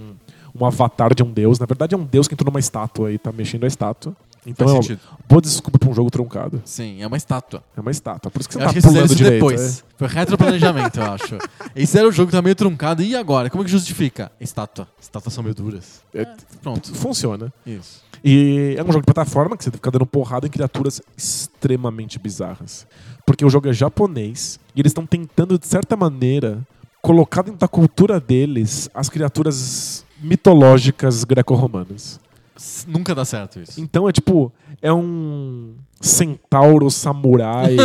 um avatar de um deus. Na verdade, é um deus que entrou numa estátua e tá mexendo a estátua. Então Faz é uma sentido. boa desculpa pra um jogo truncado. Sim, é uma estátua. É uma estátua. Por isso que você Eu acho que tá eles fizeram isso pulando direito. depois. Foi retroplanejamento, eu acho. Esse era o jogo que tá meio truncado. E agora? Como é que justifica? Estátua. Estátuas são meio duras. É. Pronto. É, funciona. Isso. E é um jogo de plataforma que você fica dando porrada em criaturas extremamente bizarras. Porque o jogo é japonês e eles estão tentando, de certa maneira, colocar dentro da cultura deles as criaturas mitológicas greco-romanas. S- Nunca dá certo isso. Então é tipo, é um <laughs> centauro samurai.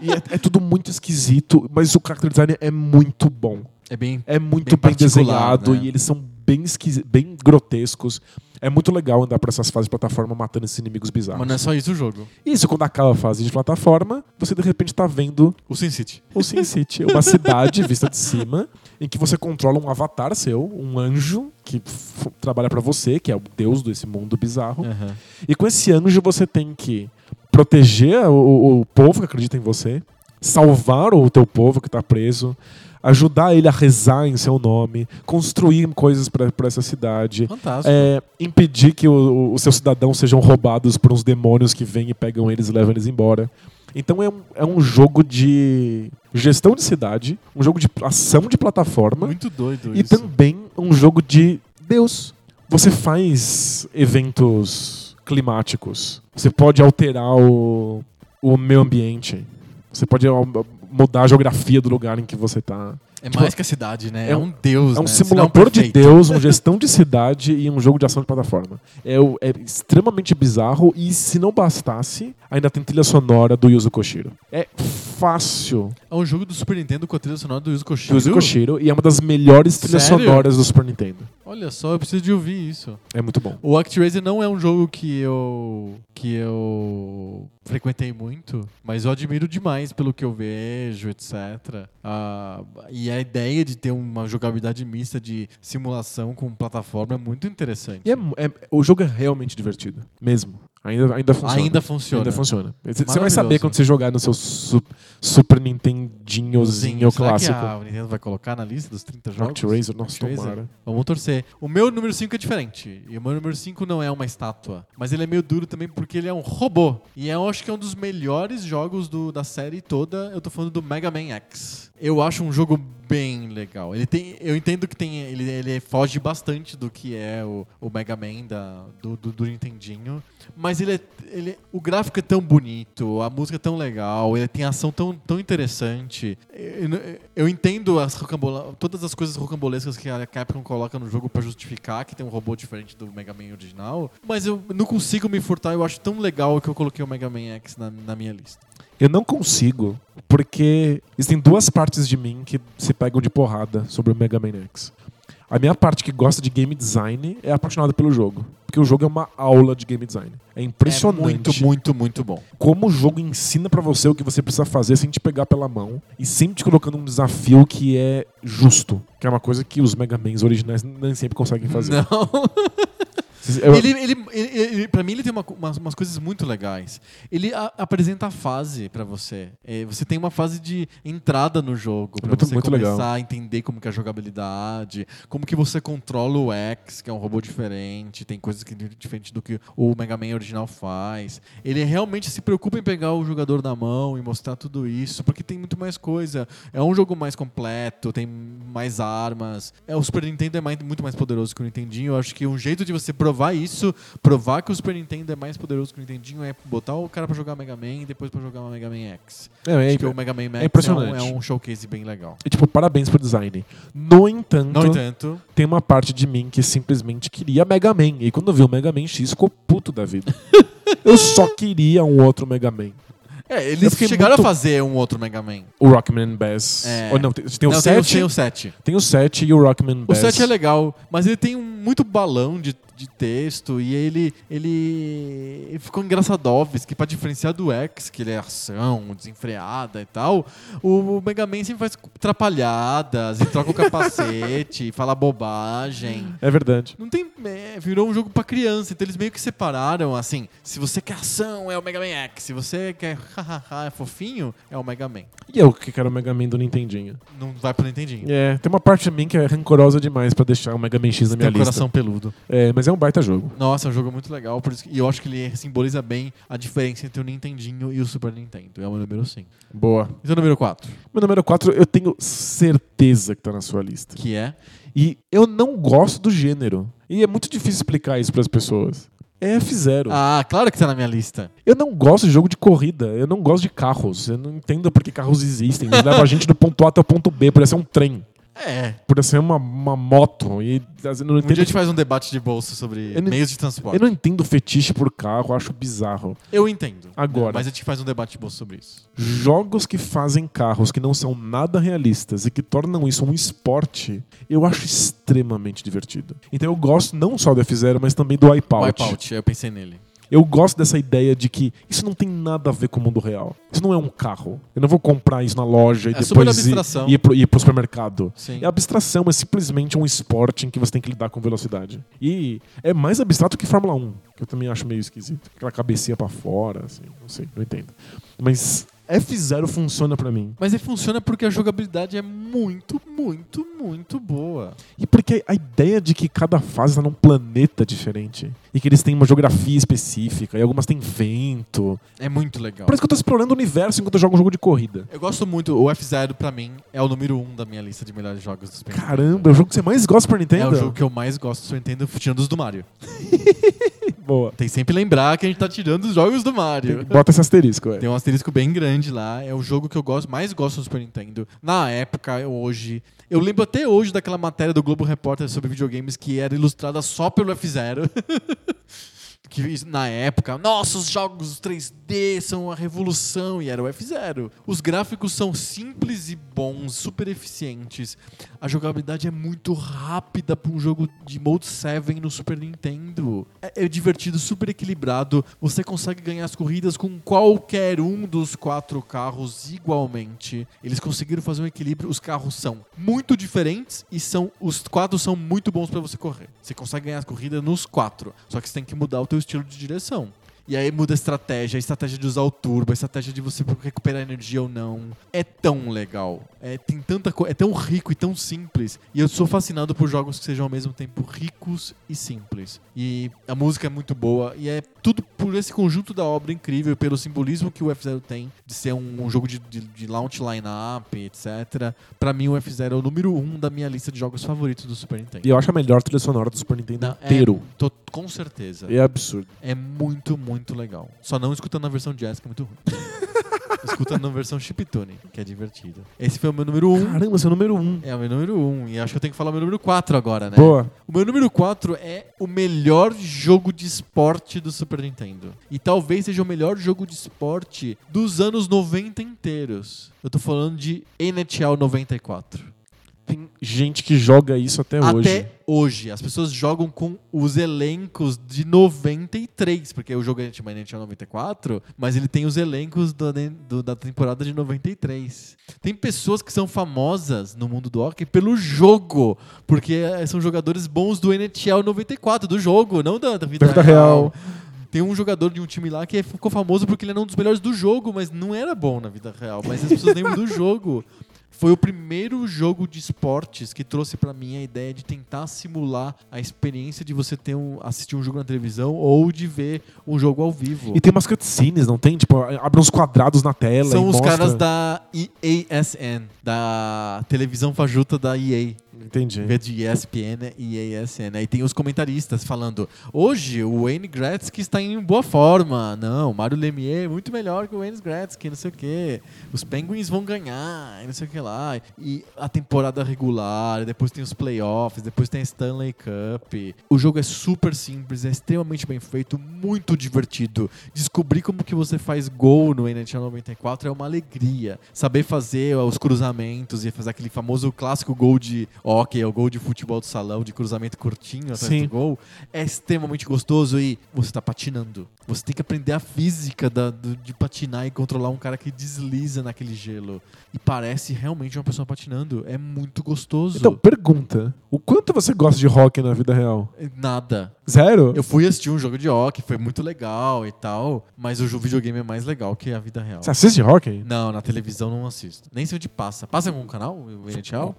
e é, é tudo muito esquisito, mas o character design é muito bom. É bem. É muito Bem bem, particular, desenhado né? e eles são bem, esquisi- bem grotescos. É muito legal andar por essas fases de plataforma matando esses inimigos bizarros. Mas não é só isso o jogo. Isso, quando acaba a fase de plataforma, você de repente tá vendo O Sin City. o Sin City, uma cidade vista de cima, em que você controla um avatar seu, um anjo que f- trabalha pra você, que é o deus desse mundo bizarro. E com esse anjo você tem que proteger o- o, o povo que acredita em você, salvar o teu povo que está preso, ajudar ele a rezar em seu nome, construir coisas para essa cidade, Fantástico. é, impedir que o- o- os seus cidadãos sejam roubados por uns demônios que vêm e pegam eles e levam eles embora. Então é um, é um jogo de gestão de cidade, um jogo de ação de plataforma. Muito doido E isso. também um jogo de Deus. Você faz eventos climáticos. Você pode alterar o, o meio ambiente. Você pode al- mudar a geografia do lugar em que você tá. É tipo, mais que a cidade, né? é É um- um deus. É um né? simulador Cidadão de perfeito. <laughs> Deus, uma gestão de cidade e um jogo de ação de plataforma. É, o- é extremamente bizarro e se não bastasse, ainda tem trilha sonora do Yuzo Koshiro. É fácil É um jogo do Super Nintendo com a trilha sonora do Yuzo do Koshiro. Yuzo Koshiro e é uma das melhores trilhas Sério? sonoras do Super Nintendo. Olha só, eu preciso de ouvir isso. É muito bom. O ActRaiser não é um jogo que eu que eu frequentei muito, mas eu admiro demais pelo que eu vejo, etc. Ah, e a ideia de ter uma jogabilidade mista de simulação com plataforma é muito interessante. E é mu- é- o jogo é realmente divertido. Mesmo. Ainda, ainda funciona. Ainda funciona. Ainda funciona. Você você vai Maravilhoso. saber quando você jogar no seu su- Super Será Nintendinhozinho que é clássico. a Nintendo vai colocar na lista dos 30 jogos? ActRaiser, nossa, ActRaiser? tomara. Vamos torcer. O meu número 5 é diferente. E o meu número 5 não é uma estátua. Mas ele é meio duro também porque ele é um robô. E eu acho que é um dos melhores jogos do- da série toda. Eu tô falando do Mega Man X. Eu acho um jogo bem legal. Ele tem, eu entendo que tem, ele, ele foge bastante do que é o, o Mega Man da, do, do, do Nintendinho. Mas ele é, ele, o gráfico é tão bonito, a música é tão legal, ele tem ação tão, tão interessante. Eu, eu- eu entendo as rocambola, todas as coisas rocambolescas que a Capcom coloca no jogo pra justificar que tem um robô diferente do Mega Man original, mas eu não consigo me furtar, eu acho tão legal que eu coloquei o Mega Man X na, na minha lista. Eu não consigo, porque existem duas partes de mim que se pegam de porrada sobre o Mega Man X. A minha parte que gosta de game design é apaixonada pelo jogo. Porque o jogo é uma aula de game design. É impressionante. É muito, muito, muito bom. como o jogo ensina pra você o que você precisa fazer sem te pegar pela mão e sempre te colocando um desafio que é justo, que é uma coisa que os Mega Mans originais nem sempre conseguem fazer. Não. Eu- Ele, ele, ele- ele- pra mim, ele tem uma co- umas, umas coisas muito legais. Ele a- apresenta a fase pra você. É, você tem uma fase de entrada no jogo, pra Muito- você muito começar legal. a entender como que é a jogabilidade, como que você controla o X, que é um robô diferente, tem coisas que diferente do que o Mega Man original faz. Ele realmente se preocupa em pegar o jogador na mão e mostrar tudo isso, porque tem muito mais coisa. É um jogo mais completo, tem mais armas. É, o Super Nintendo é mais- muito mais poderoso que o Nintendinho. Eu acho que um jeito de você provar isso, provar que o Super Nintendo é mais poderoso que o Nintendinho, é botar o cara pra jogar Mega Man e depois pra jogar uma Mega Man X. Não, é, Acho que o Mega Man X é, um, impressionante. é um showcase bem legal. é tipo, parabéns pro design. No entanto, No entanto, tem uma parte de mim que simplesmente queria Mega Man. E quando eu vi o Mega Man X, ficou puto <laughs> da vida. eu só queria um outro Mega Man. é, Eu eles fiquei chegaram muito- a fazer um outro Mega Man. O Rockman Bass. É. Ou não, tem, tem o Não, 7. Tem o 7. Tem o 7 e o Rockman O Bass. 7 é legal, mas ele tem um muito balão de, de texto e ele, ele, ele ficou engraçadóvis, que pra diferenciar do X, que ele é ação, desenfreada e tal, o, o Mega Man sempre faz trapalhadas e troca o capacete, <laughs> e fala bobagem. É verdade. Não tem. é, virou um jogo pra criança, então eles meio que separaram, assim. Se você quer ação, é o Mega Man X. Se você quer hahaha, é fofinho, é o Mega Man. E eu que quero o Mega Man do Nintendinho. Não vai pro Nintendinho. É, tem uma parte de mim que é rancorosa demais pra deixar o Mega Man X na minha Tem um lista. coração peludo. É, mas é um baita jogo. Nossa, é um jogo muito legal. Por isso que- e eu acho que ele simboliza bem a diferença entre o Nintendinho e o Super Nintendo. É o meu número 5. Boa. E o número 4, Meu número 4, eu tenho certeza que tá na sua lista. que é. E eu não gosto do gênero. E é muito difícil explicar isso pras pessoas. É F0. Ah, claro que tá na minha lista. Eu não gosto de jogo de corrida, eu não gosto de carros. Eu não entendo porque carros existem. Eles levam a gente do ponto A até o ponto B, podia ser um trem, É. podia ser uma, uma moto. E às vezes, eu não Um dia a entendo. gente faz um debate de bolso sobre Eu não- meios de transporte. Eu não entendo fetiche por carro, eu acho bizarro. Eu entendo. Agora. Mas a gente faz um debate de bolso sobre isso. Jogos que fazem carros que não são nada realistas e que tornam isso um esporte, eu acho extremamente divertido. Então eu gosto não só do F0, mas também do Wipeout. Wipeout, eu pensei nele. Eu gosto dessa ideia de que isso não tem nada a ver com o mundo real. Isso não é um carro. Eu não vou comprar isso na loja e É super depois ir, abstração. ir, pro, ir pro supermercado. Sim. É abstração, é simplesmente um esporte em que você tem que lidar com velocidade. E é mais abstrato que Fórmula 1, que eu também acho meio esquisito. Aquela cabecinha pra fora, assim, não sei, não entendo. Mas F0 funciona pra mim. Mas ele funciona porque a jogabilidade é muito, muito, muito boa. E porque a ideia de que cada fase tá num planeta diferente. E que eles têm uma geografia específica, e algumas têm vento. É muito legal. Parece que eu tô explorando o universo enquanto eu jogo um jogo de corrida. Eu gosto muito, o F-Zero pra mim é o número 1 um da minha lista de melhores jogos do Super Caramba, é o jogo que você mais gosta pra Nintendo. Nintendo? É o jogo que eu mais gosto do Super Nintendo, tirando os do Mario. Boa. Tem que sempre lembrar que a gente tá tirando os jogos do Mario. Bota esse asterisco, é. um Tem um asterisco bem grande lá. É o jogo que eu gosto, mais gosto do Super Nintendo. Na época, eu hoje. Eu lembro até hoje daquela matéria do Globo Repórter sobre videogames que era ilustrada só pelo F0. que isso- na época, nossa, os jogos 3D são a revolução e era o F0. Os gráficos são simples e bons, super eficientes. A jogabilidade é muito rápida para um jogo de Mode 7 no Super Nintendo. É, é divertido, super equilibrado. Você consegue ganhar as corridas com qualquer um dos quatro carros igualmente. Eles conseguiram fazer um equilíbrio. Os carros são muito diferentes e são os quatro são muito bons para você correr. Você consegue ganhar as corridas nos quatro, só que você tem que mudar o teu estilo de direção. E aí muda a estratégia, a estratégia de usar o turbo, a estratégia de você recuperar energia ou não. É tão legal. É, tem tanta co- é tão rico e tão simples. E eu sou fascinado por jogos que sejam ao mesmo tempo ricos e simples. E a música é muito boa. E é tudo por esse conjunto da obra incrível, pelo simbolismo que o F-Zero tem de ser um, um jogo de, de, de launch line-up, etc. Pra mim, o F-Zero é o número um da minha lista de jogos favoritos do Super Nintendo. E eu acho a melhor trilha sonora do Super Nintendo um Não, é- inteiro. Tô, com certeza. É absurdo. É muito, muito legal. Só não escutando na versão jazz, que é muito ruim. escutando na versão chiptune, que é divertida. Esse foi o meu número 1. Um. Caramba, seu número um. É o meu número 1. Um, e acho que eu tenho que falar o meu número 4 agora, né? Boa. O meu número 4 é o melhor jogo de esporte do Super Nintendo. E talvez seja o melhor jogo de esporte dos anos 90 inteiros. Eu tô falando de NHL 94. Tem gente que joga isso até, hoje. Até hoje. As pessoas jogam com os elencos de 93, porque o jogo é de Manete 94, mas ele tem os elencos da, do- da temporada de 93. Tem pessoas que são famosas no mundo do hockey pelo jogo, porque eh, são jogadores bons do NHL 94, do jogo, não da, da vida, Da vida real. Tem um jogador de um time lá que ficou famoso porque ele era um dos melhores do jogo, mas não era bom na vida real. Mas as pessoas lembram do jogo. Foi o primeiro jogo de esportes que trouxe pra mim a ideia de tentar simular a experiência de você ter um, assistir um jogo na televisão ou de ver um jogo ao vivo. E tem umas cutscenes, não tem? Tipo, abre uns quadrados na tela São e os mostra. caras da EASN, da televisão fajuta da EA. Entendi. Em vez de ESPN né? e ESN. Aí tem os comentaristas falando: hoje o Wayne Gretzky está em boa forma. Não, o Mário Lemieux é muito melhor que o Wayne Gretzky, não sei o quê. Os Penguins vão ganhar, e não sei o que lá. E a temporada regular, depois tem os playoffs, depois tem a Stanley Cup. O jogo é super simples, é extremamente bem feito, muito divertido. Descobrir como que você faz gol no NHL 94 é uma alegria. Saber fazer os cruzamentos e fazer aquele famoso clássico gol de hockey, o gol de futebol do salão, de cruzamento curtinho atrás Sim. do gol, é extremamente gostoso e você tá patinando. Você tem que aprender a física da- do- de patinar e controlar um cara que desliza naquele gelo. E parece realmente uma pessoa patinando. É muito gostoso. Então, pergunta. O quanto você gosta de rock na vida real? É Nada. Zero? Eu fui assistir um jogo de hockey, foi muito legal e tal, mas o jo- videogame é mais legal que a vida real. Você assiste rock? Não, na televisão não assisto. Nem sei onde passa. Passa em algum canal, o NHL?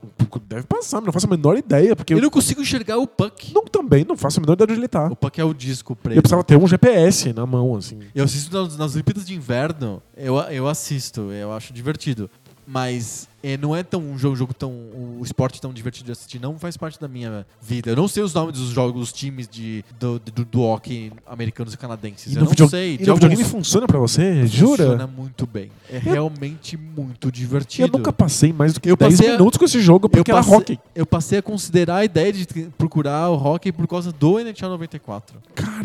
Deve passar sabe, não faço a menor ideia, porque Eu Tipo, eu não consigo enxergar o Puck. não, também não faço a menor ideia de onde ele tá. O Puck é o disco preto. Eu precisava ter um GPS na mão, assim. Eu assisto nas, nas Olimpíadas de Inverno, eu, eu assisto, eu acho divertido. Mas é, não é tão um jogo, jogo tão. um esporte tão divertido de assistir, não faz parte da minha vida. Eu não sei os nomes dos jogos, dos times de, do, do, do hockey americanos e canadenses. E eu no não video- sei. E no videogame alguns funciona pra você? Jura? Funciona muito bem. É realmente muito divertido. Eu nunca passei mais do que Eu 10 passei a- minutos com esse jogo, porque era passe- hockey. eu passei a considerar a ideia de t- procurar o hockey por causa do NHL 94.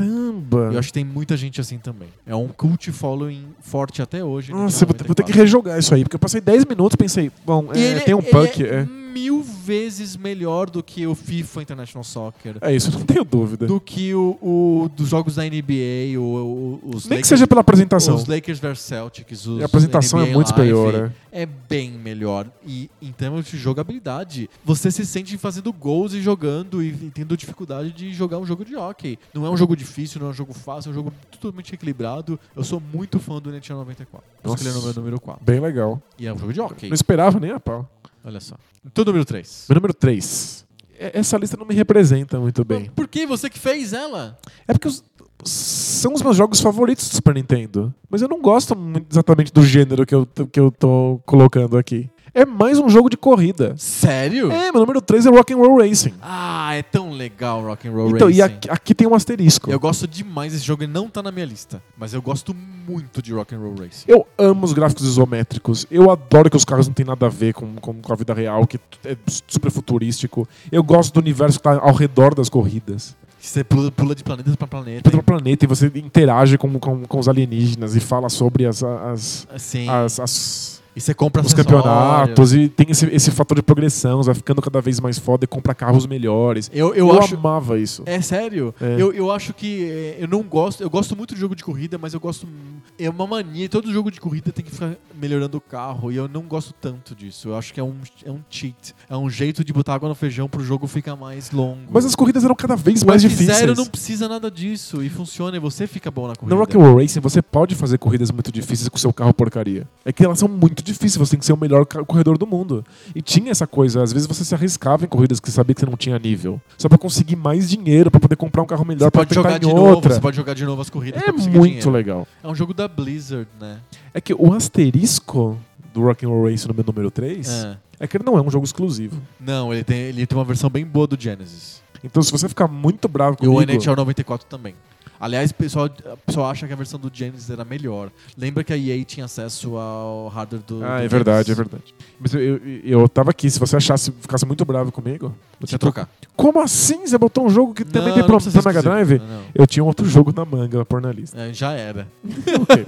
Caramba! Eu acho que tem muita gente assim também. É um cult following forte até hoje. no Nossa, eu vou ter, NHL vou ter que 94. rejogar isso aí, porque eu passei 10 minutos e pensei, bom, é, E ele- tem um ele punk. é É... mil vezes melhor do que o FIFA International Soccer. É isso, eu não tenho dúvida. Do que o, o- dos jogos da NBA, o, o- os Nem Lakers, que seja pela apresentação. né, os Lakers versus Celtics, os A apresentação NBA é muito Live, superior, é. É bem melhor. E em termos de jogabilidade, você se sente fazendo gols e jogando e tendo dificuldade de jogar um jogo de hockey. Não é um jogo difícil, não é um jogo fácil, é um jogo totalmente equilibrado. Eu sou muito fã do NHL 94. Por isso que ele é o Nossa. meu número 4. Bem legal. E é um jogo de hockey. Não esperava nem a pau. Olha só. Então, número 3. Meu número 3. Essa lista não me representa muito bem. Por que você que fez ela? É porque os- são os meus jogos favoritos do Super Nintendo. Mas eu não gosto muito exatamente do gênero que eu, que eu tô colocando aqui. É mais um jogo de corrida. Sério? É, meu número 3 é Rock'n'Roll Racing. Ah, é tão legal Rock'n'Roll Então, Racing. e aqui, aqui tem um asterisco. Eu Eu... gosto demais desse jogo e não tá na minha lista. Mas eu gosto muito de Rock'n'Roll Racing. amo os gráficos isométricos. Eu adoro que os carros não têm nada a ver com, com, com a vida real, que é super futurístico. Eu gosto do universo que tá ao redor das corridas. Você pula, pula de planeta pra planeta. Pedro planeta e você interage com, com, com os alienígenas e fala sobre as- as- Assim. as, as E você compra os acessórios. campeonatos e tem esse, esse fator de progressão, você vai ficando cada vez mais foda e compra carros melhores. Eu, Eu, eu, acho. amava isso. É sério? É. Eu, eu acho que é, eu não gosto. Eu gosto muito de jogo de corrida, mas eu gosto. É uma mania. Todo jogo de corrida tem que ficar melhorando o carro. E eu não gosto tanto disso. Eu acho que é um, é um cheat. É um jeito de botar água no feijão pro jogo ficar mais longo. Mas as corridas eram cada vez Mas mais de difíceis. zero não precisa nada disso. E funciona. E você fica bom na corrida. No Rock'n'Roll Racing você pode fazer corridas muito difíceis com o seu carro porcaria. É que elas são muito difíceis, você tem que ser o melhor ca- corredor do mundo. E tinha essa coisa, às vezes você se arriscava em corridas que você sabia que você não tinha nível. Só pra conseguir mais dinheiro, pra poder comprar um carro melhor, Você pra pode tentar jogar em de novo. outra. Você pode jogar de novo as corridas. é pra conseguir muito dinheiro. legal. É um jogo da Blizzard, né? É que o asterisco do Rock'n'Roll Racing no meu número 3 É. é que ele não é um jogo exclusivo. Não, ele tem, ele tem uma versão bem boa do Genesis. Então, se você ficar muito bravo E o comigo... NHL 94 também. Aliás, o pessoal, o pessoal acha que a versão do Genesis era melhor. Lembra que a EA tinha acesso ao hardware do. Ah, do é verdade, é Genesis. verdade. Mas eu, eu, eu tava aqui, se você achasse, ficasse muito bravo comigo... Eu Deixa tinha eu trocar. Como assim? Você botou um jogo que também Não, tem não pro, precisa pro ser Mega exclusivo. Drive? Não, não. Eu tinha outro jogo na manga pra pôr <laughs> na lista. É, já era. Ok.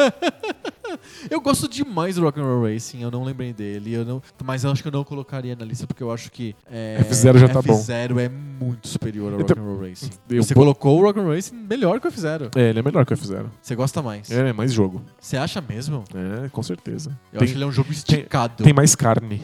Eu gosto demais do Rock'n'Roll Racing, eu não lembrei dele, eu não, mas eu acho que eu não colocaria na lista porque eu acho que é, F0 já tá bom. F0 é muito superior ao Então, Rock'n'Roll Racing. eu Você bo- colocou o Rock'n'Roll Racing melhor que o F0. É, ele é melhor que o F-Zero. Você gosta mais. É, é mais jogo. Você acha mesmo? É, com certeza. Eu tem, acho que ele é um jogo esticado. tem mais carne.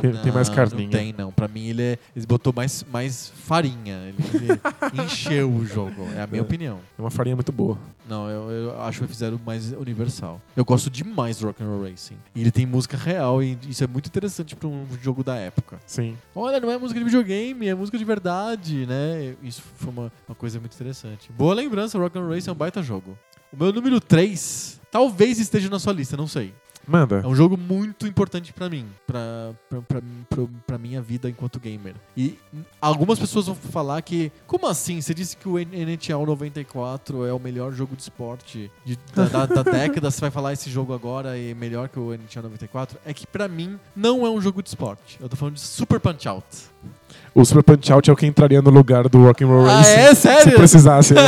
Tem, tem mais Não, carninha. Não tem, não. Pra mim, ele, é, ele botou mais, mais farinha. Ele, <laughs> ele encheu o jogo. É a minha É. opinião. É uma farinha muito boa. Não, eu, eu acho o F-Zero mais universal. Eu gosto demais do Rock'n'Roll Racing. E ele tem música real e isso é muito interessante pra um jogo da época. Sim. Olha, não é música de videogame, é música de verdade, né? Isso foi uma, uma coisa muito interessante. Boa lembrança, Rock'n'Roll Racing é um baita jogo. O meu número 3 talvez esteja na sua lista, não sei. Manda. É um jogo muito importante pra mim, pra, pra, pra, pra- pra minha vida enquanto gamer. E hum, algumas pessoas vão falar que, como assim? Você disse que o N- NHL 94 é o melhor jogo de esporte de- da, da- da <laughs> década, você vai falar esse jogo agora é melhor que o NHL 94? É que pra mim não é um jogo de esporte. Eu tô falando de Super Punch Out. <laughs> O Super Punch-Out é o que entraria no lugar do Rock'n'Roll Ah, Racing. é? Sério? Se precisasse, né?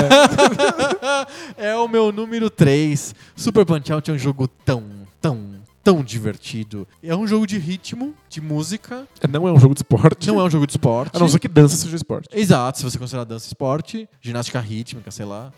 <laughs> é o meu número 3. Super Punch Out é um jogo tão, tão, tão divertido. É um jogo de ritmo, de música. Não é um jogo de esporte. Não é um jogo de esporte. A não ser que dança seja esporte. Exato, se você considerar dança esporte, ginástica rítmica, sei lá.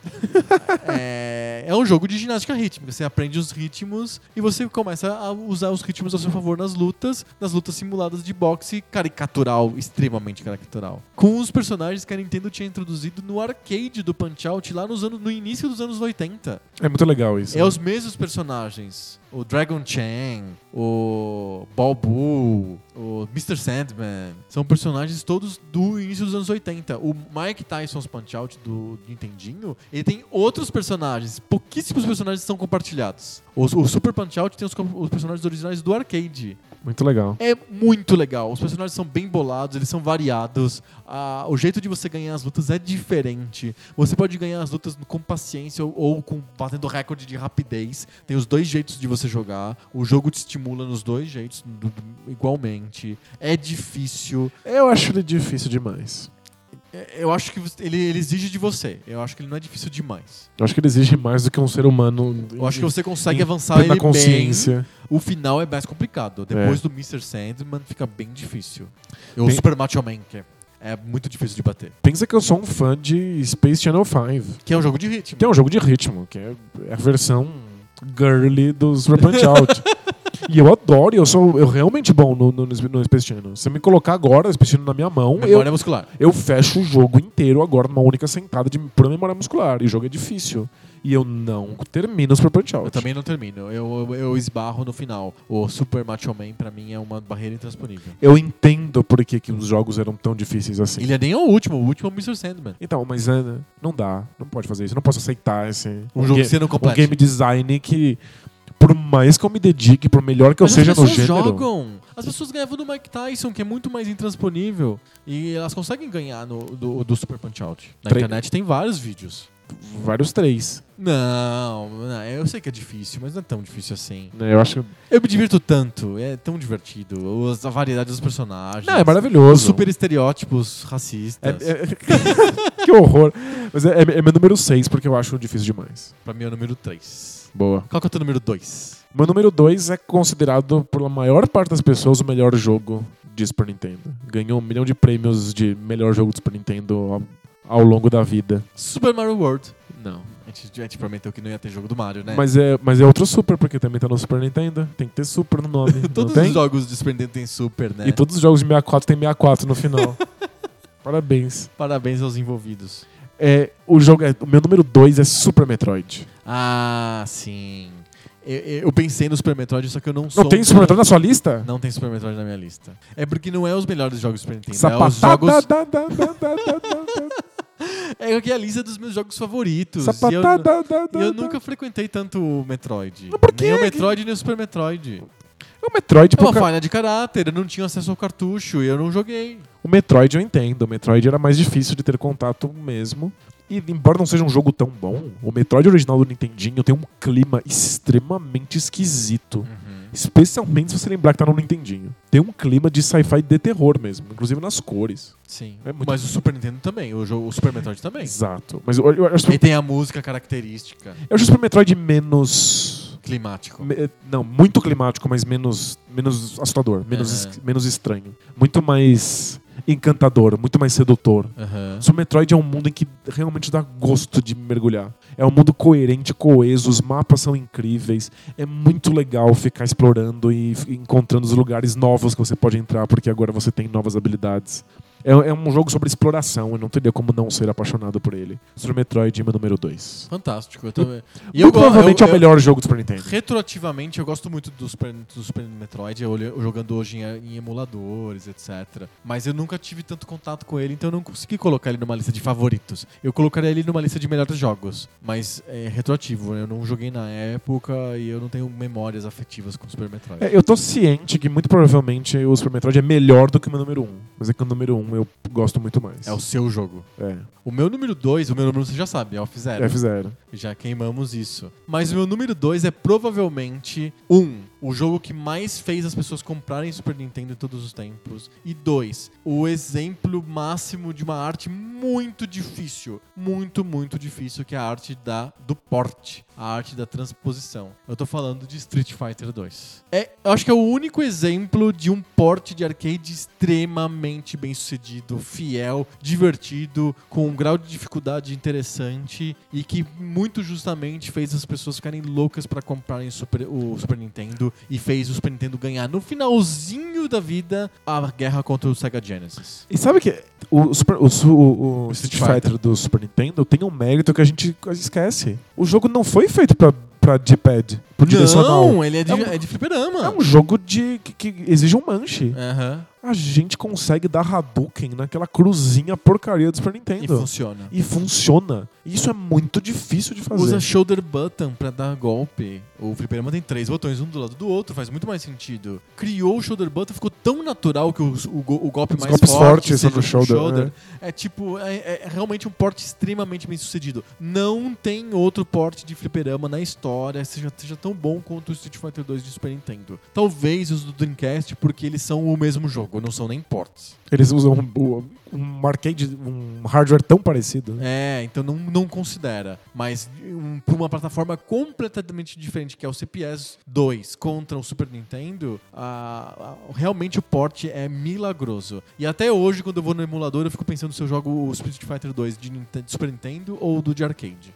é, é um jogo de ginástica rítmica. Você aprende os ritmos e você começa a usar os ritmos a seu favor nas lutas, nas lutas simuladas de boxe caricatural, extremamente caricatural. Com os personagens que a Nintendo tinha introduzido no arcade do Punch-Out lá nos anos, no início dos anos 80. É muito legal isso. É os mesmos personagens. O Dragon Chan, o Balbu, o Mr. Sandman. São personagens todos do início dos anos 80. O Mike Tyson's Punch-Out do Nintendinho, ele tem outros personagens. Pouquíssimos personagens são compartilhados. O, o Super Punch-Out tem os, co- os personagens originais do arcade. Muito legal. É muito legal. Os personagens são bem bolados, eles são variados. Ah, o jeito de você ganhar as lutas é diferente. Você pode ganhar as lutas com paciência ou, ou com batendo recorde de rapidez. Tem os dois jeitos de você jogar. O jogo te estimula nos dois jeitos do- do- igualmente. É difícil. Eu acho ele difícil demais. É- Eu acho que você- ele, ele exige de você. Eu acho que ele não é difícil demais. Eu acho que ele exige mais do que um ser humano. Eu acho que você consegue Em avançar plena ele bem. consciência. O final é mais complicado. Depois do Mr. Sandman fica bem difícil. E o Bem- Super Macho Man, que é- é muito difícil de bater. Pensa que eu sou um fã de Space Channel 5, Que é um jogo de ritmo. que é um jogo de ritmo, que é a versão girly dos Punch Out. e eu adoro, eu sou eu realmente bom no, no, no Space Channel. Se eu me colocar agora, Space Channel na minha mão, eu, Memória muscular. eu fecho o jogo inteiro agora numa única sentada de pura memória muscular. E o jogo é difícil. E eu não termino o Super Punch Out. Eu também não termino. Eu, eu, eu esbarro no final. O Super Macho Man, pra mim, é uma barreira intransponível. Eu entendo por que, que os jogos eram tão difíceis assim. Ele é nem o último. O último é o Mr. Sandman. Então, mas Ana, não dá. Não pode fazer isso. Não posso aceitar esse. Um jogo ga- que você não um completa. game design que, por mais que eu me dedique, por melhor que eu Mas seja as no pessoas gênero. jogam. As pessoas ganhavam do Mike Tyson, que é muito mais intransponível. E elas conseguem ganhar no, do, do Super Punch Out. Na Tre- internet tem vários vídeos. Vários três. Não, não, eu sei que é difícil, mas não é tão difícil assim. né? Eu acho. Eu me divirto tanto, é tão divertido. Os- A variedade dos personagens. Não, é Os maravilhoso. super estereótipos É- racistas. é- <laughs> que horror. Mas é, é- é meu número seis porque eu acho difícil demais. Pra mim é o número 3. Boa. Qual que é o teu número 2? Meu número dois é considerado pela maior parte das pessoas o melhor jogo de Super Nintendo. Ganhou um milhão de prêmios de melhor jogo de Super Nintendo ao, ao longo da vida. Super Mario World. Não. A gente, a gente prometeu que não ia ter jogo do Mario, né? Mas é, mas é outro Super, porque também tá no Super Nintendo. Tem que ter Super <laughs> no nome. não <laughs> Todos tem? os jogos de Super Nintendo tem Super, né? E todos os jogos de 64 tem 64 <laughs> no final. Parabéns. Parabéns aos envolvidos. É, o, jogo é- o meu número 2 é Super Metroid. Ah, sim. Eu, eu- eu pensei no Super Metroid, só que eu não sou. Não tem um- Super Metroid na sua lista? Não tem Super Metroid na minha lista. É porque não é os melhores jogos do Super Nintendo. É os Sapatada, jogos. da, da, da, da, da, da, É que é a lista dos meus jogos favoritos. E eu- sapatada, da, da, E eu da. nunca frequentei tanto o Metroid. Mas por quê? Nem o Metroid, nem o Super Metroid. É o Metroid, É uma porque falha de caráter, eu não tinha acesso ao cartucho e eu não joguei. o Metroid eu entendo. O Metroid era mais difícil de ter contato mesmo. E embora não seja um jogo tão bom, o Metroid original do Nintendinho tem um clima extremamente esquisito. Especialmente se você lembrar que tá no Nintendinho. Tem um clima de sci-fi de terror mesmo, inclusive nas cores. Sim. É muito- Mas o Super Nintendo também, o, jogo, o Super Metroid também. Exato. Mas eu, eu, eu, acho, E tem a música característica, eu acho o Super Metroid menos. climático. me- não, muito climático, mas menos, menos assustador, menos, Aham. es- menos estranho. Muito mais encantador, muito mais sedutor. Aham. Super Metroid é um mundo em que realmente dá gosto de mergulhar. É um mundo coerente, coeso, os mapas são incríveis. É muito legal ficar explorando e f- encontrando os lugares novos que você pode entrar, porque agora você tem novas habilidades. É, é um jogo sobre exploração, eu não teria como não ser apaixonado por ele. Super Metroid é meu número 2. Fantástico. Eu também. E Muito eu go- provavelmente eu- é o eu- melhor jogo do Super Nintendo. Retroativamente, eu gosto muito do Super, do Super Metroid, eu olho- jogando hoje em, em emuladores, etc. Mas eu nunca tive tanto contato com ele, então eu não consegui colocar ele numa lista de favoritos. Eu colocaria ele numa lista de melhores jogos, mas é retroativo, né? eu não joguei na época e eu não tenho memórias afetivas com o Super Metroid. É, eu tô ciente que muito provavelmente o Super Metroid é melhor do que o meu número 1. Um, mas é que o número 1 um eu gosto muito mais. É o seu jogo. É, O meu número 2, o meu número um você já sabe, é o F-Zero. F0. Já queimamos isso. Mas o meu número 2 é provavelmente um, o jogo que mais fez as pessoas comprarem Super Nintendo em todos os tempos. E dois, o exemplo máximo de uma arte muito difícil. Muito, muito difícil, que é a arte da, do porte. A arte da transposição. Eu tô falando de Street Fighter 2. É, eu acho que é o único exemplo de um porte de arcade extremamente bem sucedido, fiel, divertido, com um grau de dificuldade interessante e que muito justamente fez as pessoas ficarem loucas pra comprarem Super- o Super Nintendo e fez o Super Nintendo ganhar no finalzinho da vida a guerra contra o Sega Genesis. E sabe que o, Super- o Su- o- o Street Street Fighter. Fighter do Super Nintendo tem um mérito que a gente esquece. O jogo não foi feito pra, pra D-pad, pro direcional. Não, ele é de, É um- é de fliperama. É um jogo de que, que exige um manche. Aham. A gente consegue dar Hadouken naquela cruzinha porcaria do Super E Nintendo. funciona. E funciona. Isso é muito difícil de fazer. Usa shoulder button pra dar golpe. O fliperama tem três botões, um do lado do outro, faz muito mais sentido. Criou o shoulder button, ficou tão natural que o, o, go- o golpe Os mais golpes forte fortes são seja do shoulder, né? É tipo, é, é realmente um porte extremamente bem sucedido. Não tem outro porte de fliperama na história seja, seja tão bom quanto o Street Fighter 2 de Super Nintendo. Talvez os do Dreamcast, porque eles são o mesmo jogo, não são nem portes. Eles usam um, um arcade, um hardware tão parecido. né? É, então não, não considera. Mas um, pra uma plataforma completamente diferente, que é o CPS 2 contra o Super Nintendo, a- a- realmente o porte é milagroso. E até hoje, quando eu vou no emulador, eu fico pensando se eu jogo o Street Fighter 2 de, Ninte- de Super Nintendo ou do de arcade.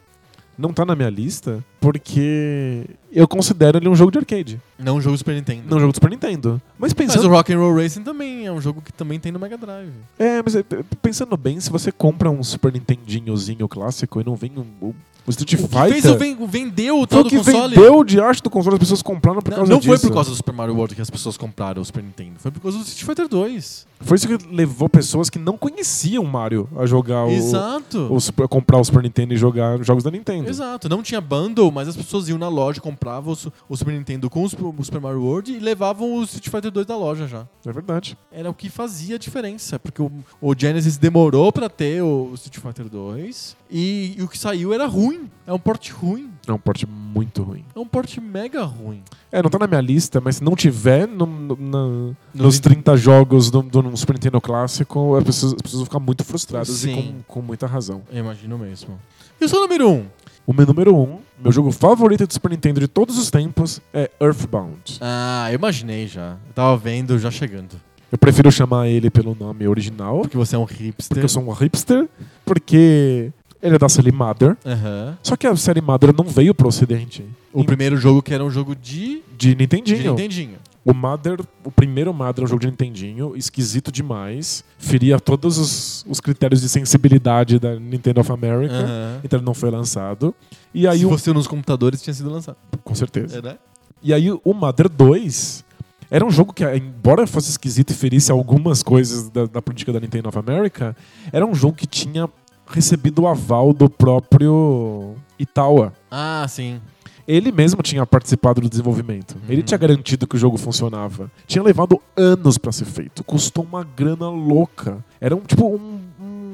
Não tá na minha lista porque eu considero ele um jogo de arcade, Não jogo Super Nintendo. não um jogo de Super Nintendo. Mas Mas o pensando, Rock and Roll Racing também é um jogo que também tem no Mega Drive. é, mas, é, p- pensando bem, se você compra um Super Nintendinhozinho clássico e não vem um, um- um Street O que Fighter, fez eu ven- vendeu o foi tal o do que console? vendeu de arte do console as pessoas compraram por Não, causa não disso. foi por causa do Super Mario World que as pessoas compraram o Super Nintendo. Foi por causa do Street Fighter 2. Foi isso que levou pessoas que não conheciam Mario a jogar Ah, o, Exato. o Super- comprar o Super Nintendo e jogar jogos da Nintendo. Exato, não tinha bundle, mas as pessoas iam na loja, compravam o Su- o Super Nintendo com o Super- o Super Mario World e levavam o Street Fighter 2 da loja já. É verdade. Era o que fazia a diferença, porque o, o Genesis demorou pra ter o Street Fighter 2 e, e o que saiu era ruim. É um porte ruim, É um porte muito ruim. é um porte mega ruim. É, não tá na minha lista, mas se não tiver no- no- na- nos Nos 30 jogos do, do Super Nintendo clássico, as pessoas, as pessoas vão ficar muito frustradas e com, Sim. com muita razão. Eu imagino mesmo. E o seu número 1? Um? O meu número 1, um, meu jogo favorito do Super Nintendo de todos os tempos, é Earthbound. Ah, eu imaginei já. Eu tava vendo já chegando. Eu prefiro chamar ele pelo nome original, Porque você é um hipster. porque eu sou um hipster, porque ele é da série Mother. Aham. Só que a série Mother não veio pro ocidente. O primeiro jogo que era um jogo de, de de Nintendinho. Nintendinho. O Mother, o primeiro Mother é um jogo de Nintendinho, esquisito demais, feria todos os, os critérios de sensibilidade da Nintendo of America, Aham. então ele não foi lançado. E aí, Se É. o, fosse nos computadores, tinha sido lançado. com certeza. Era? E aí o Mother 2 era um jogo que, embora fosse esquisito e ferisse algumas coisas da, da política da Nintendo of America, era um jogo que tinha recebido o aval do próprio Itawa. Ah, sim. Ele mesmo tinha participado do desenvolvimento. Ele Uhum. tinha garantido que o jogo funcionava. Tinha levado anos pra ser feito. Custou uma grana louca. Era um tipo um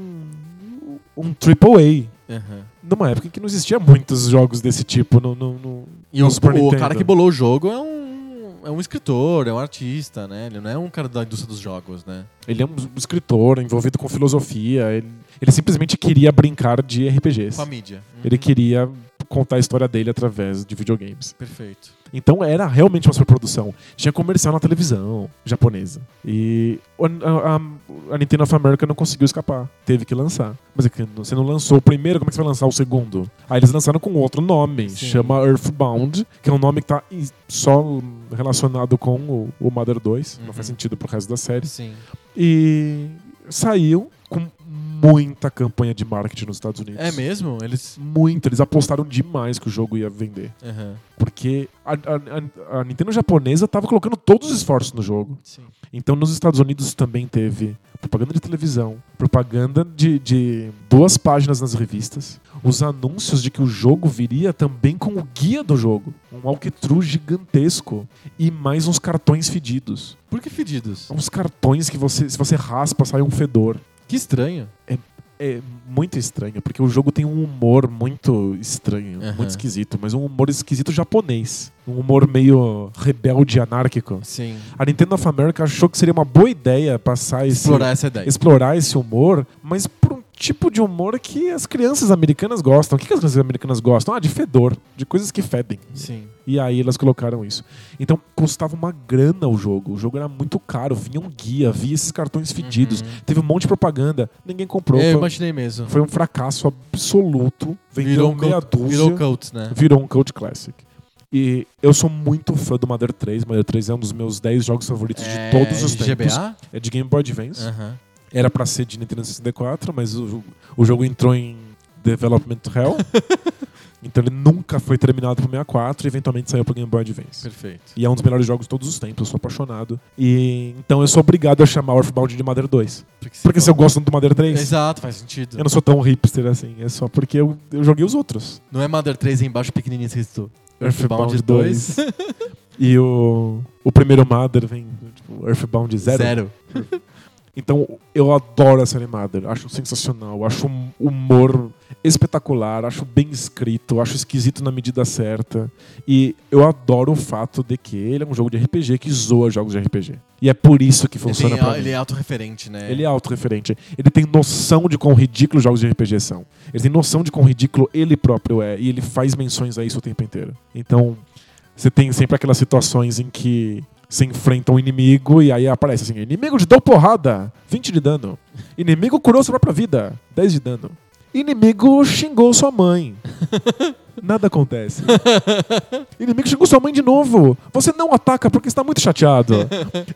um, um triple A. Numa época em que não existia muitos jogos desse tipo no, no- no- E no o, Super o Nintendo. cara que bolou o jogo é um, é um escritor, é um artista, né? Ele não é um cara da indústria dos jogos, né? Ele é um escritor envolvido com filosofia. Ele, ele simplesmente queria brincar de RPGs. Com a mídia. Ele Uhum. queria contar a história dele através de videogames. Perfeito. Então era realmente uma superprodução. Tinha comercial na televisão japonesa. E o- a, a- a Nintendo of America não conseguiu escapar. Teve que lançar. Mas é que você não lançou o primeiro, como é que você vai lançar o segundo? Aí eles lançaram com outro nome. Sim. Chama Earthbound, que é um nome que tá em- só relacionado com o, o Mother 2. Não Uhum. faz sentido pro resto da série. Sim. E saiu com muita campanha de marketing nos Estados Unidos. É mesmo? Eles. Muito. Eles apostaram demais que o jogo ia vender. Aham. Porque a, a- a- a Nintendo japonesa estava colocando todos os esforços no jogo. Sim. Então nos Estados Unidos também teve propaganda de televisão, propaganda de, de duas páginas nas revistas, os anúncios de que o jogo viria também com o guia do jogo, um walkthrough gigantesco e mais uns cartões fedidos. Por que fedidos? Uns cartões que você, se você raspa, sai um fedor. Que estranho. É muito estranho, porque o jogo tem um humor muito estranho, Aham. muito esquisito, mas um humor esquisito japonês. Um humor meio rebelde, anárquico. Sim. A Nintendo of America achou que seria uma boa ideia passar esse. Explorar essa ideia. explorar esse humor, mas por um tipo de humor que as crianças americanas gostam. O que que as crianças americanas gostam? Ah, de fedor, de coisas que fedem. Sim. E aí elas colocaram isso. Então custava uma grana o jogo. O jogo era muito caro, vinha um guia, via esses cartões fedidos. Uhum. Teve um monte de propaganda, ninguém comprou. Eu Foi- imaginei mesmo. foi um fracasso absoluto. Vendeu um meia cult, dúzia. virou cult, né? virou um Cult Classic. E eu sou muito fã do Mother 3. Mother 3 é um dos meus 10 jogos favoritos de todos os É, tempos. GBA? É de Game Boy Advance. Aham. Era pra ser <laughs> de Nintendo 64, mas o, o jogo entrou em Development Hell. Então ele nunca foi terminado pro 64 e eventualmente saiu pro Game Boy Advance. Perfeito. E é um dos melhores jogos de todos os tempos, eu sou apaixonado. E então eu sou obrigado a chamar Earthbound de Madeira 2. Porque se eu gosto tanto do Madeira 3, Exato, faz sentido. eu não sou tão hipster assim. É só porque eu, eu joguei os outros. Não é Mother 3 aí embaixo pequenininho escrito Earthbound Earthbound 2. <laughs> E o, o primeiro Mother vem, tipo, Earthbound 0. Zero. Então eu adoro essa animada, acho sensacional, acho um humor espetacular, acho bem escrito, acho esquisito na medida certa. E eu adoro o fato de que ele é um jogo de RPG que zoa jogos de RPG. E é por isso que funciona ele, tem- pra ele mim. é autorreferente, né? Ele é autorreferente. Ele tem noção de quão ridículo jogos de RPG são. Ele tem noção de quão ridículo ele próprio é. E ele faz menções a isso o tempo inteiro. Então, você tem sempre aquelas situações em que você enfrenta um inimigo e aí aparece assim: inimigo te deu porrada, 20 de dano. Inimigo curou sua própria vida, 10 de dano. Inimigo xingou sua mãe. Nada acontece. Inimigo xingou sua mãe de novo. Você não ataca porque está muito chateado.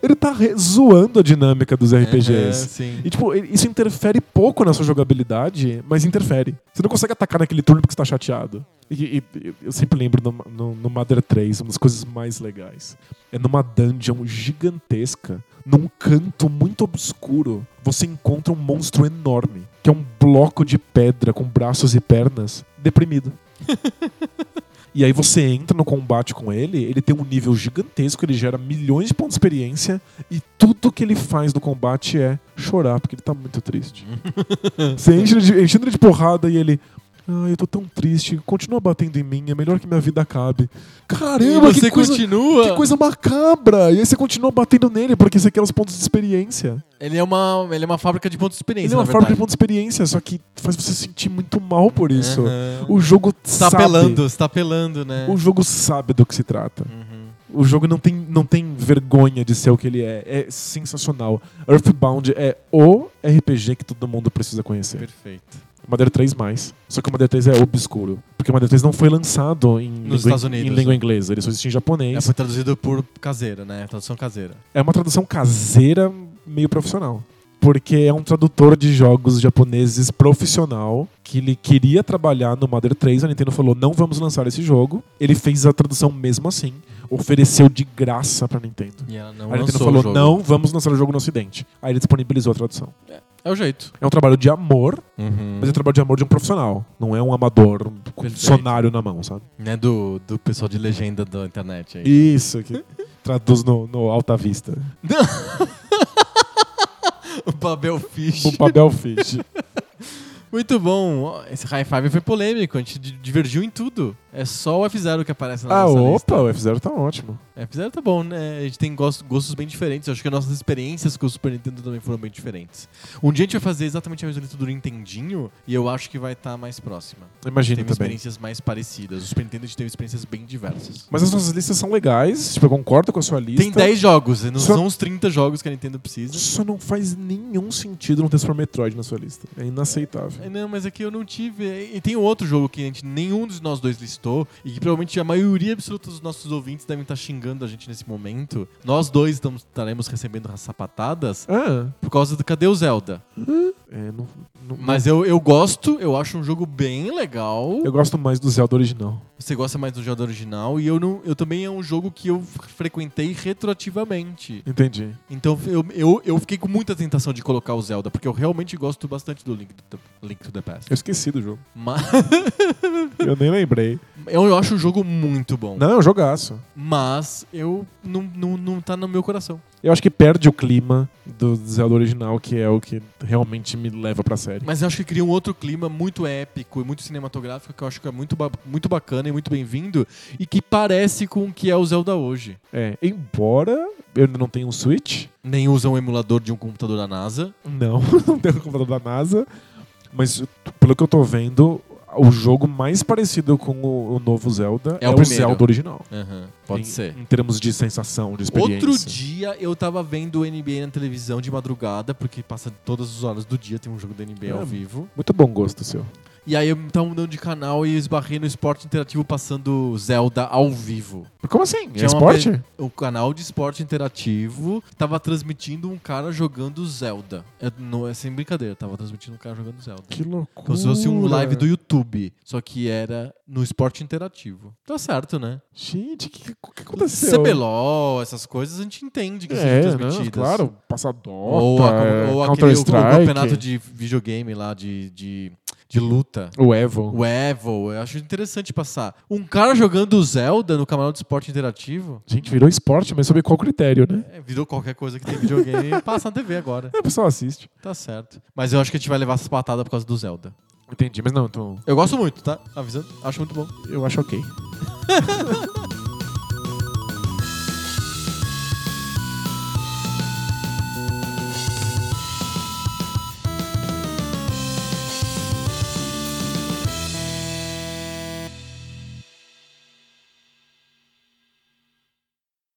Ele tá re- zoando a dinâmica dos É, RPGs. sim. E, tipo, ele- isso interfere pouco na sua jogabilidade, mas interfere. Você não consegue atacar naquele turno porque você tá chateado. E, e- e eu sempre lembro no, no, no Mother 3, uma das coisas mais legais. É numa dungeon gigantesca, num canto muito obscuro, você encontra um monstro enorme, que é um bloco de pedra com braços e pernas, deprimido. E aí você entra no combate com ele, ele tem um nível gigantesco, ele gera milhões de pontos de experiência e tudo que ele faz no combate é chorar, porque ele tá muito triste. <laughs> você enche ele de, enchendo ele de porrada e ele. Ah, eu tô tão triste, continua batendo em mim, é melhor que minha vida acabe. E Caramba, você que coisa, continua. que coisa macabra! E aí você continua batendo nele porque você quer os pontos de experiência. Ele, é uma, ele é uma fábrica de pontos de experiência. Ele é uma na forma de verdade. pontos de experiência, só que faz você sentir muito mal por isso. Aham. O jogo Você tá sabe. apelando, você tá apelando, né? O jogo sabe do que se trata. Uhum. O jogo não tem, não tem vergonha de ser o que ele é. É sensacional. Earthbound é o RPG que todo mundo precisa conhecer. Perfeito. Madeira 3 mais. Só que o Madeira 3 é obscuro. Porque o Madeira 3 não foi lançado em, língua, Estados Unidos. em língua inglesa. Ele só existe em É, japonês. foi traduzido por caseira, né? Tradução caseira. É uma tradução caseira meio profissional. Porque é um tradutor de jogos japoneses profissional que ele queria trabalhar no Mother 3. A Nintendo falou: não vamos lançar esse jogo. Ele fez a tradução mesmo assim, ofereceu de graça pra Nintendo. E ela não a Nintendo lançou o falou: jogo. não vamos lançar o jogo no Ocidente. Aí ele disponibilizou a tradução. É o jeito. É um trabalho de amor, Uhum. mas é um trabalho de amor de um profissionário. Não é um amador, um dicionário na mão, sabe? Né, do, do pessoal de legenda da internet aí. Isso, que traduz no, no Alta Vista. <laughs> O Babel Fish. O Babel Fish. Muito bom. Esse high five foi polêmico, a gente di- divergiu em tudo. É só o F0 que aparece na <laughs> ah, nossa opa, o F0 tá ótimo. lista. F0 tá bom, né? A gente tem gostos, gostos bem diferentes. Eu acho que as nossas experiências com o Super Nintendo também foram bem diferentes. Um dia a gente vai fazer exatamente a mesma lista do Nintendinho e eu acho que vai estar mais próxima. Imagina Teve também. experiências mais parecidas. O Super Nintendo a gente teve experiências bem diversas. Mas as nossas listas são legais, tipo, eu concordo com a sua lista. Tem 10 jogos, e não tá Só- são os 30 jogos que a Nintendo precisa. Só não faz nenhum sentido não ter Super Metroid na sua lista. É inaceitável. É, Não, mas aqui eu não tive. E tem um outro jogo que a gente, nenhum dos nós dois listou, e que provavelmente a maioria absoluta dos nossos ouvintes devem estar xingando a gente nesse momento. Nós dois estamos, estaremos recebendo as sapatadas Ah, por causa do Cadê o Zelda? é, não, não- Mas eu, eu gosto, eu acho um jogo bem legal. eu gosto mais do Zelda original. Você gosta mais do Zelda original, e eu, não, eu também é um jogo que eu frequentei retroativamente. Entendi. Então eu, eu, eu fiquei com muita tentação de colocar o Zelda, porque eu realmente gosto bastante do Link to, Link to the Past. Eu esqueci do jogo. Mas <laughs> Eu nem lembrei. eu, eu acho o jogo muito bom. Não, é um jogaço. Mas eu não, não, não tá no meu coração. Eu acho que perde o clima do Zelda original, que é o que realmente me leva pra série. Mas eu acho que cria um outro clima muito épico e muito cinematográfico que eu acho que é muito, ba- muito bacana e muito bem-vindo e que parece com o que é o Zelda hoje. É, embora eu ainda não tenha um Switch, Nem usa um emulador de um computador da NASA. Não, <laughs> não tem o computador da NASA. Mas pelo que eu tô vendo, o jogo mais parecido com o, o novo Zelda É é, o o, primeiro. Zelda original. Aham, pode Em- ser. Em termos de sensação, de experiência. Outro dia eu tava vendo o NBA na televisão de madrugada, porque passa todas as horas do dia, tem um jogo da NBA É. ao vivo. Muito bom gosto seu. E aí eu tava mudando de canal e esbarrei no esporte interativo passando Zelda ao vivo. Como assim? É Tinha uma esporte? pe- O canal de esporte interativo tava transmitindo um cara jogando Zelda. É, não é sem brincadeira, tava transmitindo um cara jogando Zelda. Que loucura. Como se fosse um live do YouTube, só que era no esporte interativo. Tá certo, né? Gente, o que, que aconteceu? CBLOL, essas coisas a gente entende que É, sejam não, transmitidas. claro. Passador. Ou, a- ou aquele o campeonato de videogame lá, de, de, de luta. O Evo. O Evo, eu acho interessante passar. Um cara jogando Zelda no canal de esporte interativo, Gente, virou esporte, mas sob qual critério, né? é, virou qualquer coisa que tem videogame <laughs> e passa na TV agora. É, o pessoal assiste. Tá certo. Mas eu acho que a gente vai levar essas patadas por causa do Zelda. Entendi, mas não, então Eu gosto muito, tá? Avisando, acho muito bom. eu acho ok.